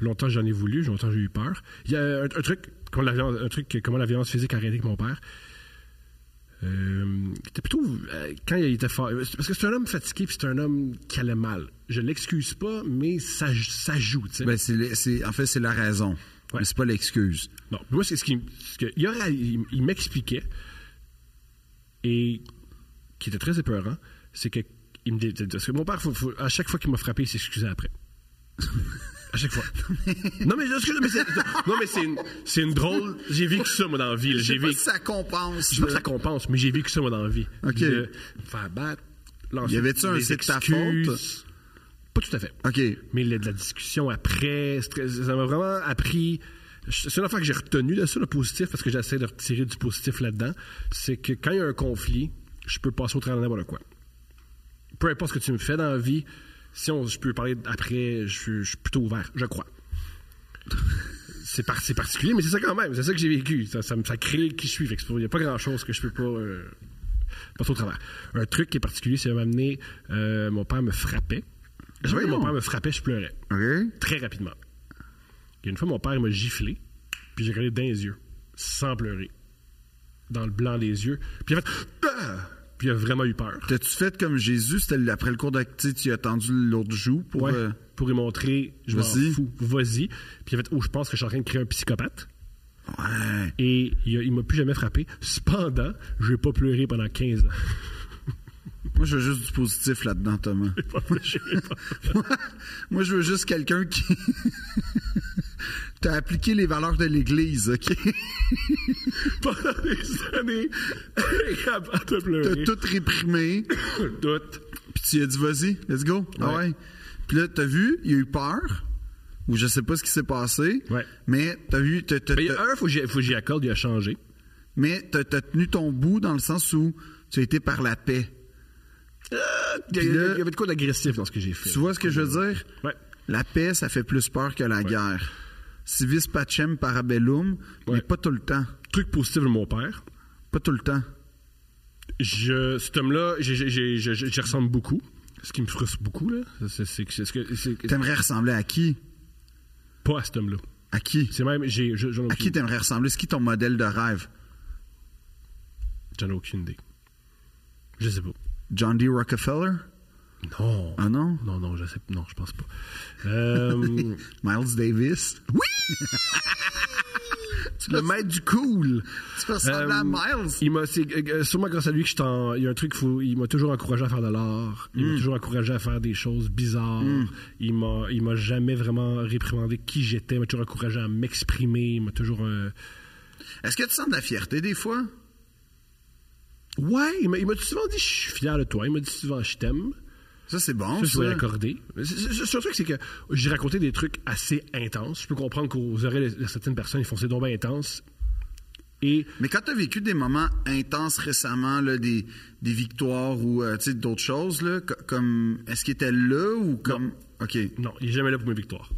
S5: Longtemps, j'en ai voulu. Longtemps, j'ai eu peur. Il y a un, un truc, comment la violence, un truc, comment la violence physique a arrêté avec mon père. Euh, c'était plutôt euh, quand il était fort. Parce que c'est un homme fatigué puis c'est un homme qui allait mal. Je l'excuse pas, mais ça, ça joue. tu sais.
S2: Ben, c'est le- c'est- en fait, c'est la raison. Mais c'est pas l'excuse.
S5: Non, moi, c'est ce qui. ce que- il y aurait- il, il m'expliquait, et qui était très épeurant, c'est que. Il me dit, parce que mon père, faut- faut- à chaque fois qu'il m'a frappé, il s'excusait après. À chaque fois. non, mais, excuse- mais c'est- non, mais c'est une, c'est une drôle. J'ai vécu ça, moi, dans la vie. là.
S2: Je sais
S5: J'ai
S2: pas
S5: vécu.
S2: si ça compense.
S5: Je sais pas
S2: le-
S5: si ça compense, mais j'ai vécu ça, moi, dans la vie.
S2: Ok.
S5: De me faire battre, lancer
S2: Y avait-tu un
S5: des
S2: c'est de ta
S5: excuses. Pas tout à fait.
S2: OK.
S5: Mais la, de la discussion après, c'est très- ça m'a vraiment appris. C'est une affaire que j'ai retenue de ça, le positif, parce que j'essaie de retirer du positif là-dedans. C'est que quand il y a un conflit, je peux passer au travers de n'importe quoi. Peu importe ce que tu me fais dans la vie, si on, je peux parler après, je, suis- je suis plutôt ouvert, je crois. C'est par- c'est particulier, mais c'est ça quand même. C'est ça que j'ai vécu. Ça, ça, me- ça crée qui je suis. Fait que c'est pas- Il n'y a pas grand-chose que je peux pas euh, passer au travers. Un truc qui est particulier, c'est m'amener... euh, mon père me frappait. Je que mon
S2: Voyons.
S5: père me frappait, je pleurais.
S2: OK.
S5: Très rapidement. Il y a une fois, mon père m'a giflé, puis j'ai regardé dans les yeux, sans pleurer. Dans le blanc des yeux. Puis il a fait... Ah! Puis il a vraiment eu peur.
S2: T'as-tu fait comme Jésus, c'était après le cours d'activité, tu as tendu l'autre joue pour.
S5: Ouais,
S2: euh,
S5: pour lui montrer, je m'en
S2: Vas-y.
S5: fous, vas-y. Puis en fait, oh, je pense que je suis en train de créer un psychopathe.
S2: Ouais.
S5: Et il, a- il m'a plus jamais frappé. Cependant, je n'ai pas pleuré pendant 15 ans. *laughs*
S2: Moi, je veux juste du positif là-dedans,
S5: *laughs*
S2: Thomas.
S5: J'ai pas-
S2: Moi, moi, je veux juste quelqu'un qui. *laughs* T'as appliqué les valeurs de l'Église, OK?
S5: pendant des années, capable de
S2: T'as
S5: pleurer.
S2: tout réprimé,
S5: Tout.
S2: puis tu as dit, vas-y, let's go. Ah
S5: Ouais.
S2: ouais. Puis là, t'as vu, il y a eu peur, ou je sais pas ce qui s'est passé,
S5: Ouais.
S2: mais t'as vu, t'as- t'as-
S5: Mais il y a
S2: t'as-
S5: un, faut que j'y- faut que j'y accorde, il a changé.
S2: mais t'as t'as tenu ton bout dans le sens où tu as été par la paix.
S5: Il y, a-
S2: Puis là-
S5: il y avait de quoi d'agressif dans ce que j'ai fait.
S2: Tu vois ce que je veux dire?
S5: Ouais.
S2: La paix, ça fait plus peur que la guerre. Civis pacem parabellum,
S5: Ouais.
S2: mais pas tout le temps.
S5: Truc positif de mon père,
S2: Pas tout le temps.
S5: Je, cet homme-là, j'ai- j'ai- j'ai- j'ai- j'y ressemble beaucoup. Ce qui me frustre beaucoup, là, c'est- c'est que- c'est ce que. c'est que-
S2: T'aimerais ressembler à qui
S5: Pas à cet homme-là.
S2: À qui
S5: C'est même. j'ai- je- J'en ai,
S2: À qui
S5: aucune-
S2: t'aimerais ressembler C'est qui ton modèle de rêve
S5: j'en ai aucune idée. Je sais pas.
S2: John D. Rockefeller
S5: Non.
S2: Ah non
S5: Non, non, je sais Non,
S2: *laughs*
S5: je pense pas. Euh,
S2: Miles Davis Oui Tu le maître du cool Tu fais ressembler à
S5: euh,
S2: Miles
S5: Il m'a, c'est euh, euh, sûrement grâce à lui que je t'en. Il y a un truc, faut, il m'a toujours encouragé à faire de l'art.
S2: Mm.
S5: Il m'a toujours encouragé à faire des choses bizarres. Il m'a, il m'a jamais vraiment réprimandé qui j'étais. Il m'a toujours encouragé à m'exprimer. Il m'a toujours. euh,
S2: Est-ce que tu sens de la fierté des fois
S5: Ouais, il m'a, il m'a souvent dit, je suis fier de toi. Il m'a dit souvent, je t'aime.
S2: Ça, c'est bon.
S5: Ça, je dois
S2: ça.
S5: l'accorder. C'est- c'est- c'est- Le truc, c'est que j'ai raconté des trucs assez intenses. Je peux comprendre qu'aux oreilles de certaines personnes, ils font ces dons bien intenses. Et
S2: Mais quand tu as vécu des moments intenses récemment, là, des, des victoires ou euh, tu sais, d'autres choses, là, co- comme est-ce qu'il était là ou comme. OK.
S5: non, il est jamais là pour mes victoires.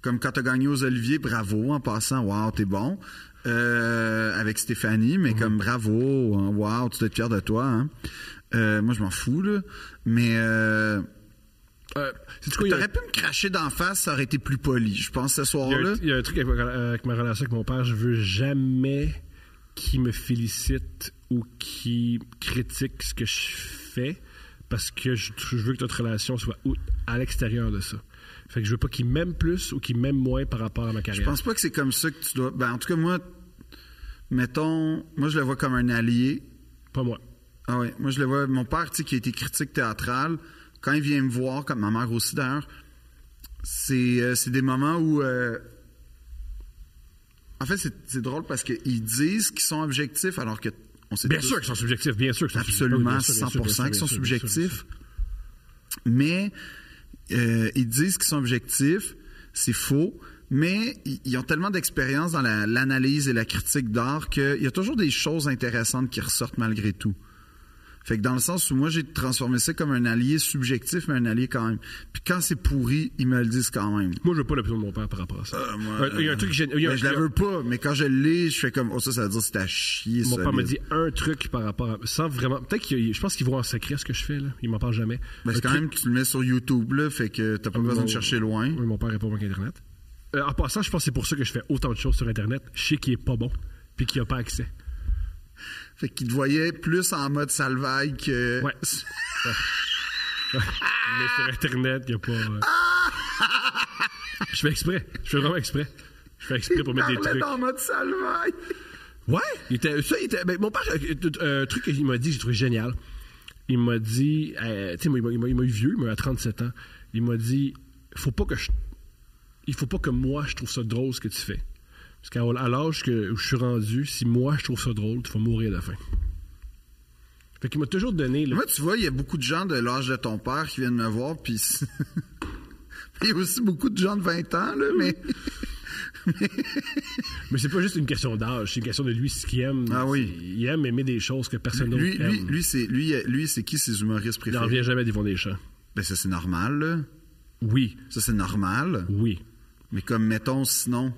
S2: Comme quand tu as gagné aux Oliviers, bravo en passant, wow, t'es bon. Euh, avec Stéphanie,
S5: Mhm.
S2: mais comme bravo, hein, wow, tu dois être fier de toi. hein. Euh, moi, je m'en fous, là. Mais. Euh,
S5: Euh, c'est quoi, il y a-
S2: T'aurais pu me cracher d'en face, ça aurait été plus poli, je pense, ce
S5: Il y, a un,
S2: soir-là.
S5: il y a un truc avec, ma- avec ma relation avec mon père, je veux jamais qu'il me félicite ou qu'il critique ce que je fais parce que je, je veux que notre relation soit ou- à l'extérieur de ça. Fait que je veux pas qu'il m'aime plus ou qu'il m'aime moins par rapport à ma
S2: Je
S5: carrière.
S2: pense pas que c'est comme ça que tu dois. Ben, en tout cas, moi, mettons, moi, je le vois comme un allié.
S5: Pas moi.
S2: Ah ouais, moi je le vois. Mon père, tu sais, qui a été critique théâtral, quand il vient me voir, comme ma mère aussi d'ailleurs, c'est euh, c'est des moments où. euh, en fait, c'est c'est drôle parce qu'ils disent qu'ils sont objectifs alors que on sait
S5: Bien
S2: tous
S5: sûr qu'ils sont subjectifs, bien sûr qu'ils sont
S2: absolument
S5: subjectifs. Bien sûr, bien
S2: 100%
S5: sûr, bien sûr,
S2: qu'ils sont
S5: bien sûr, bien sûr, bien sûr.
S2: subjectifs. Mais euh, ils disent qu'ils sont objectifs, c'est faux. Mais ils- ils ont tellement d'expérience dans la- l'analyse et la critique d'art qu'il y a toujours des choses intéressantes qui ressortent malgré tout. Fait que dans le sens où moi j'ai transformé ça comme un allié subjectif, mais un allié quand même. Puis quand c'est pourri, ils me le disent quand même.
S5: Moi, je veux pas l'opinion de mon père par rapport à ça.
S2: Euh, moi,
S5: Un- il y a un truc gén- il y a-
S2: ben, je la
S5: il y a-
S2: veux pas, mais quand je l'ai, je fais comme oh ça, ça veut dire que c'est à chier.
S5: Mon père
S2: solide.
S5: me dit un truc par rapport à. Sans vraiment. Peut-être qu'il. Je pense qu'il voit en secret ce que je fais, là. Il m'en parle jamais.
S2: Ben,
S5: Un
S2: c'est quand
S5: truc-
S2: même, tu le mets sur YouTube, là, fait que t'as pas
S5: Ah,
S2: besoin
S5: mon-
S2: de chercher loin.
S5: Oui, mon père n'est pas bon qu'Internet. Euh, en passant, je pense que c'est pour ça que je fais autant de choses sur Internet. Je sais qu'il est pas bon, puis qu'il n'a pas accès.
S2: Fait qu'il te voyait plus en mode salvaille que. *laughs*
S5: Ouais. Mais sur Internet, il n'y a pas. euh, je fais exprès. Je fais vraiment exprès. Je fais exprès pour mettre des
S2: Parlait
S5: trucs.
S2: en mode salvaille.
S5: Ouais, il était, ça, il était, ben, mon père, euh, un truc qu'il m'a dit que j'ai trouvé génial. Il m'a dit, euh, tu sais, moi, il m'a- il m'a il m'a eu vieux, il m'a eu à 37 ans. Il m'a dit, faut pas que je, il faut pas que moi je trouve ça drôle ce que tu fais. Parce qu'à à l'âge que où je suis rendu, si moi je trouve ça drôle, tu vas mourir de faim. Fait qu'il m'a toujours donné. le-
S2: Moi, tu vois, il y a beaucoup de gens de l'âge de ton père qui viennent me voir, puis. c'est- *laughs* Il y a aussi beaucoup de gens de 20 ans, là, mais.
S5: Mais c'est pas juste une question d'âge, c'est une question de lui ce qu'il aime.
S2: Ah oui.
S5: Il aime aimer des choses que personne d'autre
S2: Lui,
S5: aime.
S2: lui, lui, c'est lui, euh, lui, c'est qui ses humoristes
S5: il n'en
S2: préférés?
S5: revient jamais devant des champs.
S2: Ben, ça, c'est normal, là.
S5: Oui,
S2: Ça, c'est normal.
S5: oui.
S2: Mais comme, mettons, sinon.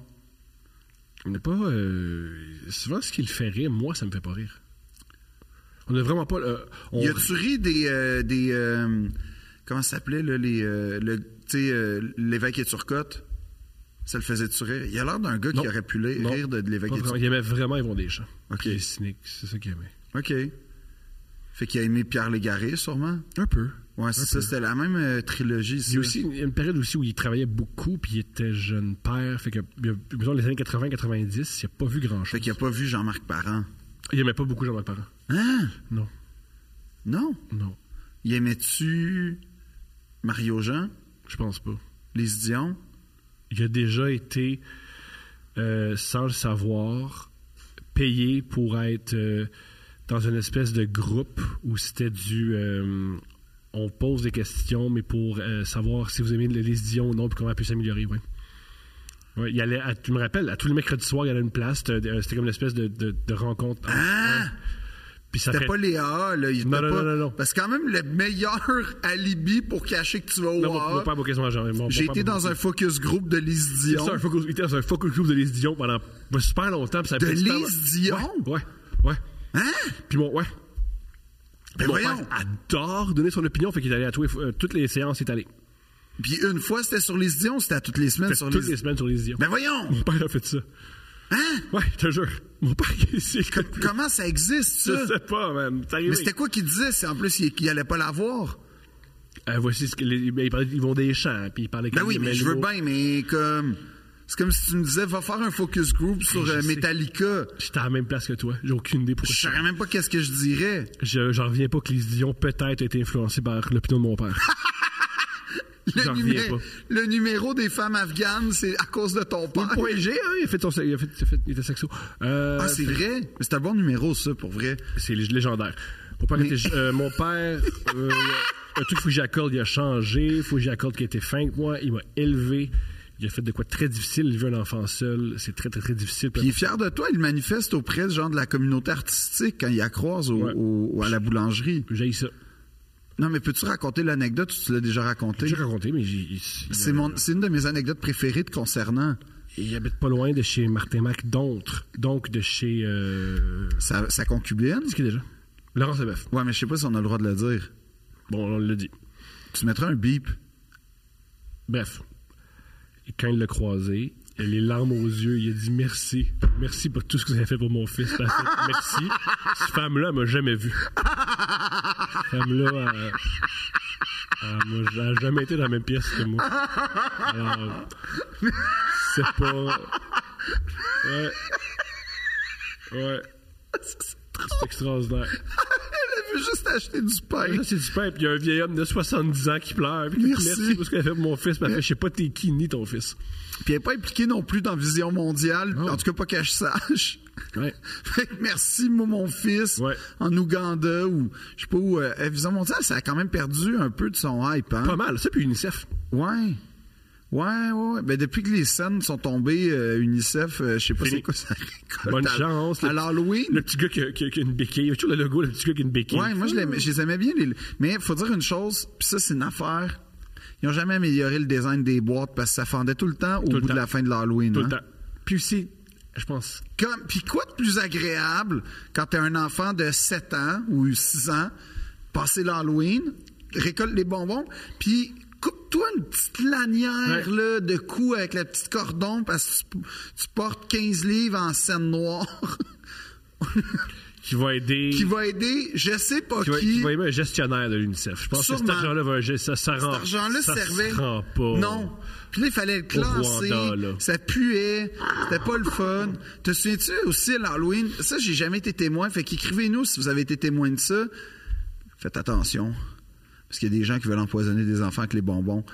S5: On n'est pas. euh, souvent, ce qui le fait rire, moi, ça me fait pas rire. On n'a vraiment pas. euh, on-
S2: Y a-tu ri des. euh, des euh, comment ça s'appelait, là, les. euh, le, tu sais, euh, l'évêque et Turcotte? Ça le faisait-tu rire? Il a l'air d'un gars
S5: Non.
S2: qui aurait pu li-
S5: Non.
S2: rire de, de l'évêque
S5: Pas
S2: et
S5: vraiment.
S2: Turcotte.
S5: Il aimait vraiment Yvon Deschamps.
S2: Ok.
S5: Il est cynique, c'est ça qu'il aimait.
S2: OK. Fait qu'il a aimé Pierre Légaré, sûrement.
S5: Un peu.
S2: Ouais, c'est ça, c'était la même euh, trilogie.
S5: Il y
S2: ça.
S5: a aussi une, une période aussi où il travaillait beaucoup, puis il était jeune père. Fait que, il y a- disons, les années 80-90, il n'a pas vu
S2: Fait
S5: grand-chose.
S2: qu'il a pas vu Jean-Marc Parent.
S5: Il aimait pas beaucoup Jean-Marc Parent.
S2: Hein?
S5: Non,
S2: Non.
S5: non,
S2: Il aimait-tu Mario Jean,
S5: je pense pas.
S2: Les Dion?
S5: il a déjà été, euh, sans le savoir, payé pour être euh, dans une espèce de groupe où c'était du. euh, on pose des questions, mais pour euh, savoir si vous aimez les Dion ou non, puis comment elle peut s'améliorer, ouais. Ouais, il allait, à- tu me rappelles, à tous les mercredis soirs, il y avait une place, c'était euh, c'était comme une espèce de, de- de rencontre.
S2: Ah!
S5: Puis ça
S2: C'était
S5: fait-
S2: pas les AA, là. Il
S5: Non,
S2: était
S5: non,
S2: pas-
S5: non, non, non.
S2: Parce que quand même, le meilleur *laughs* alibi pour cacher que tu vas au
S5: Non, mon,
S2: AA,
S5: mon père m'a quasiment jamais- mon- mon
S2: J'ai
S5: père
S2: été
S5: m'a-
S2: dans un focus group de Lise
S5: C'est ça,
S2: Dion.
S5: un focus- il était dans un focus group de Lise Dion pendant super longtemps. puis ça a
S2: De
S5: fait super-
S2: Lise Dion?
S5: Ouais, ouais.
S2: Hein?
S5: Puis mon, ouais.
S2: Ben
S5: Mon
S2: voyons.
S5: père adore donner son opinion, fait qu'il est allé à tous les- euh, toutes les séances, il est allé.
S2: Puis une fois, c'était sur les Dion, c'était à toutes les semaines
S5: Fait
S2: Ah, sur
S5: toutes
S2: les...
S5: les semaines sur les idiots.
S2: Ben voyons!
S5: Mon père a fait ça.
S2: Hein?
S5: Ouais, je te jure. Mon père, il s'est
S2: Co- Comment ça existe, ça?
S5: Je sais pas, man. C'est arrivé.
S2: Mais c'était quoi qu'il disait? C'est en plus il- qu'il allait pas l'avoir.
S5: Euh, voici ce que les- ben, ils, parlaient- ils vont des champs, puis ils parlaient
S2: Ben oui, mais je veux bien, mais comme... C'est comme si tu me disais, va faire un focus group sur
S5: Ben, je
S2: euh,
S5: sais.
S2: Metallica.
S5: J'étais à la même place que toi. J'ai aucune idée pourquoi.
S2: Je saurais même pas qu'est-ce que je dirais.
S5: Je- J'en reviens pas que les idiots peut-être été influencés par l'opinion de
S2: *laughs*
S5: mon père.
S2: Le,
S5: J'en
S2: numé-
S5: reviens pas.
S2: le numéro des femmes afghanes, c'est à cause de ton père.
S5: Point G, hein, il a fait son, il a fait, il a fait- il était sexo. Euh,
S2: Ah, c'est vrai? Mais C'est un bon numéro, ça, pour vrai.
S5: c'est lég- légendaire. Mon père, était- euh, mon père euh, un truc, faut que j'y accorde, il a changé, faut que j'y accorde qu'il était fin que moi, il m'a élevé. Il a fait de quoi de très difficile, élever un enfant seul, c'est très, très, très difficile.
S2: Puis il est fier de toi, il le manifeste auprès genre, de la communauté artistique quand il la croise au-
S5: Ouais.
S2: au- au- à la boulangerie.
S5: J'ai ça.
S2: Non, mais peux-tu raconter l'anecdote ou tu l'as déjà racontée?
S5: J'ai raconté, mais j'ai- il- il-
S2: C'est mon- c'est une de mes anecdotes préférées de concernant.
S5: il habite pas loin de chez Martin Mac, donc, donc de chez. Euh,
S2: Sa, sa concubine?
S5: Qu'est-ce qu'il est déjà Laurence Leboeuf.
S2: Ouais, mais je sais pas si on a le droit de le dire.
S5: Bon, on l'a dit.
S2: Tu mettrais un bip.
S5: Bref, Et quand il l'a croisé, il a les larmes aux yeux, il a dit merci. Merci pour tout ce que vous avez fait *laughs* pour mon fils. Patrick. Merci. Cette femme-là, elle m'a jamais vu. Cette femme-là, elle, elle m'a- elle a jamais été dans la même pièce que moi. Alors, c'est pas. Ouais. Ouais. C'est extraordinaire.
S2: Elle avait juste acheté du pain.
S5: Là, c'est du pain, puis il y a un vieil homme de 70 ans qui pleure. puis qui dit,
S2: Merci.
S5: Merci pour ce que t'as fait pour mon fils. Parce que je sais pas t'es qui ni ton fils.
S2: Puis elle n'est pas impliquée non plus dans Vision Mondiale, en tout cas pas que je sache. *laughs*
S5: Ouais.
S2: Fait que merci, moi, mon fils,
S5: Ouais.
S2: en Ouganda ou je sais pas où. euh, euh, Vision Mondiale, ça a quand même perdu un peu de son hype. Hein?
S5: Pas mal. Ça, puis UNICEF.
S2: Ouais. Ouais, ouais, ouais. Ben, depuis que les scènes sont tombées, euh, UNICEF, euh, je sais pas
S5: Fini.
S2: c'est quoi ça récolte.
S5: Bonne
S2: à-
S5: chance.
S2: À l'Halloween.
S5: Le petit gars qui a, qui a- qui a une béquille. Il y a toujours le logo, le petit gars qui a une béquille.
S2: Ouais, moi, je, l'aimais- je les aimais bien. Les... Mais faut dire une chose, puis ça, c'est une affaire. Ils n'ont jamais amélioré le design des boîtes parce que ça fendait tout le temps au
S5: Tout le
S2: bout de
S5: temps.
S2: la fin de l'Halloween.
S5: Tout
S2: hein.
S5: le temps. Puis aussi, je pense.
S2: Comme- Puis quoi de plus agréable quand t'es un enfant de 7 ans ou 6 ans, passer l'Halloween, récolte les bonbons, puis coupe-toi une petite lanière
S5: Ouais.
S2: là, de cou avec le petit cordon parce que tu, tu portes 15 livres en scène noire *laughs*
S5: Qui va aider.
S2: qui va aider je sais pas
S5: qui
S2: qui.
S5: va- qui va aimer un gestionnaire de l'UNICEF. Je pense que
S2: Sûrement.
S5: cet argent-là va aider. Ça, ça rend.
S2: Cet argent-là
S5: Ah, ça se
S2: servait.
S5: rend pas.
S2: Non. Puis là, il fallait le classer.
S5: Rwanda, là.
S2: ça puait. C'était pas le fun. Te souviens-tu aussi, l'Halloween? Ça, j'ai jamais été témoin. Fait qu'écrivez-nous si vous avez été témoin de ça. Faites attention. Parce qu'il y a des gens qui veulent empoisonner des enfants avec les bonbons.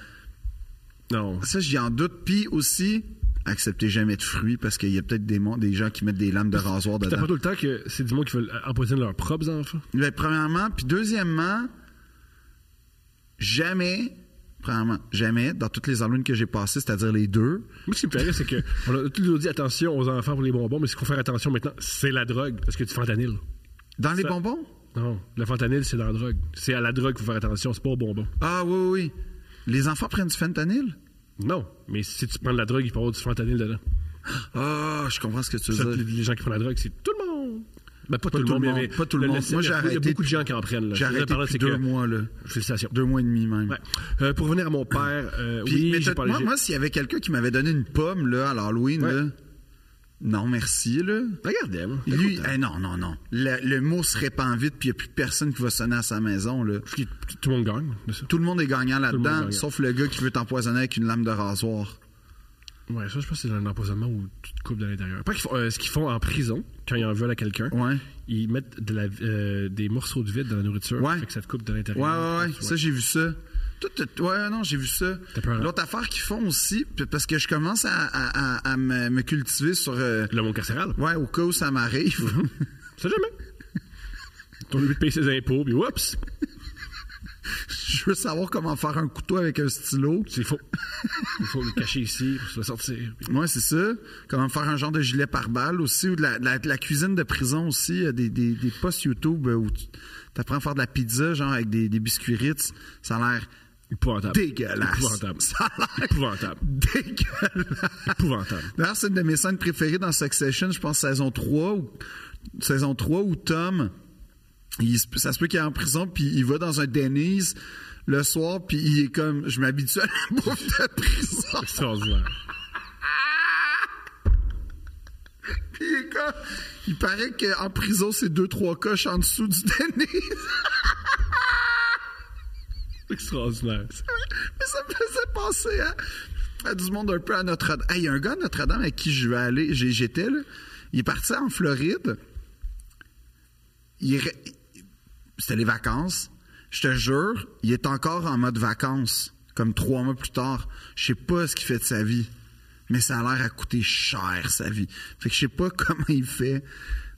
S5: Non.
S2: Ça, j'y en doute. Puis aussi, acceptez jamais de fruits parce qu'il y a peut-être des, mon- des gens qui mettent des lames de rasoir
S5: T'as
S2: dedans.
S5: pas tout le temps que c'est du monde qui veulent empoisonner leurs propres enfants.
S2: Ben, premièrement, puis deuxièmement, jamais, premièrement, jamais, dans toutes les Halloween que j'ai passées, c'est-à-dire les deux,
S5: Moi, ce qui me fait rire, c'est que on a toujours dit attention aux enfants pour les bonbons, mais ce qu'il faut faire attention maintenant, c'est la drogue, parce que du fentanyl.
S2: dans les
S5: Ça-
S2: bonbons?
S5: Non, le fentanyl, c'est dans la drogue. C'est à la drogue qu'il faut faire attention, c'est pas aux bonbons.
S2: Ah oui, oui, oui. Les enfants prennent du fentanyl?
S5: Non, mais si tu prends de la drogue, il peut y avoir du fentanyl dedans.
S2: Ah, je comprends ce que tu
S5: Ça,
S2: veux
S5: les,
S2: dire.
S5: les gens qui prennent la drogue, c'est tout le monde. Ben, pas, tout, le monde, mais
S2: pas tout le monde. Moi, j'ai
S5: Il y a
S2: arrêté
S5: beaucoup de gens qui en prennent. là.
S2: J'ai
S5: Ce que je
S2: arrêté
S5: voulais
S2: depuis
S5: parler,
S2: deux
S5: c'est que-
S2: mois, là.
S5: Félicitations.
S2: Deux mois et demi, même.
S5: Ouais. Euh, pour revenir à mon père, euh,
S2: Puis,
S5: oui,
S2: mais
S5: j'ai
S2: t'as-
S5: parlé.
S2: moi,
S5: j'ai-
S2: moi, s'il y avait quelqu'un qui m'avait donné une pomme, là, à l'Halloween,
S5: Ouais.
S2: là, non, merci, là.
S5: Regardez, moi.
S2: Lui, eh, non, non, non. Le, le mot se répand vite, puis il n'y a plus personne qui va sonner à sa maison, là.
S5: Puis Tout le monde gagne de ça.
S2: Tout le monde est gagnant
S5: monde est
S2: là-dedans,
S5: gagnant.
S2: sauf le gars qui veut t'empoisonner avec une lame de rasoir.
S5: Ouais, ça, je pense que c'est dans l'empoisonnement où tu te coupes de l'intérieur. Après, qu'ils font- euh, ce qu'ils font en prison, quand ils en veulent à quelqu'un,
S2: Ouais.
S5: ils mettent de la- euh, des morceaux de vide dans la nourriture.
S2: Ouais.
S5: Fait que ça te coupe de
S2: Ouais,
S5: l'intérieur.
S2: ouais, ouais.
S5: Tu vois.
S2: Ça, j'ai vu ça. Tout, tout- ouais, non, j'ai vu ça.
S5: T'as peur, hein?
S2: L'autre affaire qu'ils font aussi, p- parce que je commence à, à- à- à me, me cultiver sur. euh,
S5: Le monde carcéral.
S2: ouais, au cas où ça m'arrive. *laughs*
S5: Ça jamais. T'as oublié de payer ses impôts, puis oups,
S2: je veux savoir comment faire un couteau avec un stylo.
S5: c'est faux. Il faut le cacher ici pour se le sortir.
S2: Ouais, c'est ça. Comment faire un genre de gilet pare-balles aussi, ou de la, de la- de la cuisine de prison aussi. Il y a des, des, des posts YouTube euh, où tu apprends à faire de la pizza, genre avec des, des biscuits Ritz. Ça a l'air
S5: Épouvantable.
S2: dégueulasse.
S5: Ah,
S2: *laughs*
S5: Épouvantable.
S2: Ça a l'air
S5: Épouvantable.
S2: dégueulasse.
S5: Épouvantable.
S2: D'ailleurs, c'est une de mes scènes préférées dans Succession, je pense saison 3 ou saison 3 où Tom il se- ça se peut qu'il est en prison, puis il va dans un Denny's le soir, puis il est comme, je m'habitue à la bouffe de prison. *laughs*
S5: Extraordinaire.
S2: Puis il est comme, il paraît qu'en prison, c'est deux, trois coches en dessous du Denny's.
S5: Extraordinaire.
S2: Mais ça me faisait penser à, à du monde un peu à Notre-Dame. Hey, Il y a un gars à Notre-Dame avec qui je vais aller, j'ai- j'étais là. Il est parti en Floride. Il re- C'était les vacances. Je te jure, il est encore en mode vacances, comme trois mois plus tard. Je sais pas ce qu'il fait de sa vie, mais ça a l'air à coûter cher sa vie. Fait que je sais pas *laughs* comment il fait,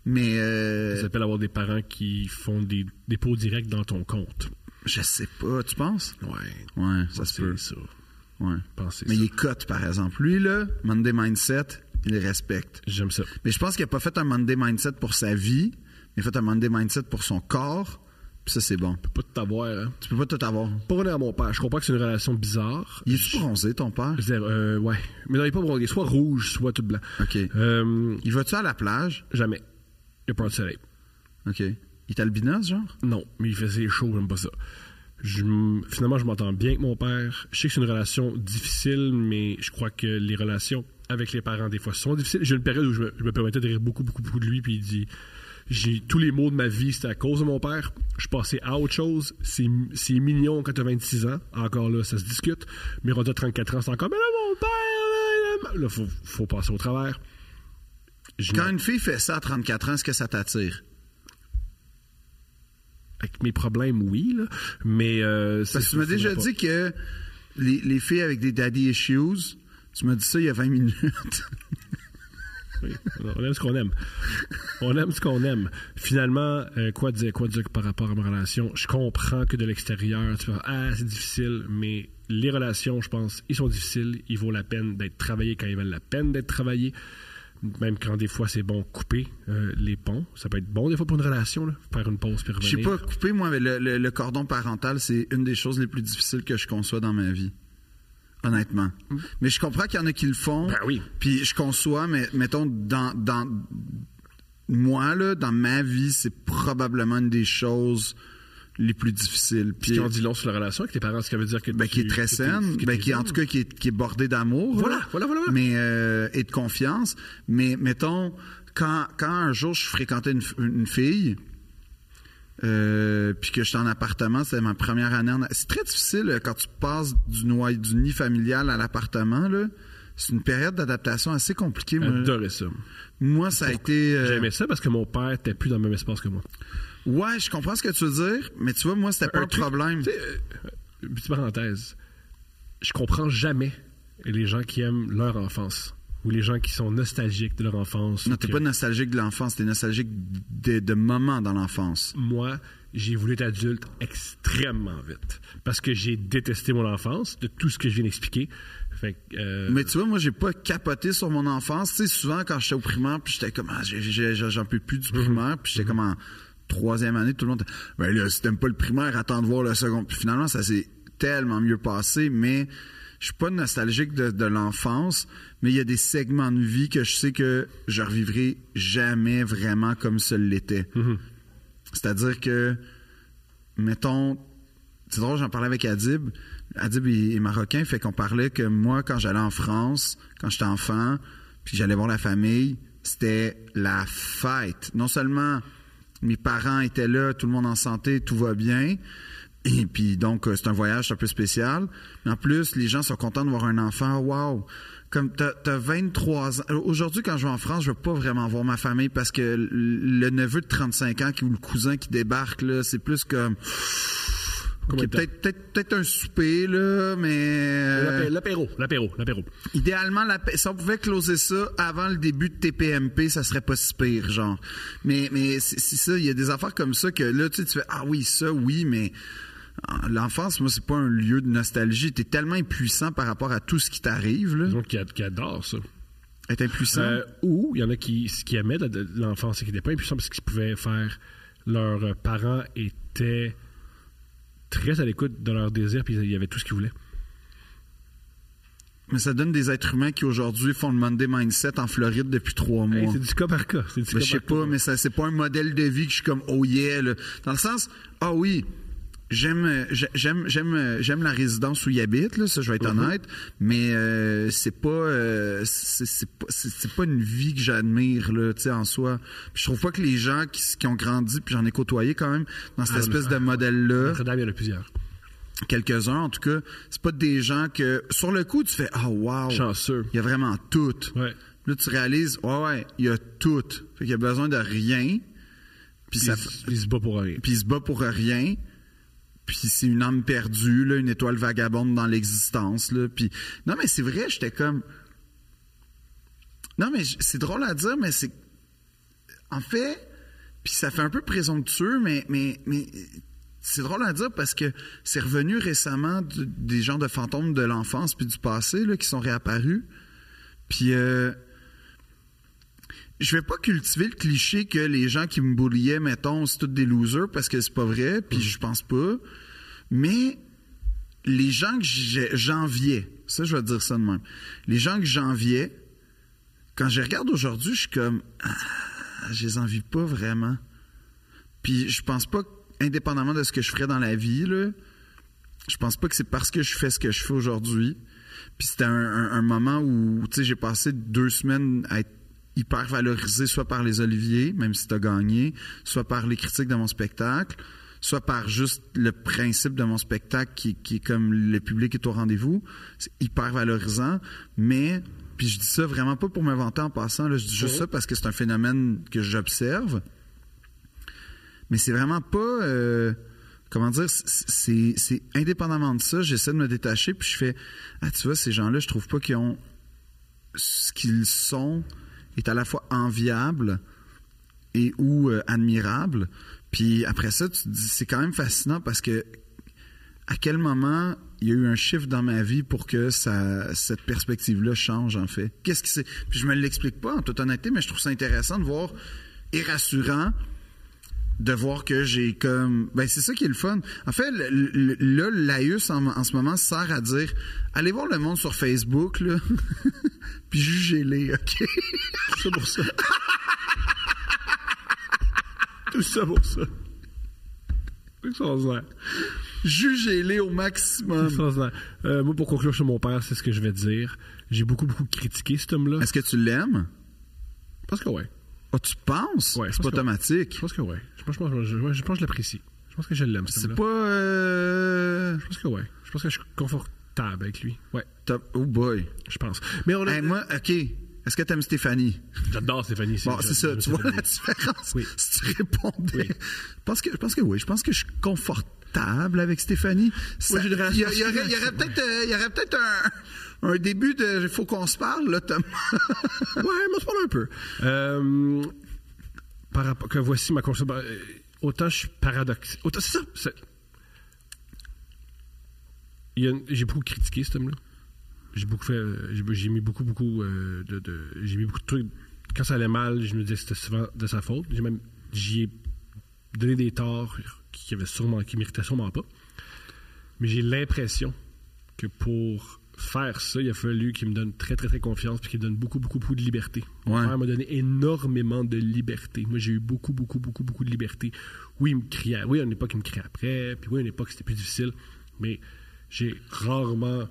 S2: mais euh,
S5: Ça s'appelle avoir des parents qui font des dépôts directs dans ton compte.
S2: je sais pas. Tu penses
S5: Ouais.
S2: Ouais, ça se
S5: c'est
S2: peut.
S5: ça.
S2: Ouais.
S5: Pensez
S2: Mais
S5: ça.
S2: il est cut, par exemple. Lui, là, Monday Mindset, il les respecte.
S5: J'aime ça.
S2: Mais je pense qu'il n'a pas fait un Monday Mindset pour sa vie, mais il a fait un Monday Mindset pour son corps. Puis ça, c'est bon.
S5: Pas de t'avoir, hein.
S2: Tu peux pas tout avoir.
S5: Pour revenir à mon père, je comprends que c'est une relation bizarre.
S2: Il est-tu bronzé, ton père?
S5: Je veux dire, euh, ouais. Mais non, il est pas bronzé. Soit rouge, soit tout blanc.
S2: OK.
S5: Euh,
S2: Il va-tu à la plage?
S5: jamais. Il a peur du soleil.
S2: OK. Il est albinos, genre?
S5: Non, mais il faisait chaud, j'aime pas ça. Je m- finalement, je m'entends bien avec mon père. Je sais que c'est une relation difficile, mais je crois que les relations avec les parents, des fois, sont difficiles. J'ai une période où je me, je me permettais de rire beaucoup, beaucoup, beaucoup de lui, puis il dit j'ai tous les mots de ma vie, c'était à cause de mon père. Je passais à autre chose. C'est c'est mignon quand t'as 26 ans. Encore là, ça se discute. Mais rendu à 34 ans, c'est encore Mais là, mon père, là, là, là. Là, faut, faut passer au travers. Je
S2: Quand une fille fait ça à 34 ans, est-ce que ça t'attire?
S5: Avec mes problèmes, oui, là. Mais. euh,
S2: Parce
S5: c'est-
S2: que tu m'as
S5: faudrait
S2: déjà
S5: pas.
S2: dit que les, les filles avec des daddy issues, tu m'as dit ça il y a 20 minutes.
S5: Oui, on aime ce qu'on aime. On aime ce qu'on aime. Finalement, euh, quoi dire, quoi dire par rapport à ma relation? Je comprends que de l'extérieur, tu vas ah, c'est difficile, mais les relations, je pense, ils sont difficiles. Ils vaut la peine d'être travaillés quand ils valent la peine d'être travaillés. Même quand des fois, c'est bon couper euh, les ponts. Ça peut être bon des fois pour une relation, là, faire une pause puis
S2: Je
S5: revenir.
S2: sais pas, couper, moi, mais le, le- le cordon parental, c'est une des choses les plus difficiles que je conçois dans ma vie. Honnêtement. Mais je comprends qu'il y en a qui le font.
S5: Mm. Ben oui.
S2: Puis je conçois, mais mettons, dans, dans moi, là, dans ma vie, c'est probablement une des choses les plus difficiles.
S5: Ce
S2: Puis,
S5: qui en dit long sur la relation avec tes parents, ce qui veut dire que
S2: ben, qui
S5: tu-
S2: est très
S5: que t'es-
S2: saine,
S5: que
S2: ben,
S5: t'es
S2: qui, en
S5: jeune.
S2: tout cas, qui est, qui est bordée d'amour.
S5: Voilà,
S2: là.
S5: voilà, voilà, voilà.
S2: Mais, euh, et de confiance. Mais, mettons, quand, quand un jour je fréquentais une, f- une fille, euh, puis que j'étais en appartement, c'était ma première année. en- C'est très difficile euh, quand tu passes du, noy- du nid familial à l'appartement, là. C'est une période d'adaptation assez compliquée. Moi,
S5: J'adorais ça.
S2: euh, moi, ça a été. euh,
S5: J'aimais ça parce que mon père était plus dans le même espace que moi.
S2: ouais, je comprends ce que tu veux dire, mais tu vois, moi, c'était pas un,
S5: truc-
S2: problème.
S5: tu sais, euh, euh, petite parenthèse. Je comprends jamais les gens qui aiment leur enfance ou les gens qui sont nostalgiques de leur enfance.
S2: Non,
S5: ou
S2: t'es
S5: que-
S2: pas nostalgique de l'enfance, t'es nostalgique de, de moments dans l'enfance.
S5: Moi, j'ai voulu être adulte extrêmement vite parce que j'ai détesté mon enfance de tout ce que je viens d'expliquer. Fait que, euh,
S2: Mais tu vois, moi, j'ai pas capoté sur mon enfance. Tu sais, souvent, quand j'étais au primaire, puis j'étais comme, ah, j'ai- j'ai- j'ai- j'en peux plus du primaire, puis j'étais comme en troisième année, tout le monde, ben là, si t'aimes pas le primaire, attends de voir le second. Puis finalement, ça s'est tellement mieux passé, mais je suis pas nostalgique de, de l'enfance, mais il y a des segments de vie que je sais que je revivrai jamais vraiment comme ça l'était. C'est-à-dire que, mettons, c'est drôle, j'en parlais avec Adib. Adib il est marocain, fait qu'on parlait que moi, quand j'allais en France, quand j'étais enfant, puis que j'allais voir la famille, c'était la fête. Non seulement mes parents étaient là, tout le monde en santé, tout va bien. Et puis donc, euh, c'est un voyage un peu spécial. Mais en plus, les gens sont contents de voir un enfant. Wow! Comme t'as as 23 ans. Aujourd'hui, quand je vais en France, je veux pas vraiment voir ma famille parce que l- le neveu de 35 ans qui, ou le cousin qui débarque, là, c'est plus comme... Ok,
S5: Combien de temps?
S2: peut-être peut-être peut-être un souper là, mais euh,
S5: l'apé- l'apéro, l'apéro, l'apéro.
S2: idéalement la pa- si on pouvait closer ça avant le début de TPMP, ça serait pas si pire genre. Mais mais c'est c'est ça, il y a des affaires comme ça que là tu sais, tu fais ah oui ça oui mais ah, l'enfance moi c'est pas un lieu de nostalgie, t'es tellement impuissant par rapport à tout ce qui t'arrive là,
S5: Donc, qui, ad- qui adore ça.
S2: Hein? être impuissant.
S5: Euh, ou il y en a qui, ce qui aimaient de- de l'enfance et qui n'étaient pas impuissants parce qu'ils pouvaient faire. Leurs euh, parents étaient très à l'écoute de leurs désirs puis il y avait tout ce qu'ils voulaient.
S2: Mais ça donne des êtres humains qui aujourd'hui font le Monday Mindset en Floride depuis trois
S5: Hey,
S2: mois.
S5: c'est du cas par cas. C'est du
S2: Mais
S5: cas
S2: je sais
S5: par cas.
S2: pas, mais ça, c'est pas un modèle de vie que je suis comme, oh yeah, là. Dans le sens, ah oui, j'aime, euh, j'a- j'aime, j'aime, euh, j'aime la résidence où il habite, là, ça, je vais
S5: Mm-hmm.
S2: être honnête, mais euh, c'est pas, euh, c'est, c'est pas, c'est, c'est pas une vie que j'admire, là, tu sais, en soi. Puis je trouve pas que les gens qui, s- qui ont grandi, puis j'en ai côtoyé quand même, dans cette
S5: Ah,
S2: espèce
S5: mais-
S2: de modèle-là,
S5: Notre-Dame, il y en a plusieurs.
S2: quelques-uns, en tout cas, c'est pas des gens que, sur le coup, tu fais, ah wow.
S5: Oh. Chanceux.
S2: Il y a vraiment tout.
S5: Ouais.
S2: Là, tu réalises, ouais, ouais, il y a tout. Fait qu'il y a besoin de rien. Puis
S5: Puis
S2: ça.
S5: il se- il se bat pour rien.
S2: Puis il se bat pour rien. Puis c'est une âme perdue, là, une étoile vagabonde dans l'existence. Là. Puis non, mais c'est vrai, j'étais comme. Non, mais j- c'est drôle à dire, mais c'est. En fait, puis ça fait un peu présomptueux, mais, mais, mais c'est drôle à dire parce que c'est revenu récemment du- des gens de fantômes de l'enfance puis du passé là, qui sont réapparus. Puis euh, je vais pas cultiver le cliché que les gens qui me bouliaient, mettons, c'est tous des losers parce que c'est pas vrai, puis je pense pas. Mais les gens que j'ai- j'enviais, ça je vais te dire ça de même. Les gens que j'enviais, quand je regarde aujourd'hui, je suis comme ah, je les envie pas vraiment. Puis je pense pas, que, indépendamment de ce que je ferais dans la vie, là, je pense pas que c'est parce que je fais ce que je fais aujourd'hui. Puis c'était un, un- un moment où, tu sais, j'ai passé deux semaines à être hyper valorisé, soit par les Oliviers, même si t'as gagné, soit par les critiques de mon spectacle, soit par juste le principe de mon spectacle qui, qui est comme le public est au rendez-vous. C'est hyper valorisant, mais... Puis je dis ça vraiment pas pour me vanter en passant, là, je dis juste ça parce que c'est un phénomène que j'observe. Mais c'est vraiment pas. euh, comment dire c- C'est c'est indépendamment de ça, j'essaie de me détacher, puis je fais Ah, tu vois, ces gens-là, je trouve pas qu'ils ont. Ce qu'ils sont est à la fois enviable et ou euh, admirable. Puis après ça, tu te dis C'est quand même fascinant parce que à quel moment il y a eu un chiffre dans ma vie pour que ça, cette perspective-là change, en fait? Qu'est-ce qui c'est? Puis je me l'explique pas, en toute honnêteté, mais je trouve ça intéressant de voir et rassurant de voir que j'ai comme ben c'est ça qui est le fun. En fait, le- le- le- là, l'AUS en, en ce moment sert à dire allez voir le monde sur Facebook là, *laughs* puis jugez-les, ok.
S5: Tout ça pour ça. *laughs* Tout ça pour ça. Extraordinaire.
S2: jugez-les au
S5: Um.
S2: maximum.
S5: Extraordinaire. Euh, moi, pour conclure sur mon père, c'est ce que je vais dire. J'ai beaucoup, beaucoup critiqué cet homme-là.
S2: Est-ce que tu l'aimes
S5: Parce que ouais.
S2: Ah, tu penses
S5: Ouais, je
S2: C'est pas
S5: pense que-
S2: automatique.
S5: Je pense que ouais. Je pense, je pense- je- ouais, je pense que je l'apprécie. Je pense que je l'aime, cet
S2: C'est
S5: homme-là.
S2: pas euh...
S5: Je pense que ouais. Je pense que je suis confortable avec lui. Ouais,
S2: top- Oh boy.
S5: je pense. Mais on Hein? a...
S2: Hey, moi, ok. Est-ce que t'aimes Stéphanie
S5: J'adore Stéphanie.
S2: Bon, c'est ça.
S5: j'adore
S2: Tu
S5: *laughs*
S2: vois la
S5: Stéphanie.
S2: différence
S5: Oui.
S2: *laughs* si tu répondais.
S5: Oui.
S2: Je, pense que, je pense que oui. Je pense que je suis confortable avec Stéphanie. Ça-
S5: j'ai une
S2: il y, a-
S5: relation
S2: il y aurait, il y aurait peut-être euh, il y aurait peut-être un, un début de « il faut qu'on se parle », là, Thomas. *laughs*
S5: Ouais, mais on se parle un peu. Euh, par rapport que voici ma consommation. Autant je suis paradoxe. Autant c'est ça. c'est- Il y a une- J'ai beaucoup critiqué cet homme-là. J'ai beaucoup fait. euh, J'ai j'ai mis beaucoup, beaucoup euh, de. de- J'ai mis beaucoup de trucs. Quand ça allait mal, je me disais que c'était souvent de sa faute. J'ai même. J'y ai donné des torts qui avaient sûrement, qui méritaient sûrement pas. Mais j'ai l'impression que pour faire ça, il a fallu qu'il me donne très, très, très confiance puis qu'il me donne beaucoup, beaucoup, beaucoup de liberté. Mon
S2: Ouais.
S5: père m'a donné énormément de liberté. Moi, j'ai eu beaucoup, beaucoup, beaucoup, beaucoup de liberté. Oui, il me criait. Oui, à une époque, il me criait après. Puis oui, à une époque, c'était plus difficile. Mais j'ai rarement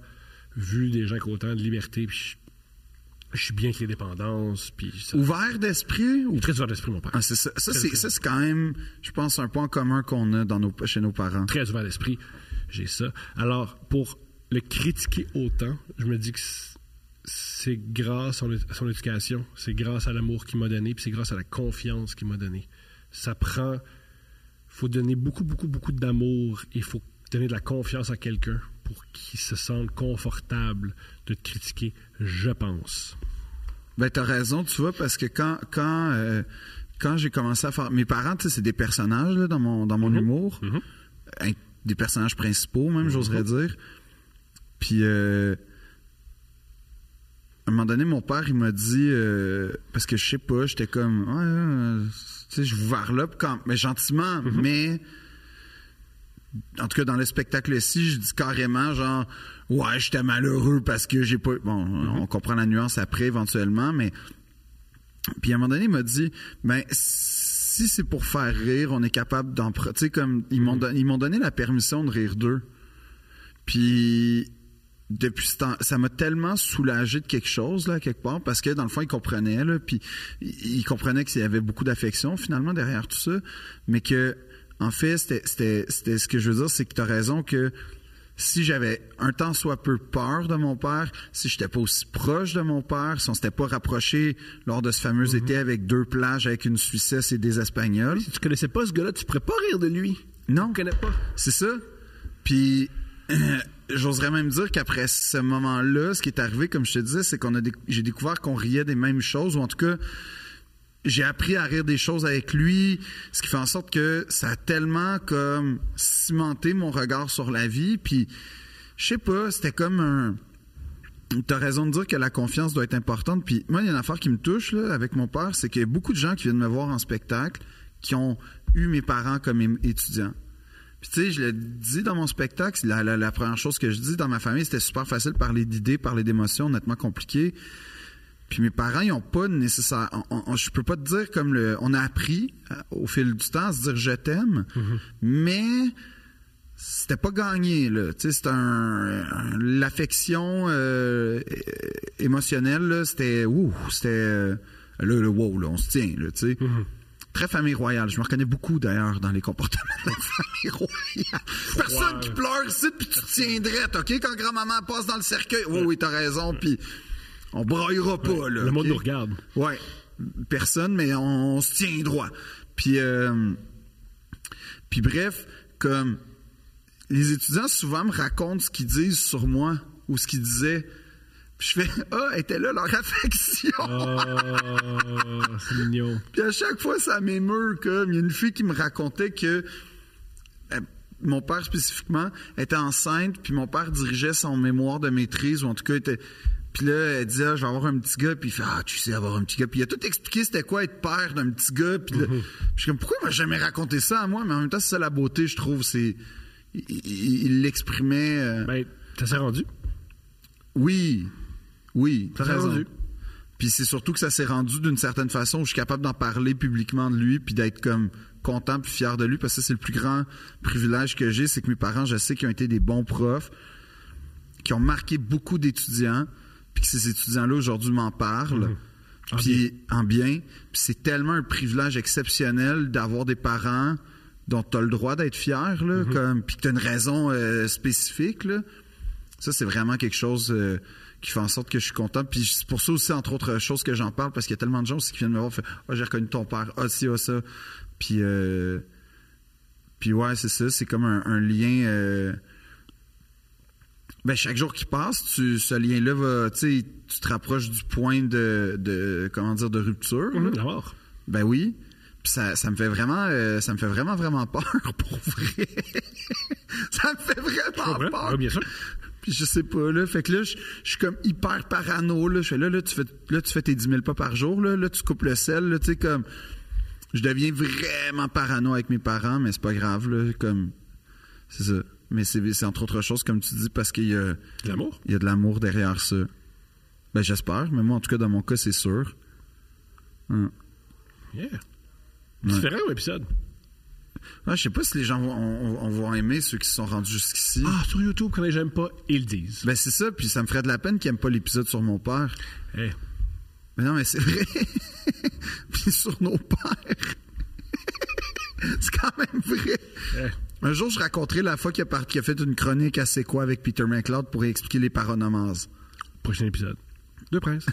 S5: vu des gens qui ont autant de liberté. Puis je, je suis bien avec les dépendances. Puis ça,
S2: Ouvert d'esprit ou...
S5: Très ouvert d'esprit, mon père.
S2: Ah, c'est ça, ça, c'est, ça, c'est quand même, je pense, un point commun qu'on a dans nos, chez nos parents.
S5: très ouvert d'esprit. J'ai ça. Alors, pour le critiquer autant, je me dis que c- c'est grâce à son, é- à son éducation, c'est grâce à l'amour qu'il m'a donné, puis c'est grâce à la confiance qu'il m'a donné. Ça prend. faut donner beaucoup, beaucoup, beaucoup d'amour et il faut donner de la confiance à quelqu'un pour qu'il se sente confortable de te critiquer, je pense.
S2: Ben, t'as raison, tu vois, parce que quand, quand, euh, quand j'ai commencé à faire. Mes parents, tu sais, c'est des personnages là, dans mon, dans mon humour. Euh, Des personnages principaux, même, j'oserais dire. Puis, euh, à un moment donné, mon père, il m'a dit. euh, parce que je sais pas, j'étais comme. Ouais, euh, tu sais, je vous varlope quand. Mais gentiment, mais. en tout cas, dans le spectacle ci je dis carrément genre ouais, j'étais malheureux parce que j'ai pas. Bon, on comprend la nuance après éventuellement, mais puis à un moment donné, il m'a dit ben si c'est pour faire rire, on est capable d'en. pre- Tu sais comme ils m'ont don- ils m'ont donné la permission de rire d'eux. Puis depuis ce temps, ça m'a tellement soulagé de quelque chose là quelque part parce que dans le fond il comprenait là, puis il il comprenait qu'il y avait beaucoup d'affection finalement derrière tout ça, mais que en fait c'était c'était c'était ce que je veux dire c'est que t'as raison que si j'avais un temps soit peu peur de mon père, si j'étais pas aussi proche de mon père, si on s'était pas rapproché lors de ce fameux
S4: Mhm.
S2: été avec deux plages, avec une Suissesse et des Espagnols,
S4: Si tu connaissais pas ce gars-là, tu pourrais pas rire de lui.
S2: non,
S4: Tu connais *laughs* pas.
S2: c'est ça. Puis, *clears throat* euh, j'oserais même dire qu'après ce moment-là, ce qui est arrivé, comme je te disais, c'est qu'on a déc- j'ai découvert qu'on riait des mêmes choses, ou en tout cas, j'ai appris à rire des choses avec lui, ce qui fait en sorte que ça a tellement comme cimenté mon regard sur la vie. Puis, je sais pas, c'était comme un. T'as raison de dire que la confiance doit être importante. Puis moi, il y a une affaire qui me touche là, avec mon père, c'est qu'il y a beaucoup de gens qui viennent me voir en spectacle qui ont eu mes parents comme é- étudiants. Puis tu sais, je le dis dans mon spectacle, c'est la, la- la première chose que je dis dans ma famille, c'était super facile de parler d'idées, parler d'émotions, nettement compliqué. Puis mes parents, ils ont pas nécessaire. on- on- je peux pas te dire comme le. On a appris euh, au fil du temps à se dire je t'aime, mais c'était pas gagné là. Tu sais, c'est un, un- l'affection euh, é- émotionnelle. là, C'était ouh, c'était euh, là, le wow, là, on se tient là. Tu sais.
S5: Mm-hmm.
S2: Très famille royale. Je me reconnais beaucoup d'ailleurs dans les comportements de la famille royale. Personne qui pleure ici, puis tu te tiendrais, OK? Quand grand-maman passe dans le cercueil, oui, oui, t'as raison, puis on braillera pas, là.
S5: Mm. Le monde
S2: OK?
S5: nous regarde.
S2: Ouais, personne, mais on, on se tient droit. Puis, euh, puis bref, comme les étudiants souvent me racontent ce qu'ils disent sur moi ou ce qu'ils disaient. Puis je fais *laughs* ah, était là leur affection.
S5: Ah. Oh, c'est mignon.
S2: Puis à chaque fois, ça m'émeut. Comme il y a une fille qui me racontait que euh, mon père spécifiquement était enceinte, puis mon père dirigeait son mémoire de maîtrise, ou en tout cas était. Puis là, elle dit, Ah, je vais avoir un petit gars. Puis il fait, ah, tu sais, avoir un petit gars. Puis il a tout expliqué c'était quoi être père d'un petit gars. Puis là, je suis comme, pourquoi il m'a jamais raconté ça à moi? Mais en même temps, c'est ça la beauté, je trouve. C'est. Il- Il il l'exprimait. euh,
S5: Ben, ça s'est rendu.
S2: oui. Oui.
S5: Ça s'est
S2: t'as raison.
S5: rendu.
S2: Puis c'est surtout que ça s'est rendu d'une certaine façon où je suis capable d'en parler publiquement de lui puis d'être comme content puis fier de lui parce que ça, c'est le plus grand privilège que j'ai, c'est que mes parents, je sais qu'ils ont été des bons profs, qui ont marqué beaucoup d'étudiants puis que ces étudiants-là aujourd'hui m'en parlent. Puis Mhm. en bien, puis c'est tellement un privilège exceptionnel d'avoir des parents dont tu as le droit d'être fier là, comme puis que tu as une raison euh, spécifique là. Ça, c'est vraiment quelque chose euh, qui fait en sorte que je suis content. Puis c'est pour ça aussi, entre autres euh, choses, que j'en parle, parce qu'il y a tellement de gens aussi qui viennent me voir, fait, ah, j'ai reconnu ton père, ah, si, ah, ça. Puis, euh, puis ouais, c'est ça, c'est comme un, un lien. euh, ben, chaque jour qui passe, tu, ce lien-là va, tu sais, tu te rapproches du point de, de comment dire, de rupture. là.
S4: Mm-hmm.
S5: La mort.
S2: Ben oui. Puis ça, ça me fait vraiment, euh, ça me fait vraiment, vraiment peur, *laughs* pour vrai. ça me fait vraiment
S5: Comprends?
S2: peur.
S5: Ah, bien sûr.
S2: Puis je sais pas, là. Fait que là, je je suis comme hyper parano, là. Je fais là, là, tu fais, là, tu fais tes 10 000 pas par jour, là. Là, tu coupes le sel, là. Tu sais, comme. Je deviens vraiment parano avec mes parents, mais c'est pas grave, là. Comme. C'est ça. Mais c'est c'est entre autres choses, comme tu dis, parce qu'il y a,
S5: De L'amour.
S2: il y a de l'amour derrière ça. Ben, j'espère. Mais moi, en tout cas, dans mon cas, c'est sûr.
S5: Yeah. Différent ou épisode?
S2: Ah, je sais pas si les gens vont, on- on- on vont aimer ceux qui se sont rendus jusqu'ici.
S5: Ah, sur YouTube, quand les j'aime pas, ils le disent.
S2: Ben, c'est ça. Puis ça me ferait de la peine qu'ils aiment pas l'épisode sur mon père.
S5: Eh,
S2: Mais non, mais c'est vrai. *laughs* Puis sur nos pères. *laughs* c'est quand même vrai. Un jour, je raconterai la fois qu'il a, par- qu'il a fait une chronique à C'est quoi avec Peter McLeod pour expliquer les paronomases.
S5: prochain épisode. Deux princes.